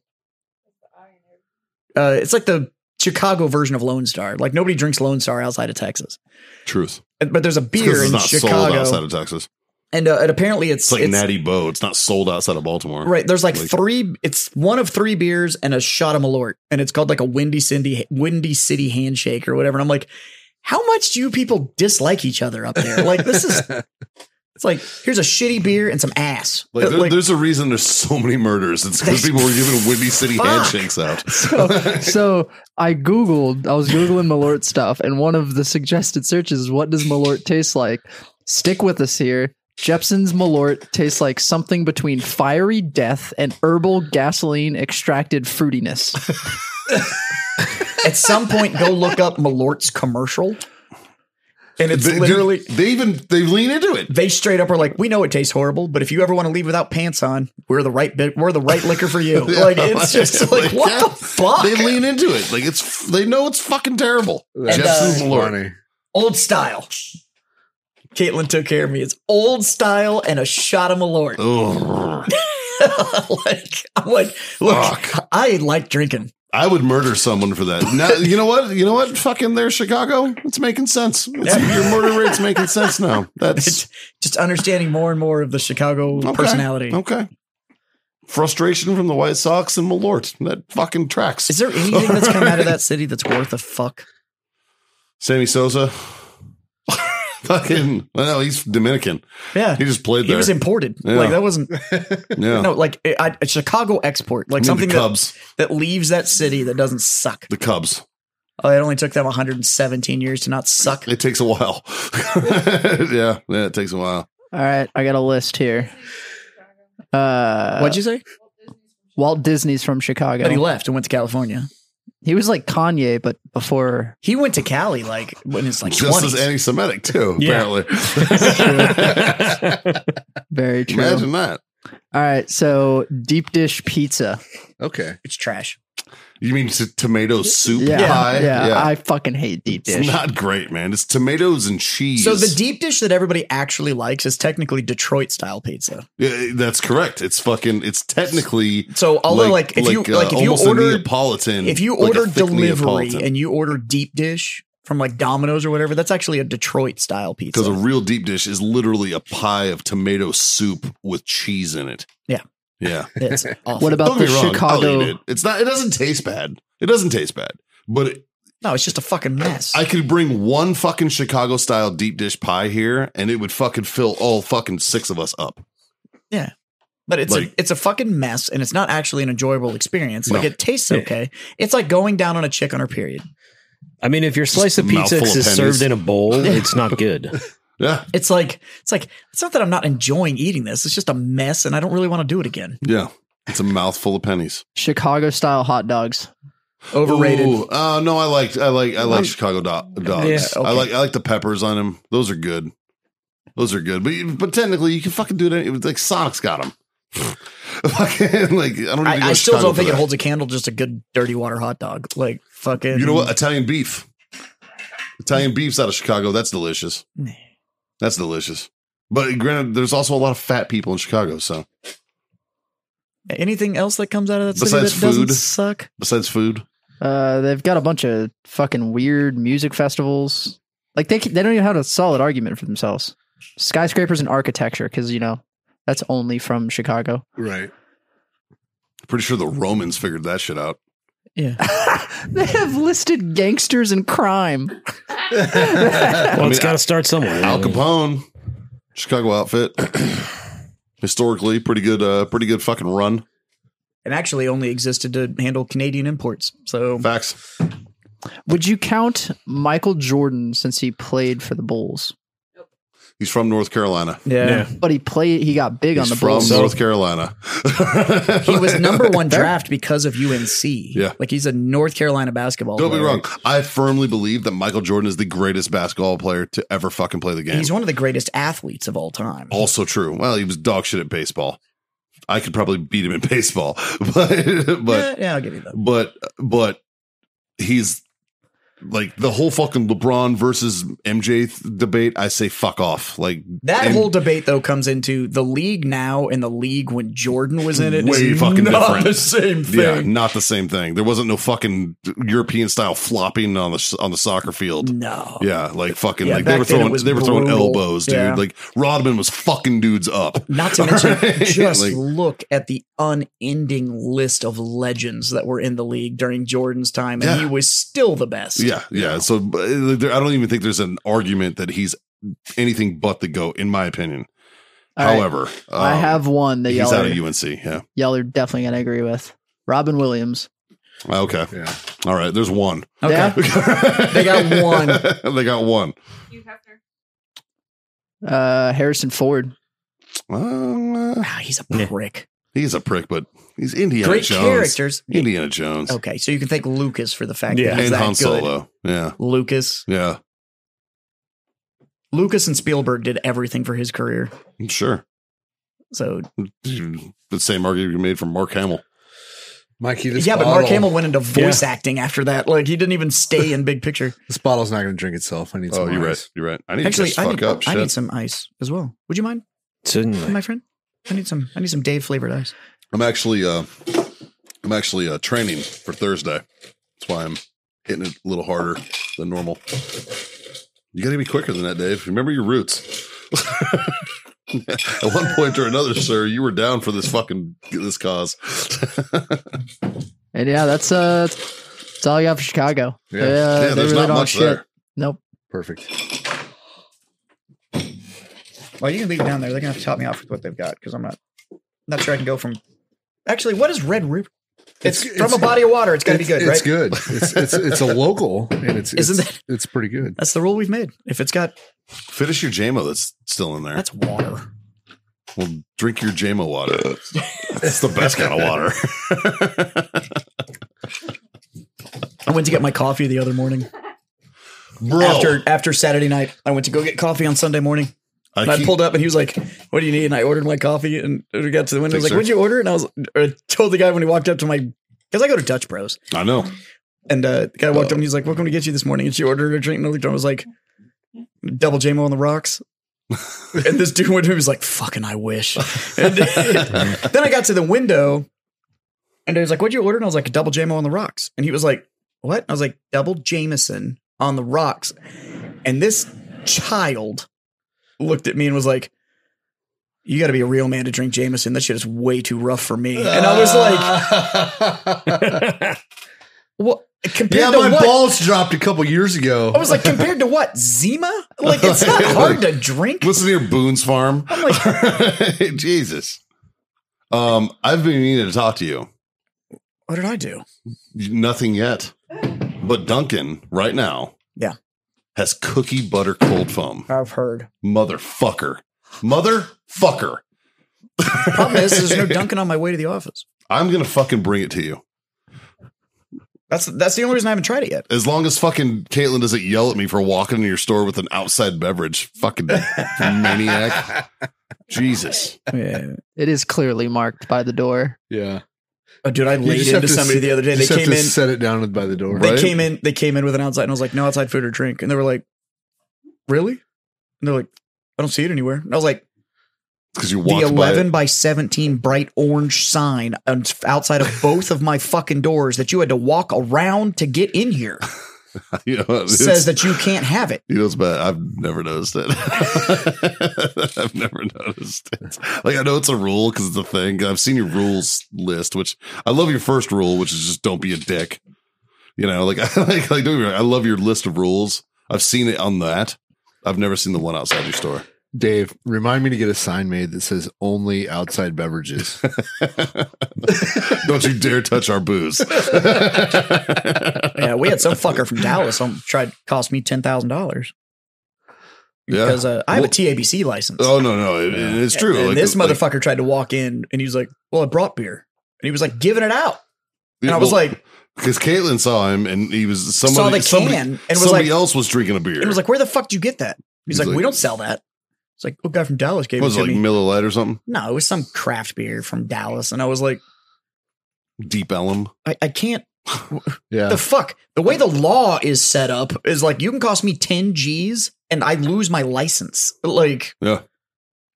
Speaker 3: uh it's like the chicago version of lone star like nobody drinks lone star outside of texas
Speaker 6: truth.
Speaker 3: And- but there's a
Speaker 6: It's 'cause
Speaker 3: beer
Speaker 6: it's
Speaker 3: in
Speaker 6: not sold outside
Speaker 3: chicago
Speaker 6: of Texas.
Speaker 3: and, uh, and apparently it's
Speaker 6: It's like Natty Bo. It's not sold outside of Baltimore.
Speaker 3: Right. There's like,
Speaker 6: Like-
Speaker 3: three. It's one of three beers and a shot of Malort, and it's called like a Windy Cindy, Windy City handshake or whatever. And I'm like, how much do you people dislike each other up there? Like this is. It's like here's a shitty beer and some ass.
Speaker 6: Like,
Speaker 3: Uh,
Speaker 6: there, there's a reason there's so many murders. It's because people were giving Windy City
Speaker 3: Fuck.
Speaker 6: handshakes out.
Speaker 5: So, so I googled. I was googling Malort stuff, and one of the suggested searches is what does Malort taste like. Stick with us here. Jepson's Malort tastes like something between fiery death and herbal gasoline extracted fruitiness.
Speaker 3: at some point, go look up Malort's commercial, and it's
Speaker 6: They-
Speaker 3: literally
Speaker 6: dude, they even they lean into it.
Speaker 3: they straight up are like, we know it tastes horrible, but if you ever want to leave without pants on, we're the right bit, we're the right liquor for you. like it's just like, what
Speaker 6: yeah.
Speaker 3: the fuck?
Speaker 6: They lean into it. Like it's they know it's fucking terrible.
Speaker 1: That's
Speaker 3: Jepson's
Speaker 6: Malort.
Speaker 1: funny.
Speaker 3: old style. Caitlin took care of me. It's old style and a shot of Malort.
Speaker 6: Ugh.
Speaker 3: like, I'm like, look,
Speaker 6: Fuck.
Speaker 3: I like drinking.
Speaker 6: I would murder someone for that. Now, you know what? You know what? Fucking there, Chicago. It's making sense. It's, Your murder rate's making sense now. That's
Speaker 3: It's just understanding more and more of the Chicago
Speaker 6: okay.
Speaker 3: personality.
Speaker 6: Okay. Frustration from the White Sox and Malort. That fucking tracks.
Speaker 3: Is there anything that's come out of that city that's worth a fuck?
Speaker 6: Sammy Sosa. fucking. I know he's Dominican.
Speaker 3: Yeah.
Speaker 6: He just played
Speaker 3: He
Speaker 6: there.
Speaker 3: was imported.
Speaker 6: Yeah.
Speaker 3: Like that wasn't
Speaker 6: yeah.
Speaker 3: no like a, a- a Chicago export. Like
Speaker 6: I mean,
Speaker 3: something
Speaker 6: the
Speaker 3: that,
Speaker 6: Cubs.
Speaker 3: that leaves that city that doesn't suck.
Speaker 6: the Cubs.
Speaker 3: Oh, it only took them 117 years to not suck.
Speaker 6: It takes a while. yeah, yeah, it takes a while.
Speaker 5: All right, I got a list here. Uh,
Speaker 3: What'd you say?
Speaker 5: Walt Disney's from Chicago.
Speaker 3: But he left and went to California.
Speaker 5: He was like Kanye, but before
Speaker 3: He went to Cali like when it's like
Speaker 6: Just
Speaker 3: 20s.
Speaker 6: as anti-Semitic too.
Speaker 2: Yeah.
Speaker 6: Apparently,
Speaker 5: very true.
Speaker 6: imagine that.
Speaker 5: All right, so deep dish pizza.
Speaker 1: Okay.
Speaker 3: It's trash.
Speaker 6: You mean t- tomato soup
Speaker 5: Yeah,
Speaker 6: pie?
Speaker 5: yeah, I fucking hate deep
Speaker 6: it's
Speaker 5: dish.
Speaker 6: not great, man. It's tomatoes and cheese.
Speaker 3: So the deep dish that everybody actually likes is technically Detroit style pizza.
Speaker 6: Yeah, that's correct. It's fucking. It's technically.
Speaker 3: So although like, if you
Speaker 6: uh,
Speaker 3: like if you
Speaker 6: almost a
Speaker 3: order
Speaker 6: Neapolitan,
Speaker 3: if you
Speaker 6: like a
Speaker 3: order
Speaker 6: thick
Speaker 3: delivery
Speaker 6: Neapolitan.
Speaker 3: and you order deep dish from like Domino's or whatever, that's actually a Detroit style pizza.
Speaker 6: Because a real deep dish is literally a pie of tomato soup with cheese in it.
Speaker 3: Yeah.
Speaker 6: Yeah.
Speaker 3: It's awful.
Speaker 5: What about
Speaker 6: Don't get
Speaker 5: the
Speaker 6: me wrong. I'll eat
Speaker 5: Chicago?
Speaker 6: it. It's not. It doesn't taste bad. It doesn't taste bad. But it,
Speaker 3: no, it's just a fucking mess.
Speaker 6: I could bring one fucking Chicago style deep dish pie here, and it would fucking fill all fucking six of us up.
Speaker 3: but it's
Speaker 6: like-
Speaker 3: a, it's a fucking mess, and it's not actually an enjoyable experience. Like
Speaker 6: No.
Speaker 3: it tastes
Speaker 2: Yeah.
Speaker 3: okay. It's like going down on a chick on her period.
Speaker 2: I mean, if your slice of
Speaker 6: a mouthful
Speaker 2: pizza
Speaker 6: of
Speaker 2: is
Speaker 6: pennies.
Speaker 2: served in a bowl, it's not good.
Speaker 6: Yeah,
Speaker 3: It's like it's like it's not that I'm not enjoying eating this. It's just a mess, and I don't really want to do it again.
Speaker 6: yeah. It's a mouthful of pennies.
Speaker 5: Chicago style hot dogs.
Speaker 3: Overrated.
Speaker 6: Ooh, uh, no, I liked I like I like
Speaker 3: I'm-
Speaker 6: Chicago do- dogs.
Speaker 3: Yeah,
Speaker 6: I
Speaker 3: okay.
Speaker 6: like I like the peppers on them. Those are good. Those are good. But you- but technically, you can fucking do it. Any, like Sonic's got them. fucking like I don't. Need to go
Speaker 3: I, I
Speaker 6: to
Speaker 3: still
Speaker 6: Chicago
Speaker 3: don't
Speaker 6: for
Speaker 3: think it
Speaker 6: that.
Speaker 3: holds a candle just a good dirty water hot dog. Like fucking
Speaker 6: You know what? Italian beef. Italian beef's out of Chicago. That's delicious. That's delicious. But granted, there's also a lot of fat people in Chicago. So
Speaker 3: Anything else that comes out of that city
Speaker 6: Besides
Speaker 3: that doesn't
Speaker 6: food.
Speaker 3: suck?
Speaker 6: besides food,
Speaker 5: Uh, they've got a bunch of fucking weird music festivals. Like they c- they don't even have a solid argument for themselves. Skyscrapers and architecture, because you know that's only from Chicago.
Speaker 1: Right.
Speaker 6: pretty sure the Romans figured that shit out.
Speaker 3: Yeah.
Speaker 5: they have listed gangsters and crime.
Speaker 2: Well,
Speaker 6: I
Speaker 2: it's
Speaker 6: mean,
Speaker 2: got to start somewhere.
Speaker 6: Al Capone, Chicago outfit. Historically, pretty good. Uh, pretty good fucking run.
Speaker 3: It actually only existed to handle Canadian imports. So
Speaker 6: Facts.
Speaker 5: Would you count Michael Jordan since he played for the Bulls?
Speaker 6: He's from North Carolina.
Speaker 3: yeah.
Speaker 2: Yeah.
Speaker 5: But he played. He got big
Speaker 6: He's
Speaker 5: on the
Speaker 6: from
Speaker 5: Bulls.
Speaker 6: North Carolina.
Speaker 3: He was number one draft because of UNC.
Speaker 6: Yeah.
Speaker 3: Like he's a North Carolina basketball
Speaker 6: Don't be
Speaker 3: player.
Speaker 6: wrong. I firmly believe that Michael Jordan is the greatest basketball player to ever fucking play the game.
Speaker 3: He's one of the greatest athletes of all time.
Speaker 6: also true. Well, he was dog shit at baseball. I could probably beat him in baseball, but but
Speaker 3: yeah, yeah, I'll give you that.
Speaker 6: but but he's like the whole fucking LeBron versus MJ th- debate. I say fuck off. Like
Speaker 3: That
Speaker 6: and
Speaker 3: whole debate though comes into the league now and the league when Jordan was in it.
Speaker 6: Way
Speaker 3: is
Speaker 6: fucking
Speaker 3: not
Speaker 6: different.
Speaker 3: The same
Speaker 6: yeah,
Speaker 3: thing.
Speaker 6: not the same thing. There wasn't no fucking European style flopping on the s- on the soccer field.
Speaker 3: No.
Speaker 6: Yeah, like fucking,
Speaker 3: Yeah,
Speaker 6: like they
Speaker 3: back
Speaker 6: were
Speaker 3: then it
Speaker 6: throwing,
Speaker 3: was
Speaker 6: they were throwing
Speaker 3: brutal.
Speaker 6: elbows, dude.
Speaker 3: Yeah.
Speaker 6: Like Rodman was fucking dudes up.
Speaker 3: Not to mention,
Speaker 6: Right?
Speaker 3: just
Speaker 6: Like-
Speaker 3: look at the unending list of legends that were in the league during Jordan's time, and
Speaker 6: Yeah.
Speaker 3: he was still the best.
Speaker 6: Yeah, yeah. So but, uh, there, I don't even think there's an argument that he's anything but the goat, in my opinion.
Speaker 5: All right,
Speaker 6: However,
Speaker 5: I
Speaker 6: um,
Speaker 5: have one that
Speaker 6: he's
Speaker 5: y'all
Speaker 6: out
Speaker 5: are,
Speaker 6: of UNC. Yeah.
Speaker 5: y'all are definitely gonna agree with. Robin Williams.
Speaker 6: Okay.
Speaker 1: Yeah.
Speaker 6: All right. There's one.
Speaker 3: Okay.
Speaker 5: Yeah.
Speaker 6: they
Speaker 3: got one.
Speaker 6: they got one.
Speaker 7: You have to.
Speaker 5: Uh, Harrison Ford.
Speaker 6: Um, uh,
Speaker 3: Wow, he's a
Speaker 2: Yeah.
Speaker 3: prick.
Speaker 6: he's a prick, but he's Indiana
Speaker 3: Great
Speaker 6: Jones.
Speaker 3: characters.
Speaker 6: Indiana Jones
Speaker 3: Okay, so you can thank Lucas for the fact
Speaker 2: Yeah.
Speaker 3: that he's
Speaker 6: and
Speaker 3: that
Speaker 6: Han
Speaker 3: good.
Speaker 6: Solo. Yeah.
Speaker 3: Lucas,
Speaker 6: Yeah.
Speaker 3: Lucas, and Spielberg did everything for his career.
Speaker 6: Sure.
Speaker 3: So
Speaker 6: The same argument you made from Mark Hamill.
Speaker 1: Mikey, this
Speaker 3: yeah, but
Speaker 1: bottle-
Speaker 3: Mark Hamill went into voice acting after that. Like he didn't even stay in big picture.
Speaker 1: This bottle's not going to drink itself. I need some.
Speaker 6: Oh, you're right.
Speaker 1: ice.
Speaker 6: You're right. I need
Speaker 3: Actually,
Speaker 6: to just
Speaker 3: I
Speaker 6: fuck
Speaker 3: need,
Speaker 6: up.
Speaker 3: I
Speaker 6: shit.
Speaker 3: need some ice as well. Would you mind,
Speaker 2: Certainly.
Speaker 3: Oh my friend? I need some. I need some Dave flavored ice.
Speaker 6: I'm actually uh I'm actually uh training for Thursday. That's why I'm hitting it a little harder than normal. You gotta be quicker than that, Dave. Remember your roots. At one point or another, sir, you were down for this fucking this cause.
Speaker 5: And yeah, that's uh, that's all you got for Chicago.
Speaker 1: Yeah.
Speaker 5: Uh,
Speaker 6: yeah,
Speaker 5: they
Speaker 6: there's
Speaker 5: really
Speaker 6: not
Speaker 5: don't have
Speaker 6: much there.
Speaker 5: Nope.
Speaker 1: Perfect.
Speaker 3: Well, you can leave it down there. They're gonna have to top me off with what they've got because I'm not not sure I can go from. Actually, what is Red River? It's,
Speaker 1: It's-
Speaker 3: from
Speaker 1: it's-
Speaker 3: a body of water. It's gotta be
Speaker 1: It's-
Speaker 3: good,
Speaker 1: It's good.
Speaker 3: right?
Speaker 1: It's it's it's a local and it's
Speaker 3: Isn't
Speaker 1: it's, it's pretty good.
Speaker 3: That's the rule we've made. If it's got
Speaker 6: Finish your JMO that's still in there.
Speaker 3: that's water.
Speaker 6: well, drink your JMO water. That's the best kind of water.
Speaker 3: I went to get my coffee the other morning.
Speaker 6: Bro,
Speaker 3: After after Saturday night, I went to go get coffee on Sunday morning.
Speaker 6: I
Speaker 3: And I
Speaker 6: keep-
Speaker 3: pulled up and he was like, What do you need? And I ordered my coffee and we got to the window. I
Speaker 6: Thanks,
Speaker 3: was like,
Speaker 6: sir.
Speaker 3: What'd you order? And I was or I told the guy when he walked up to my because I go to Dutch Bros.
Speaker 6: I know.
Speaker 3: And uh, the guy walked up
Speaker 1: Oh.
Speaker 3: and he's like, Welcome to get you this morning. And she ordered a drink and I looked at her and was like, Double JMO on the rocks. and this dude went to me was like, Fucking I wish. And then I got to the window and he was like, What'd you order? And I was like, Double JMO on the rocks. And he was like, What? And I was like, Double Jameson on the rocks. And this child looked at me and was like, you got to be a real man to drink Jameson. That shit is way too rough for me. And I was like, "What? Compared
Speaker 1: yeah,
Speaker 3: to
Speaker 1: my
Speaker 3: what?
Speaker 1: balls dropped a couple years ago.
Speaker 3: I was like, compared to what? Zima? Like, it's not hard to drink.
Speaker 6: Listen to your Boone's Farm.
Speaker 3: I'm like,
Speaker 6: Jesus. Um, I've been meaning to talk to you.
Speaker 3: what did I do?
Speaker 6: Nothing yet. But Duncan, right now,
Speaker 3: Yeah.
Speaker 6: has cookie butter cold foam.
Speaker 3: I've heard.
Speaker 6: Motherfucker. Motherfucker.
Speaker 3: Problem is, there's no Dunkin' on my way to the office.
Speaker 6: I'm gonna fucking bring it to you.
Speaker 3: That's that's the only reason I haven't tried it yet.
Speaker 6: As long as fucking Caitlin doesn't yell at me for walking into your store with an outside beverage, fucking maniac. Jesus.
Speaker 3: Yeah.
Speaker 5: It is clearly marked by the door.
Speaker 1: Yeah.
Speaker 3: Oh, dude, I
Speaker 1: You
Speaker 3: laid
Speaker 1: just have
Speaker 3: into
Speaker 1: to
Speaker 3: somebody
Speaker 1: s-
Speaker 3: the other day.
Speaker 1: you
Speaker 3: They
Speaker 1: just have
Speaker 3: came
Speaker 1: to
Speaker 3: in.
Speaker 1: set it down by the door.
Speaker 3: They
Speaker 6: Right.
Speaker 3: came in. They came in with an outside, and I was like, "No outside food or drink." And they were like, "Really?" And they're like, "I don't see it anywhere." And I was like,
Speaker 6: Because you
Speaker 3: "The
Speaker 6: walked
Speaker 3: eleven by seventeen bright orange sign on- outside of both of my fucking doors that you had to walk around to get in here
Speaker 6: by it. You know, it's-
Speaker 3: says that you can't have it."
Speaker 6: You know, it's bad. I've never noticed it. I've never noticed it. Like, I know it's a rule because it's a thing. I've seen your rules list, which I love your first rule, which is just don't be a dick. You know, like, I like, like don't be wrong, I love your list of rules. I've seen it on that. I've never seen the one outside your store.
Speaker 1: Dave, remind me to get a sign made that says only outside beverages.
Speaker 6: don't you dare touch our booze.
Speaker 3: Yeah, we had some fucker from Dallas um, tried to cost me ten thousand dollars
Speaker 6: yeah.
Speaker 3: because uh, I have
Speaker 6: Well-
Speaker 3: a TABC license.
Speaker 6: Oh, no, no. It, it- it's true.
Speaker 3: And
Speaker 6: Like,
Speaker 3: this
Speaker 6: like-
Speaker 3: motherfucker tried to walk in, and he was like, "Well, I brought beer," and he was like giving it out. And I was
Speaker 6: well,
Speaker 3: like,
Speaker 6: because Caitlin saw him and he was somebody,
Speaker 3: saw the can
Speaker 6: somebody,
Speaker 3: and was
Speaker 6: somebody
Speaker 3: like,
Speaker 6: else was drinking a beer.
Speaker 3: and was like, where the fuck do you get that? He's,
Speaker 6: He's
Speaker 3: like,
Speaker 6: like-
Speaker 3: we don't sell that. It's like, a guy from Dallas gave
Speaker 6: What
Speaker 3: it
Speaker 6: was
Speaker 3: to
Speaker 6: it, like
Speaker 3: me.
Speaker 6: Miller Lite or something?
Speaker 3: no, it was some craft beer from Dallas, and I was like,
Speaker 6: Deep Ellum.
Speaker 3: I, I can't.
Speaker 1: yeah.
Speaker 3: The fuck. The way the law is set up is like, you can cost me ten G's, and I lose my license. Like, I
Speaker 6: No.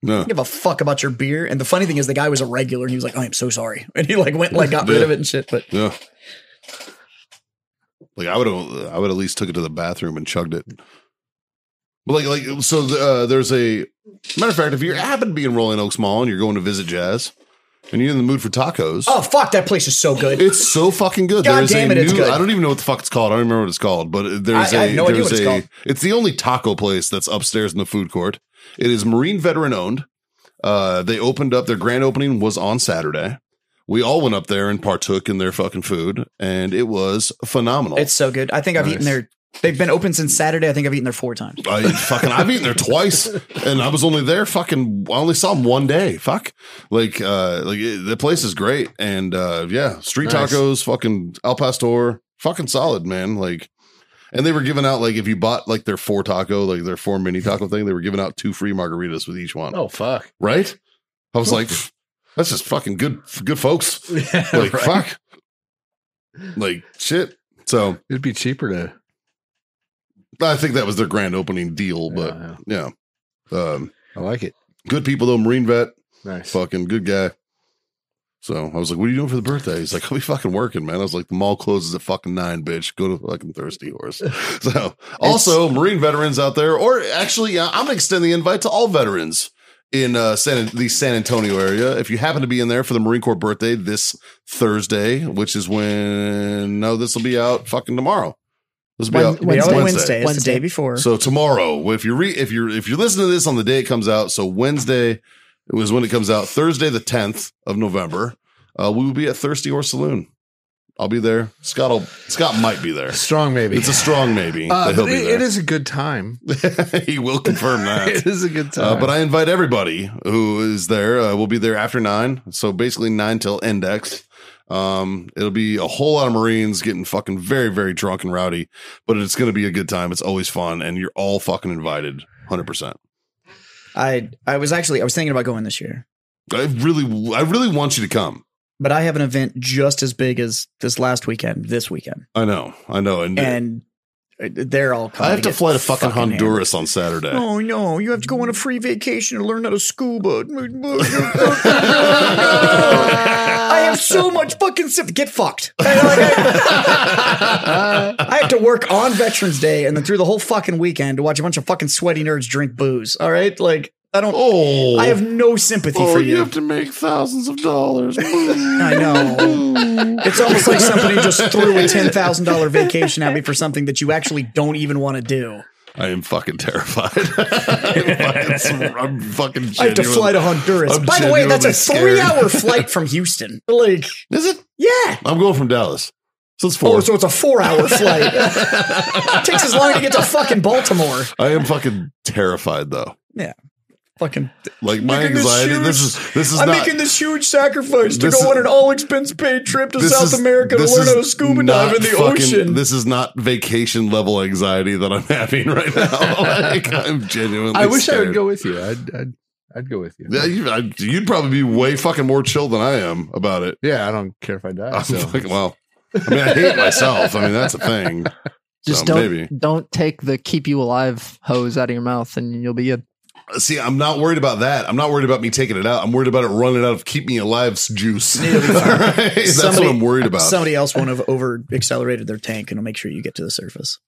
Speaker 3: don't give a fuck about your beer. And the funny thing is, the guy was a regular, and he was like, I am so sorry, and he like went like got rid of it and shit. But
Speaker 6: Yeah. Like I would have, I would at least took it to the bathroom and chugged it. But like, like so, uh, there's a matter of fact. If you happen to be in Rolling Oaks Mall and you're going to visit Jazz, and you're in the mood for tacos,
Speaker 3: oh fuck, that place is so good.
Speaker 6: it's so fucking good.
Speaker 3: God
Speaker 6: There's
Speaker 3: damn
Speaker 6: a
Speaker 3: it, it's
Speaker 6: new-
Speaker 3: good.
Speaker 6: I don't even know what the fuck it's called. I don't remember what it's called. But there's a
Speaker 3: I- I have no idea
Speaker 6: there's
Speaker 3: what it's
Speaker 6: a
Speaker 3: called.
Speaker 6: it's the only taco place that's upstairs in the food court. It is Marine veteran owned. Uh, they opened up their grand opening was on Saturday. We all went up there and partook in their fucking food, and it was phenomenal.
Speaker 3: It's so good. I think I've
Speaker 1: Nice.
Speaker 3: eaten there. They've been open since Saturday. I think I've eaten there four times.
Speaker 6: I fucking I've eaten there twice, and I was only there fucking. I only saw them one day. Fuck, like uh, like it, the place is great, and uh, yeah, street
Speaker 1: Nice.
Speaker 6: tacos, fucking al pastor, fucking solid, man. Like, and they were giving out like if you bought like their four taco, like their four mini taco thing, they were giving out two free margaritas with each one.
Speaker 1: oh fuck.
Speaker 6: Right? I was like, that's just fucking good, good folks.
Speaker 1: Yeah,
Speaker 6: Like
Speaker 1: right.
Speaker 6: fuck, like shit. So
Speaker 1: It'd be cheaper to
Speaker 6: I think that was their grand opening deal, but
Speaker 1: Yeah,
Speaker 6: yeah. Um,
Speaker 1: uh, I like it.
Speaker 6: good people though, Marine vet,
Speaker 1: Nice.
Speaker 6: fucking good guy. So I was like, "What are you doing for the birthday?" He's like, "I'll be fucking working, man." I was like, "The mall closes at fucking nine, bitch. Go to fucking thirsty horse." So also, Marine veterans out there, or actually, uh, I'm gonna extend the invite to all veterans in uh, San the San Antonio area. If you happen to be in there for the Marine Corps birthday this Thursday, which is when no, this will be out fucking tomorrow. This will be
Speaker 5: Wen-
Speaker 6: out
Speaker 3: Wednesday.
Speaker 5: Wednesday.
Speaker 3: Wednesday. Wednesday. It's the
Speaker 5: Wednesday.
Speaker 3: day before.
Speaker 6: so tomorrow, if you re if you're if you're listening to this on the day it comes out, so Wednesday was when it comes out, Thursday the tenth of November, uh, we will be at Thirsty Horse Saloon. I'll be there. Scott will Scott might be there.
Speaker 1: Strong maybe.
Speaker 6: It's a strong maybe
Speaker 1: Uh,
Speaker 6: that he'll
Speaker 1: but
Speaker 6: be
Speaker 1: it-
Speaker 6: there.
Speaker 1: it is a good time.
Speaker 6: he will confirm that.
Speaker 1: it is a good
Speaker 6: Uh,
Speaker 1: time.
Speaker 6: but I invite everybody who is there. Uh, we'll be there after nine, so basically nine till index. Um, it'll be a whole lot of Marines getting fucking very, very drunk and rowdy, but it's going to be a good time. It's always fun, and you're all fucking invited, hundred percent.
Speaker 3: I I was actually I was thinking about going this year,
Speaker 6: I really, I really want you to come.
Speaker 3: but I have an event just as big as this last weekend. This weekend,
Speaker 6: I know, I know, and,
Speaker 3: and uh, they're all.
Speaker 6: I
Speaker 3: coming
Speaker 6: have to
Speaker 3: get
Speaker 6: fly to fucking,
Speaker 3: hammered.
Speaker 6: Honduras on Saturday.
Speaker 3: Oh no! You have to go on a free vacation to learn how to scuba. I have so much fucking sip. Get fucked. I, like, I- I have to work on Veterans Day and then through the whole fucking weekend to watch a bunch of fucking sweaty nerds drink booze. All right, like I don't.
Speaker 6: Oh,
Speaker 3: I have no sympathy
Speaker 6: Oh,
Speaker 3: for
Speaker 6: you
Speaker 3: you.
Speaker 6: have to make thousands of dollars. Mmm. I
Speaker 3: I know. It's almost like somebody just threw a ten thousand dollar vacation at me for something that you actually don't even want to do.
Speaker 6: I am fucking terrified. I'm fucking, I'm fucking
Speaker 3: I have to
Speaker 6: genuine-
Speaker 3: fly to Honduras.
Speaker 6: I'm
Speaker 3: By the way, that's a
Speaker 6: genuinely scared.
Speaker 3: three-hour flight from Houston. Like,
Speaker 6: Is it?
Speaker 3: yeah.
Speaker 6: I'm going from Dallas. So it's
Speaker 3: Oh,
Speaker 6: four.
Speaker 3: so it's a four-hour flight. takes as long to get to fucking Baltimore.
Speaker 6: I am fucking terrified though.
Speaker 3: Yeah. Fucking
Speaker 6: Like my
Speaker 3: Making this
Speaker 6: anxiety.
Speaker 3: huge-
Speaker 6: This is this is
Speaker 3: I'm
Speaker 6: not.
Speaker 3: making this huge sacrifice to
Speaker 6: This
Speaker 3: go
Speaker 6: is-
Speaker 3: on an all expense paid trip to
Speaker 6: this
Speaker 3: South
Speaker 6: is-
Speaker 3: America to
Speaker 6: this
Speaker 3: learn
Speaker 6: is
Speaker 3: how to scuba
Speaker 6: not
Speaker 3: dive in the
Speaker 6: fucking-
Speaker 3: ocean.
Speaker 6: This is not vacation level anxiety that I'm having right now. like I'm genuinely.
Speaker 1: I wish I
Speaker 6: scared.
Speaker 1: would go with you. I'd, I'd, I'd go with you.
Speaker 6: Yeah, you, I, you'd probably be way fucking more chill than I am about it.
Speaker 1: Yeah, I don't care if I die.
Speaker 6: I'm
Speaker 1: so.
Speaker 6: fucking, well, I mean, I hate myself. I mean, that's a thing.
Speaker 5: Just
Speaker 6: So,
Speaker 5: don't
Speaker 6: maybe.
Speaker 5: don't take the keep you alive hose out of your mouth and you'll be good.
Speaker 6: See, I'm not worried about that. I'm not worried about me taking it out. I'm worried about it running out of keep me alive's juice. Right? That's
Speaker 3: Somebody-
Speaker 6: what I'm worried about.
Speaker 3: Somebody else won't have over accelerated their tank and will make sure you get to the surface.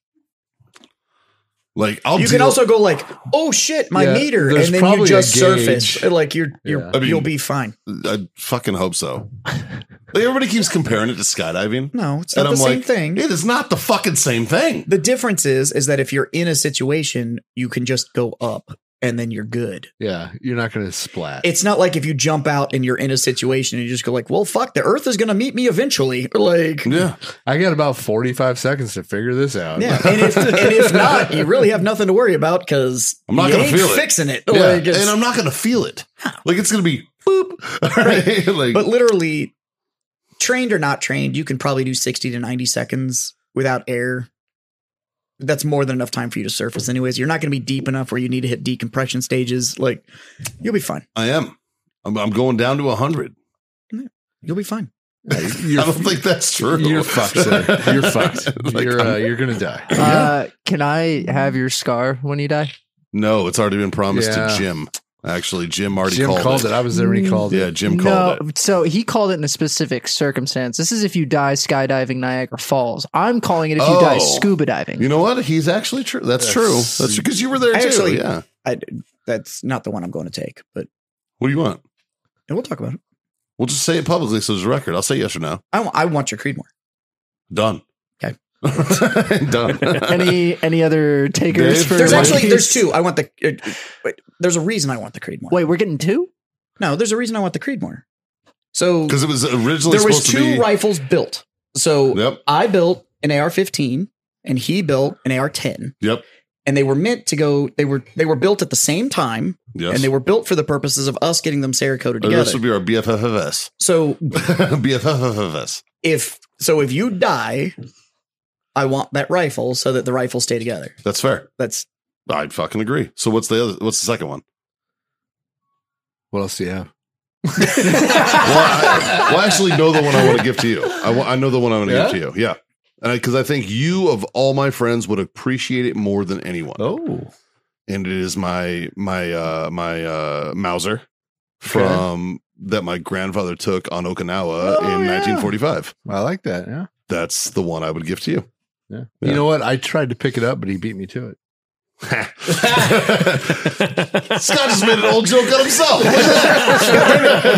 Speaker 6: like, I'll
Speaker 3: you
Speaker 6: deal-
Speaker 3: can also go like, oh shit, my
Speaker 1: Yeah,
Speaker 3: meter, and
Speaker 1: there's
Speaker 3: then you
Speaker 1: probably
Speaker 3: just
Speaker 1: a gauge.
Speaker 3: surface. Like you're, you're
Speaker 1: Yeah.
Speaker 6: I mean-
Speaker 3: you'll be fine.
Speaker 6: I fucking hope so. Like, everybody keeps comparing it to skydiving.
Speaker 3: No, it's
Speaker 6: And
Speaker 3: not
Speaker 6: I'm
Speaker 3: the same
Speaker 6: like,
Speaker 3: thing.
Speaker 6: It is not the fucking same thing.
Speaker 3: the difference is is that if you're in a situation, you can just go up and then you're good.
Speaker 1: Yeah, you're not going to splat.
Speaker 3: It's not like if you jump out and you're in a situation and you just go like, well, fuck, the Earth is gonna meet me eventually. Like,
Speaker 6: Yeah.
Speaker 1: I got about 45 seconds to figure this out.
Speaker 3: yeah, and if, and if not, you really have nothing to worry about because
Speaker 6: I'm not
Speaker 3: you
Speaker 6: gonna
Speaker 3: ain't
Speaker 6: feel it.
Speaker 3: fixing it.
Speaker 6: Yeah.
Speaker 3: Like, it's-
Speaker 6: and I'm not going to feel it. Like, it's going to be boop. Right? like,
Speaker 3: but literally trained or not trained you can probably do 60 to 90 seconds without air that's more than enough time for you to surface anyways you're not going to be deep enough where you need to hit decompression stages like you'll be fine
Speaker 6: I am. I'm, I'm going down to 100.
Speaker 3: you'll be fine
Speaker 1: You're,
Speaker 6: I don't think that's true.
Speaker 1: you're fucked, sir. You're fucked.
Speaker 6: Like,
Speaker 1: you're
Speaker 6: I'm-
Speaker 1: uh, you're going to die.
Speaker 5: Uh, can I have your scar when you die?
Speaker 6: No, it's already been promised
Speaker 1: Yeah.
Speaker 6: to Jim. Actually, Jim already
Speaker 1: Jim
Speaker 6: called, it.
Speaker 1: I was there when he called
Speaker 6: Yeah,
Speaker 1: it.
Speaker 6: Jim
Speaker 5: no,
Speaker 6: called it.
Speaker 5: so he called it in a specific circumstance. This is if you die skydiving Niagara Falls. I'm calling it if you die
Speaker 6: Oh.
Speaker 5: scuba diving.
Speaker 6: You know what? He's actually true.
Speaker 1: That's-
Speaker 6: That's, true. That's because you were there
Speaker 3: I
Speaker 6: too.
Speaker 3: actually-
Speaker 6: yeah.
Speaker 3: I, that's not the one i'm going to take but
Speaker 6: What do you want?
Speaker 3: and we'll talk about it
Speaker 6: We'll just say it publicly so there's a record. I'll say yes or no.
Speaker 3: i, wa- I want your creedmoor
Speaker 6: Done.
Speaker 3: Okay.
Speaker 6: Done.
Speaker 5: any any other takers
Speaker 6: Dave?
Speaker 5: for
Speaker 3: there's
Speaker 5: my
Speaker 3: actually there's
Speaker 5: piece?
Speaker 3: two i want the uh, wait, there's a reason i want the creedmoor
Speaker 5: Wait, we're getting two?
Speaker 3: no there's a reason i want the creedmoor so
Speaker 6: Because it was originally
Speaker 3: there was
Speaker 6: supposed to
Speaker 3: two
Speaker 6: be.
Speaker 3: rifles built so
Speaker 6: Yep.
Speaker 3: I built an AR-15 and he built an AR-10.
Speaker 6: Yep.
Speaker 3: And they were meant to go. They were they were built at the same time,
Speaker 6: Yes.
Speaker 3: and they were built for the purposes of us getting them Cerakoted
Speaker 6: Or this
Speaker 3: together.
Speaker 6: would be our BFFFS.
Speaker 3: so
Speaker 6: BFFFS.
Speaker 3: if so, if you die, I want that rifle so that the rifles stay together.
Speaker 6: That's fair.
Speaker 3: That's
Speaker 6: I'd fucking agree. So what's the other? What's the second one?
Speaker 1: What else do you have?
Speaker 6: well, I, well, I actually know the one I want to give to you. I, wa- I know the one I want to
Speaker 1: Yeah?
Speaker 6: give to you. Yeah. Because I think you, of all my friends, would appreciate it more than anyone.
Speaker 1: Oh,
Speaker 6: And it is my, my, uh, my, uh, Mauser from that my grandfather took on Okinawa
Speaker 1: Oh,
Speaker 6: in
Speaker 1: yeah.
Speaker 6: 1945.
Speaker 1: I like that. Yeah.
Speaker 6: That's the one I would give to you.
Speaker 1: Yeah.
Speaker 6: Yeah.
Speaker 1: You know what? I tried to pick it up, but he beat me to it.
Speaker 6: Scott just made an old joke on himself. Look at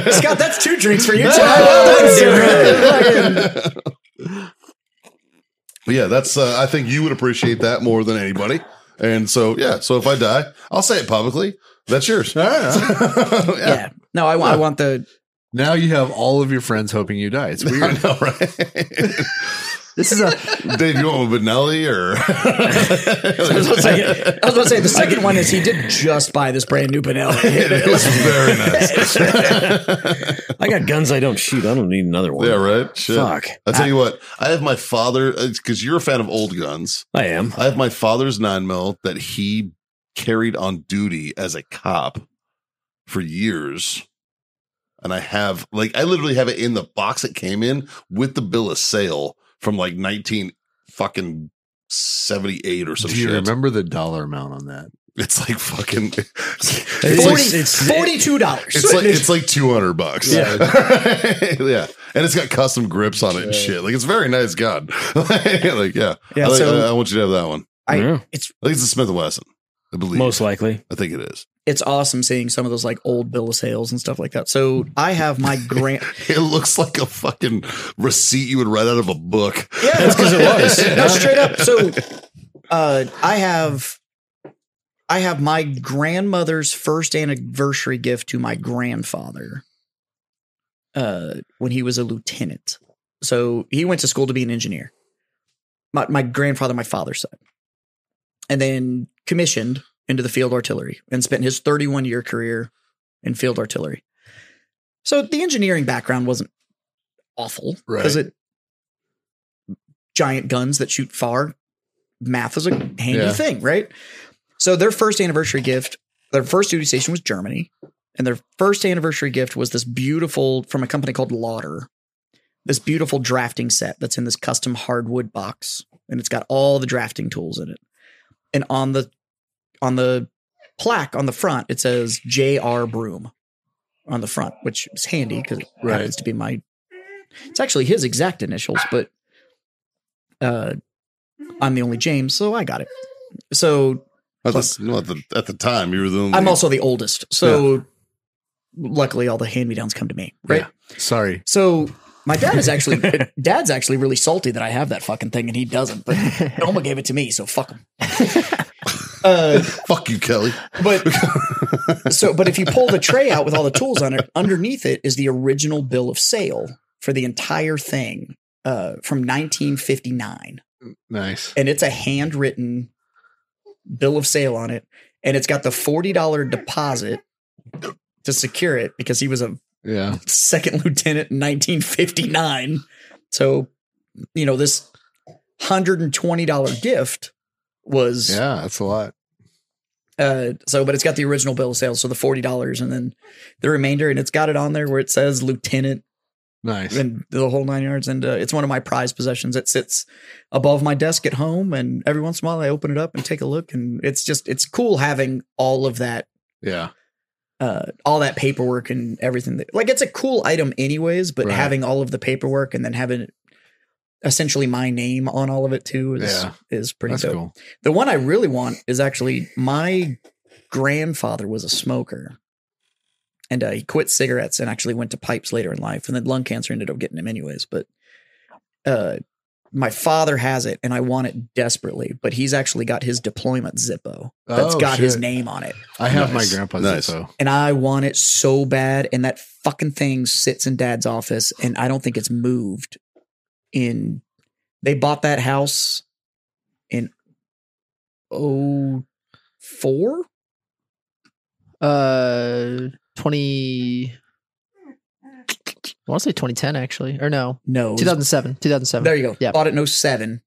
Speaker 6: that.
Speaker 3: Scott. That's two drinks for you. tonight.
Speaker 6: But yeah, that's. Uh, I think you would appreciate that more than anybody. And so, yeah. So if I die, I'll say it publicly. That's yours.
Speaker 3: yeah.
Speaker 6: yeah.
Speaker 3: No, I, wa- I want the.
Speaker 1: Now you have all of your friends hoping you die. It's
Speaker 6: I
Speaker 1: weird.
Speaker 6: know, right?
Speaker 5: This is a
Speaker 6: Dave, you want with Benelli or?
Speaker 3: I was about to say, I was about to say the second one is he did just buy this brand new
Speaker 6: it
Speaker 3: Benelli.
Speaker 6: is very nice.
Speaker 2: I got guns I don't shoot. I don't need another one.
Speaker 6: yeah, right. Shit.
Speaker 2: Fuck.
Speaker 6: I tell you what, I have my father because you're a fan of old guns.
Speaker 2: I am.
Speaker 6: I have my father's nine mil that he carried on duty as a cop for years. And I have like I literally have it in the box it came in with the bill of sale from like nineteen fucking seventy eight or some
Speaker 1: do you
Speaker 6: shit.
Speaker 1: remember the dollar amount on that?
Speaker 6: It's like fucking
Speaker 2: It's
Speaker 6: it's
Speaker 2: like-
Speaker 6: like,
Speaker 3: 40, Forty-two dollars.
Speaker 6: it's like it's like two hundred bucks.
Speaker 1: Yeah.
Speaker 6: yeah. And it's got custom grips on it and shit. Like it's very nice gun. like, yeah.
Speaker 3: yeah.
Speaker 6: I, like-
Speaker 3: so
Speaker 6: I- I want you to have that one.
Speaker 3: I-
Speaker 2: Yeah.
Speaker 6: I think it's a Smith and Wesson. I believe.
Speaker 2: most likely.
Speaker 6: I think it is.
Speaker 3: it's awesome seeing some of those like old bill of sales and stuff like that. So I have my grand.
Speaker 6: It looks like a fucking receipt you would write out of a book.
Speaker 3: yeah,
Speaker 2: That's 'cause it was.
Speaker 3: no, straight up. So uh, I have, I have my grandmother's first anniversary gift to my grandfather. Uh, when he was a lieutenant, so he went to school to be an engineer. My my grandfather, my father's side, and then commissioned into the field artillery and spent his 31 year career in field artillery. So the engineering background wasn't awful because
Speaker 1: Right.
Speaker 3: it giant guns that shoot far. Math is a handy
Speaker 1: Yeah.
Speaker 3: thing, right? So their first anniversary gift, their first duty station was Germany, and their first anniversary gift was this beautiful from a company called Lauder, this beautiful drafting set that's in this custom hardwood box, and it's got all the drafting tools in it. And on the on the plaque on the front, it says J.R. Broom on the front, which is handy because it
Speaker 1: Right.
Speaker 3: happens to be my. It's actually his exact initials, but uh, I'm the only James, so I got it. So
Speaker 6: At the,
Speaker 3: Plus-
Speaker 6: no, at, the, at the time, you were the only.
Speaker 3: I'm also the oldest, so luckily all the hand me downs come to me, right?
Speaker 1: Yeah. Sorry.
Speaker 3: So my dad is actually dad's actually really salty that I have that fucking thing and he doesn't, but Elma gave it to me, so fuck him. uh,
Speaker 6: Fuck you, Kelly.
Speaker 3: but so but if you pull the tray out with all the tools on it, underneath it is the original bill of sale for the entire thing uh, from 1959
Speaker 1: Nice.
Speaker 3: and it's a handwritten bill of sale on it, and it's got the forty dollar deposit to secure it because he was a
Speaker 1: Yeah.
Speaker 3: second lieutenant in nineteen fifty nine. So, you know, this hundred and twenty dollar gift was
Speaker 1: Yeah. That's a lot.
Speaker 3: uh, so, but it's got the original bill of sale, so the forty dollars, and then the remainder, and it's got it on there where it says lieutenant
Speaker 1: Nice.
Speaker 3: and the whole nine yards. And uh, it's one of my prized possessions. It sits above my desk at home, and every once in a while I open it up and take a look. And it's just it's cool having all of that,
Speaker 1: yeah.
Speaker 3: uh, all that paperwork and everything. That, like it's a cool item, anyways. But
Speaker 1: Right.
Speaker 3: having all of the paperwork and then having essentially my name on all of it too is
Speaker 1: Yeah.
Speaker 3: is pretty
Speaker 1: That's
Speaker 3: dope.
Speaker 1: cool.
Speaker 3: The one I really want is actually my grandfather was a smoker. And uh, he quit cigarettes and actually went to pipes later in life. And then lung cancer ended up getting him, anyways. But uh, my father has it and I want it desperately. But he's actually got his deployment Zippo that's
Speaker 1: Oh,
Speaker 3: got his
Speaker 1: shit.
Speaker 3: name on it.
Speaker 1: I have
Speaker 6: Nice.
Speaker 1: my grandpa's
Speaker 6: Nice.
Speaker 1: Zippo.
Speaker 3: And I want it so bad. And that fucking thing sits in dad's office. And I don't think it's moved in. They bought that house in oh four.
Speaker 5: Uh, twenty. I want to say 2010 actually, or no,
Speaker 3: No. it was-
Speaker 5: 2007. 2007.
Speaker 3: There you go.
Speaker 5: Yeah.
Speaker 3: Bought it in 07.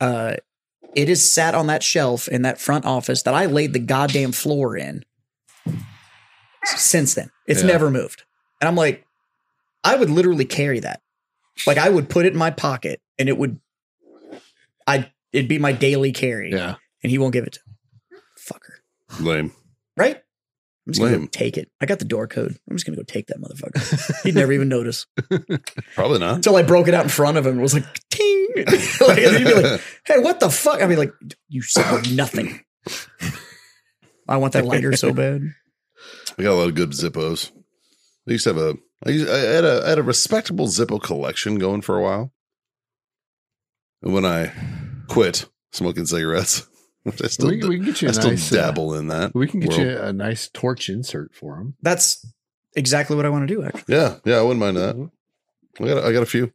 Speaker 3: Uh, it is sat on that shelf in that front office that I laid the goddamn floor in since then. It's
Speaker 1: Yeah.
Speaker 3: never moved. And I'm like, I would literally carry that. Like I would put it in my pocket and it would I it'd be my daily carry.
Speaker 1: Yeah.
Speaker 3: And he won't give it to me. Fucker.
Speaker 6: Lame.
Speaker 3: Right? I'm just gonna go
Speaker 6: Lame.
Speaker 3: take it. I got the door code. I'm just gonna go take that motherfucker. He'd never even notice
Speaker 6: Probably not.
Speaker 3: until I broke it out in front of him. It was like, ting. like, and he'd be like, hey, what the fuck? I'd be like, you said nothing. I want that lighter so bad.
Speaker 6: I got a lot of good Zippos. I used to have a. I, used, I had a I had a respectable Zippo collection going for a while. And when I quit smoking cigarettes, which I still,
Speaker 1: we,
Speaker 6: da-
Speaker 1: we can get you
Speaker 6: I
Speaker 1: a
Speaker 6: still
Speaker 1: nice, uh,
Speaker 6: dabble in that.
Speaker 1: we can get
Speaker 6: world.
Speaker 1: you a nice torch insert for him.
Speaker 3: That's exactly what I want to do, actually.
Speaker 6: Yeah, yeah, I wouldn't mind that. I got I got a few.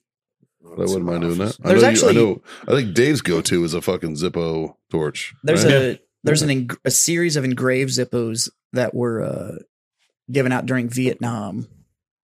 Speaker 6: but
Speaker 1: Mm-hmm.
Speaker 6: I wouldn't mind doing that. I
Speaker 3: There's
Speaker 6: know
Speaker 3: actually-
Speaker 6: you, I know. I think Dave's go to is a fucking Zippo torch.
Speaker 3: There's
Speaker 6: right?
Speaker 3: a there's an eng- a series of engraved Zippos that were uh, given out during Vietnam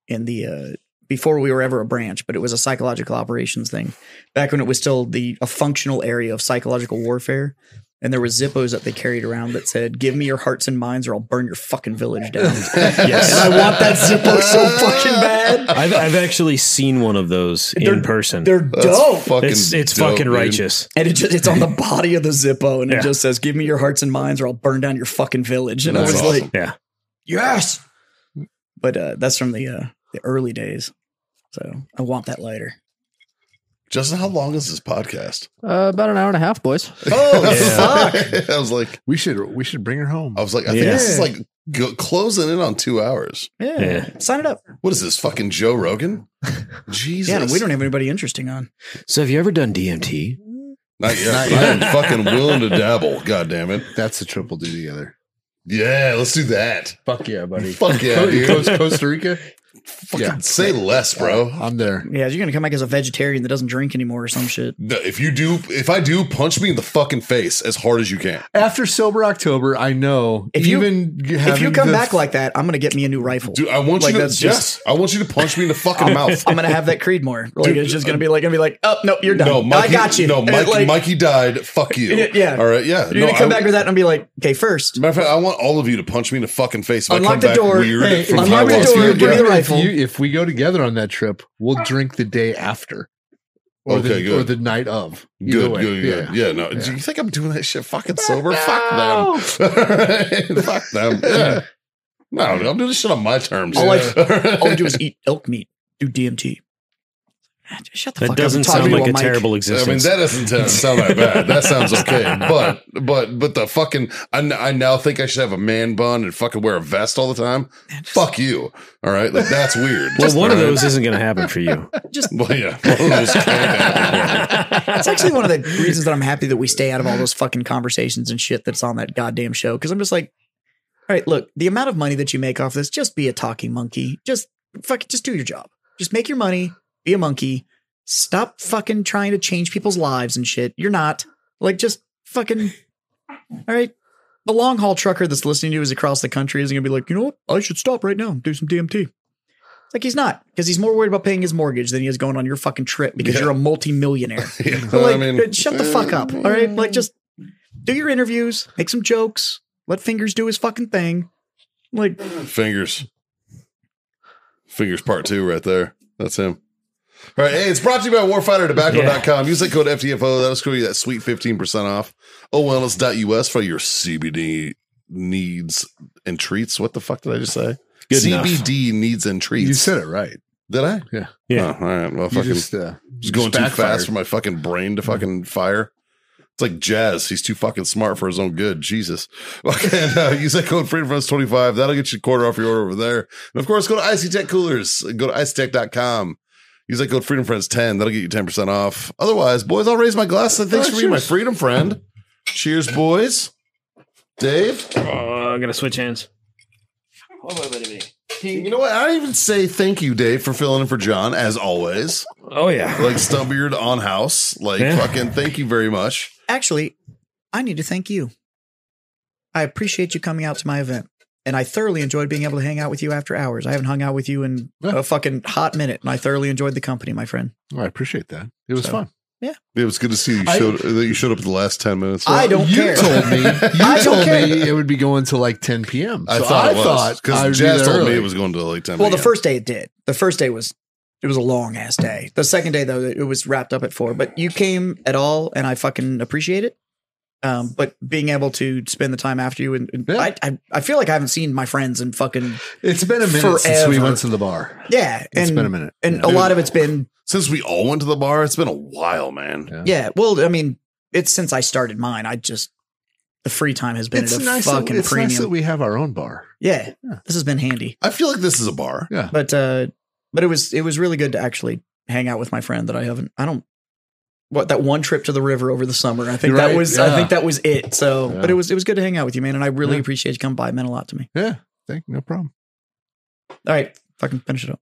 Speaker 3: in the uh, before we were ever a branch, but it was a psychological operations thing back when it was still the a functional area of psychological warfare. And there were Zippos that they carried around that said, "Give me your hearts and minds, or I'll burn your fucking village down."
Speaker 2: Yes.
Speaker 3: and I want that Zippo so fucking bad.
Speaker 2: I've I've actually seen one of those
Speaker 3: They're-
Speaker 2: in person.
Speaker 3: They're
Speaker 6: That's
Speaker 3: dope.
Speaker 6: fucking
Speaker 2: It's it's
Speaker 6: dope,
Speaker 2: fucking
Speaker 6: dude.
Speaker 2: righteous.
Speaker 3: And it just, it's on the body of the Zippo, and
Speaker 2: Yeah.
Speaker 3: it just says, "Give me your hearts and minds, or I'll burn down your fucking village." And I
Speaker 6: That's
Speaker 3: was
Speaker 6: awesome.
Speaker 3: like,
Speaker 2: Yeah.
Speaker 3: "Yes!" But uh, that's from the uh, the early days, so I want that lighter.
Speaker 6: Justin, how long is this podcast?
Speaker 5: Uh, about an hour and a half, boys.
Speaker 6: Oh fuck! I was like,
Speaker 1: We should we should bring her home.
Speaker 6: I was like, I think this is
Speaker 3: Yeah.
Speaker 6: like go, closing in on two hours.
Speaker 3: Yeah,
Speaker 2: Yeah.
Speaker 3: sign it up.
Speaker 6: What is this fucking Joe Rogan? Jesus,
Speaker 3: Yeah, and we don't have anybody interesting on.
Speaker 2: So have you ever done DMT?
Speaker 6: Not yet. I am fucking willing to dabble. God damn it!
Speaker 1: That's the triple do together.
Speaker 6: Yeah, let's do that.
Speaker 1: Fuck yeah, buddy.
Speaker 6: Fuck yeah, dude.
Speaker 1: Coast, Costa Rica.
Speaker 6: Fucking say less, bro.
Speaker 1: I'm there.
Speaker 3: Yeah, you're gonna come back as a vegetarian that doesn't drink anymore or some shit.
Speaker 6: No, if you do, if I do, punch me in the fucking face as hard as you can.
Speaker 1: After sober October, I know.
Speaker 3: If you-
Speaker 1: even
Speaker 3: If you come back like that, I'm gonna get me a new rifle.
Speaker 6: Dude, I want
Speaker 3: Like,
Speaker 6: you to
Speaker 3: that's just-
Speaker 6: yes, I want you to punch me in the fucking mouth.
Speaker 3: I'm gonna have that Creedmoor. Like
Speaker 6: Dude, uh,
Speaker 3: it's just gonna be like gonna be like, oh no, you're done.
Speaker 6: No, Mikey,
Speaker 3: I got you.
Speaker 6: No,
Speaker 3: And,
Speaker 6: Mikey,
Speaker 3: like,
Speaker 6: Mikey died. Fuck you.
Speaker 3: Yeah.
Speaker 6: All right. Yeah.
Speaker 3: You're
Speaker 6: no,
Speaker 3: gonna come
Speaker 6: I-
Speaker 3: back with that and be like, okay, first,
Speaker 6: Matter of fact, I want all of you to punch me in the fucking face. If I come
Speaker 3: Unlock the
Speaker 6: back
Speaker 3: door.
Speaker 6: Weird
Speaker 3: Hey,
Speaker 6: from
Speaker 3: unlock the
Speaker 6: Taiwan.
Speaker 3: door,
Speaker 6: Yeah.
Speaker 3: give me the
Speaker 1: if,
Speaker 3: rifle.
Speaker 1: you, if we go together on that trip, we'll drink the day after, or
Speaker 6: Okay,
Speaker 1: the
Speaker 6: good.
Speaker 1: or the night of. Either
Speaker 6: Good,
Speaker 1: way.
Speaker 6: good,
Speaker 1: yeah.
Speaker 6: good. Yeah, no. Do you think I'm doing that shit fucking sober? Fuck them. Fuck them. Yeah. No, dude, I'm doing this shit on my terms.
Speaker 3: All I-
Speaker 6: Yeah.
Speaker 3: all I do is eat elk meat, do DMT. Shut the fuck
Speaker 2: That
Speaker 3: up.
Speaker 2: doesn't
Speaker 3: and talk to
Speaker 2: sound
Speaker 3: me
Speaker 2: like a
Speaker 3: while Mike-
Speaker 2: terrible
Speaker 6: I mean,
Speaker 2: existence.
Speaker 6: that doesn't sound- sound that bad. That sounds okay. But, but, but the fucking, I, n- I now think I should have a man bun and fucking wear a vest all the time. Fuck you. All right. Like, that's weird.
Speaker 2: well, one of
Speaker 6: All right?
Speaker 2: those isn't going to happen for you.
Speaker 6: Well, yeah. One of those can't happen.
Speaker 3: That's actually one of the reasons that I'm happy that we stay out of all those fucking conversations and shit that's on that goddamn show. Cause I'm just like, all right, look, the amount of money that you make off this, just be a talking monkey. Just fucking, just do your job. Just make your money, be a monkey. Stop fucking trying to change people's lives and shit. You're not. Like, just fucking, all right. The long haul trucker that's listening to you is across the country isn't gonna be like, you know what? I should stop right now and do some DMT. It's like he's not, because he's more worried about paying his mortgage than he is going on your fucking trip because
Speaker 6: Yeah.
Speaker 3: you're a multimillionaire.
Speaker 6: Yeah,
Speaker 3: But, like,
Speaker 6: I mean,
Speaker 3: uh, shut the fuck up. All right. Like, just do your interviews, make some jokes, let Fingers do his fucking thing. Like,
Speaker 6: Fingers. Fingers part two right there. That's him. All right. Hey, it's brought to you by warfightertobacco.com. Use that code FTFO. That'll screw you that sweet 15% off. Oh, OWellness.us for your CBD needs and treats. What the fuck did I just say?
Speaker 2: Good enough.
Speaker 6: CBD needs and treats.
Speaker 1: You said it right.
Speaker 6: Did I?
Speaker 1: Yeah.
Speaker 2: Yeah.
Speaker 6: Oh, all right. Well,
Speaker 1: You
Speaker 6: fucking.
Speaker 1: just, uh,
Speaker 6: It's
Speaker 1: just
Speaker 6: going too
Speaker 1: backfired.
Speaker 6: fast for my fucking brain to fucking fire. It's like jazz. He's too fucking smart for his own good. Jesus. Okay, and, uh, use that code FreedomFriends25. That'll get you a quarter off your order over there. And of course, go to Icy Tech Coolers. Go to E icetech.com. Use that code FreedomFriends10. That'll get you 10% off. Otherwise, boys, I'll raise my glass and thanks for being my freedom friend. Cheers, boys. Dave,
Speaker 2: oh, I'm going to switch hands.
Speaker 6: you know what? I don't even say thank you, Dave, for filling in for John, as always.
Speaker 2: Oh, yeah.
Speaker 6: Like Stumpbeard on house. Like
Speaker 2: Yeah.
Speaker 6: fucking thank you very much.
Speaker 3: actually, I need to thank you. I appreciate you coming out to my event. And I thoroughly enjoyed being able to hang out with you after hours. I haven't hung out with you in
Speaker 1: Yeah.
Speaker 3: a fucking hot minute, and I thoroughly enjoyed the company, my friend.
Speaker 1: Well, Oh, I appreciate that. It was
Speaker 3: So-
Speaker 1: fun.
Speaker 6: It was good to see you
Speaker 1: I-
Speaker 6: showed that you showed up in the last ten minutes.
Speaker 3: I don't
Speaker 1: you
Speaker 3: care.
Speaker 1: told me. You
Speaker 3: I don't
Speaker 1: told
Speaker 3: care.
Speaker 1: me it would be going to like 10 p.m.
Speaker 6: I
Speaker 1: So
Speaker 6: thought it
Speaker 1: I
Speaker 6: was
Speaker 1: thought I would
Speaker 6: because
Speaker 1: be
Speaker 6: Jazz
Speaker 1: there
Speaker 6: told me
Speaker 1: early.
Speaker 6: it was going to like ten.
Speaker 3: Well, the
Speaker 6: PM.
Speaker 3: first day it did. The first day was it was a long ass day. The second day though, it was wrapped up at four. But you came at all, and I fucking appreciate it. Um, but being able to spend the time after you, and, and
Speaker 1: Yeah.
Speaker 3: I, I, I feel like I haven't seen my friends and fucking
Speaker 1: It's been a minute since we
Speaker 3: Forever.
Speaker 1: went to the bar.
Speaker 3: yeah,
Speaker 1: It's
Speaker 3: and
Speaker 1: been a minute.
Speaker 3: and
Speaker 1: Yeah.
Speaker 3: a lot of it's been
Speaker 6: since we all went to the bar, it's been a while, man.
Speaker 1: Yeah.
Speaker 3: yeah. Well, I mean, it's since I started mine. I just the free time has been
Speaker 1: It's
Speaker 3: at a
Speaker 1: nice, that,
Speaker 3: fucking
Speaker 1: it's
Speaker 3: premium.
Speaker 1: nice that we have our own bar.
Speaker 3: yeah,
Speaker 1: Yeah.
Speaker 3: this has been handy.
Speaker 6: I feel like this is a bar.
Speaker 1: Yeah.
Speaker 3: but uh but it was it was really good to actually hang out with my friend that I haven't I don't what that one trip to the river over the summer I think
Speaker 1: You're
Speaker 3: that
Speaker 1: right,
Speaker 3: was
Speaker 1: yeah.
Speaker 3: I think that was it so
Speaker 1: Yeah.
Speaker 3: but it was it was good to hang out with you man and I really
Speaker 1: Yeah.
Speaker 3: appreciate you coming by it meant a lot to me
Speaker 1: Yeah. Thank no problem.
Speaker 3: all right fucking finish it up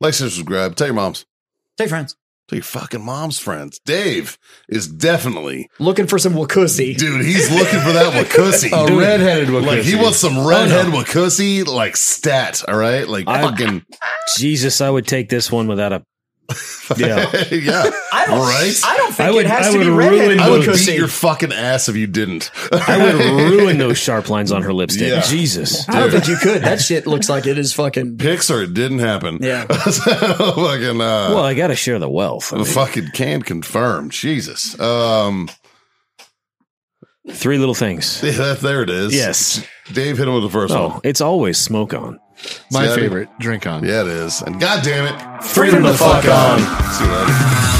Speaker 6: Like, subscribe. Tell your moms.
Speaker 3: stay friends
Speaker 6: Tell your fucking mom's friends. Dave is definitely
Speaker 3: looking for some wakusi
Speaker 6: dude. He's looking for that wakusi.
Speaker 1: A
Speaker 6: Dude,
Speaker 1: redheaded one.
Speaker 6: Like he wants some redhead wakusi, like stat. All right, like
Speaker 2: I-
Speaker 6: fucking
Speaker 2: Jesus, I would take this one without a. Yeah.
Speaker 6: yeah.
Speaker 3: I don't
Speaker 6: Right?
Speaker 3: I don't think
Speaker 2: I would-
Speaker 3: it has
Speaker 2: I
Speaker 3: to be
Speaker 2: would
Speaker 3: redheaded
Speaker 2: ruin
Speaker 6: I would
Speaker 2: Wakusi.
Speaker 6: beat your fucking ass if you didn't.
Speaker 2: I would ruin those sharp lines on her lipstick.
Speaker 6: Yeah.
Speaker 2: Jesus.
Speaker 3: I don't think you could that shit looks like it is fucking
Speaker 6: Pixar it didn't happen.
Speaker 3: Yeah.
Speaker 6: so fucking uh
Speaker 2: Well, I got to share the wealth. I mean,
Speaker 6: fucking can confirm. Jesus. Um
Speaker 2: three little things.
Speaker 6: yeah, that- there it is.
Speaker 2: Yes.
Speaker 6: Dave hit him with the first
Speaker 2: Oh,
Speaker 6: one.
Speaker 2: it's always smoke on.
Speaker 1: my
Speaker 6: See, I-
Speaker 1: favorite drink on.
Speaker 6: Yeah, it is. And god damn it.
Speaker 2: Freedom to fuck on.
Speaker 6: See you later.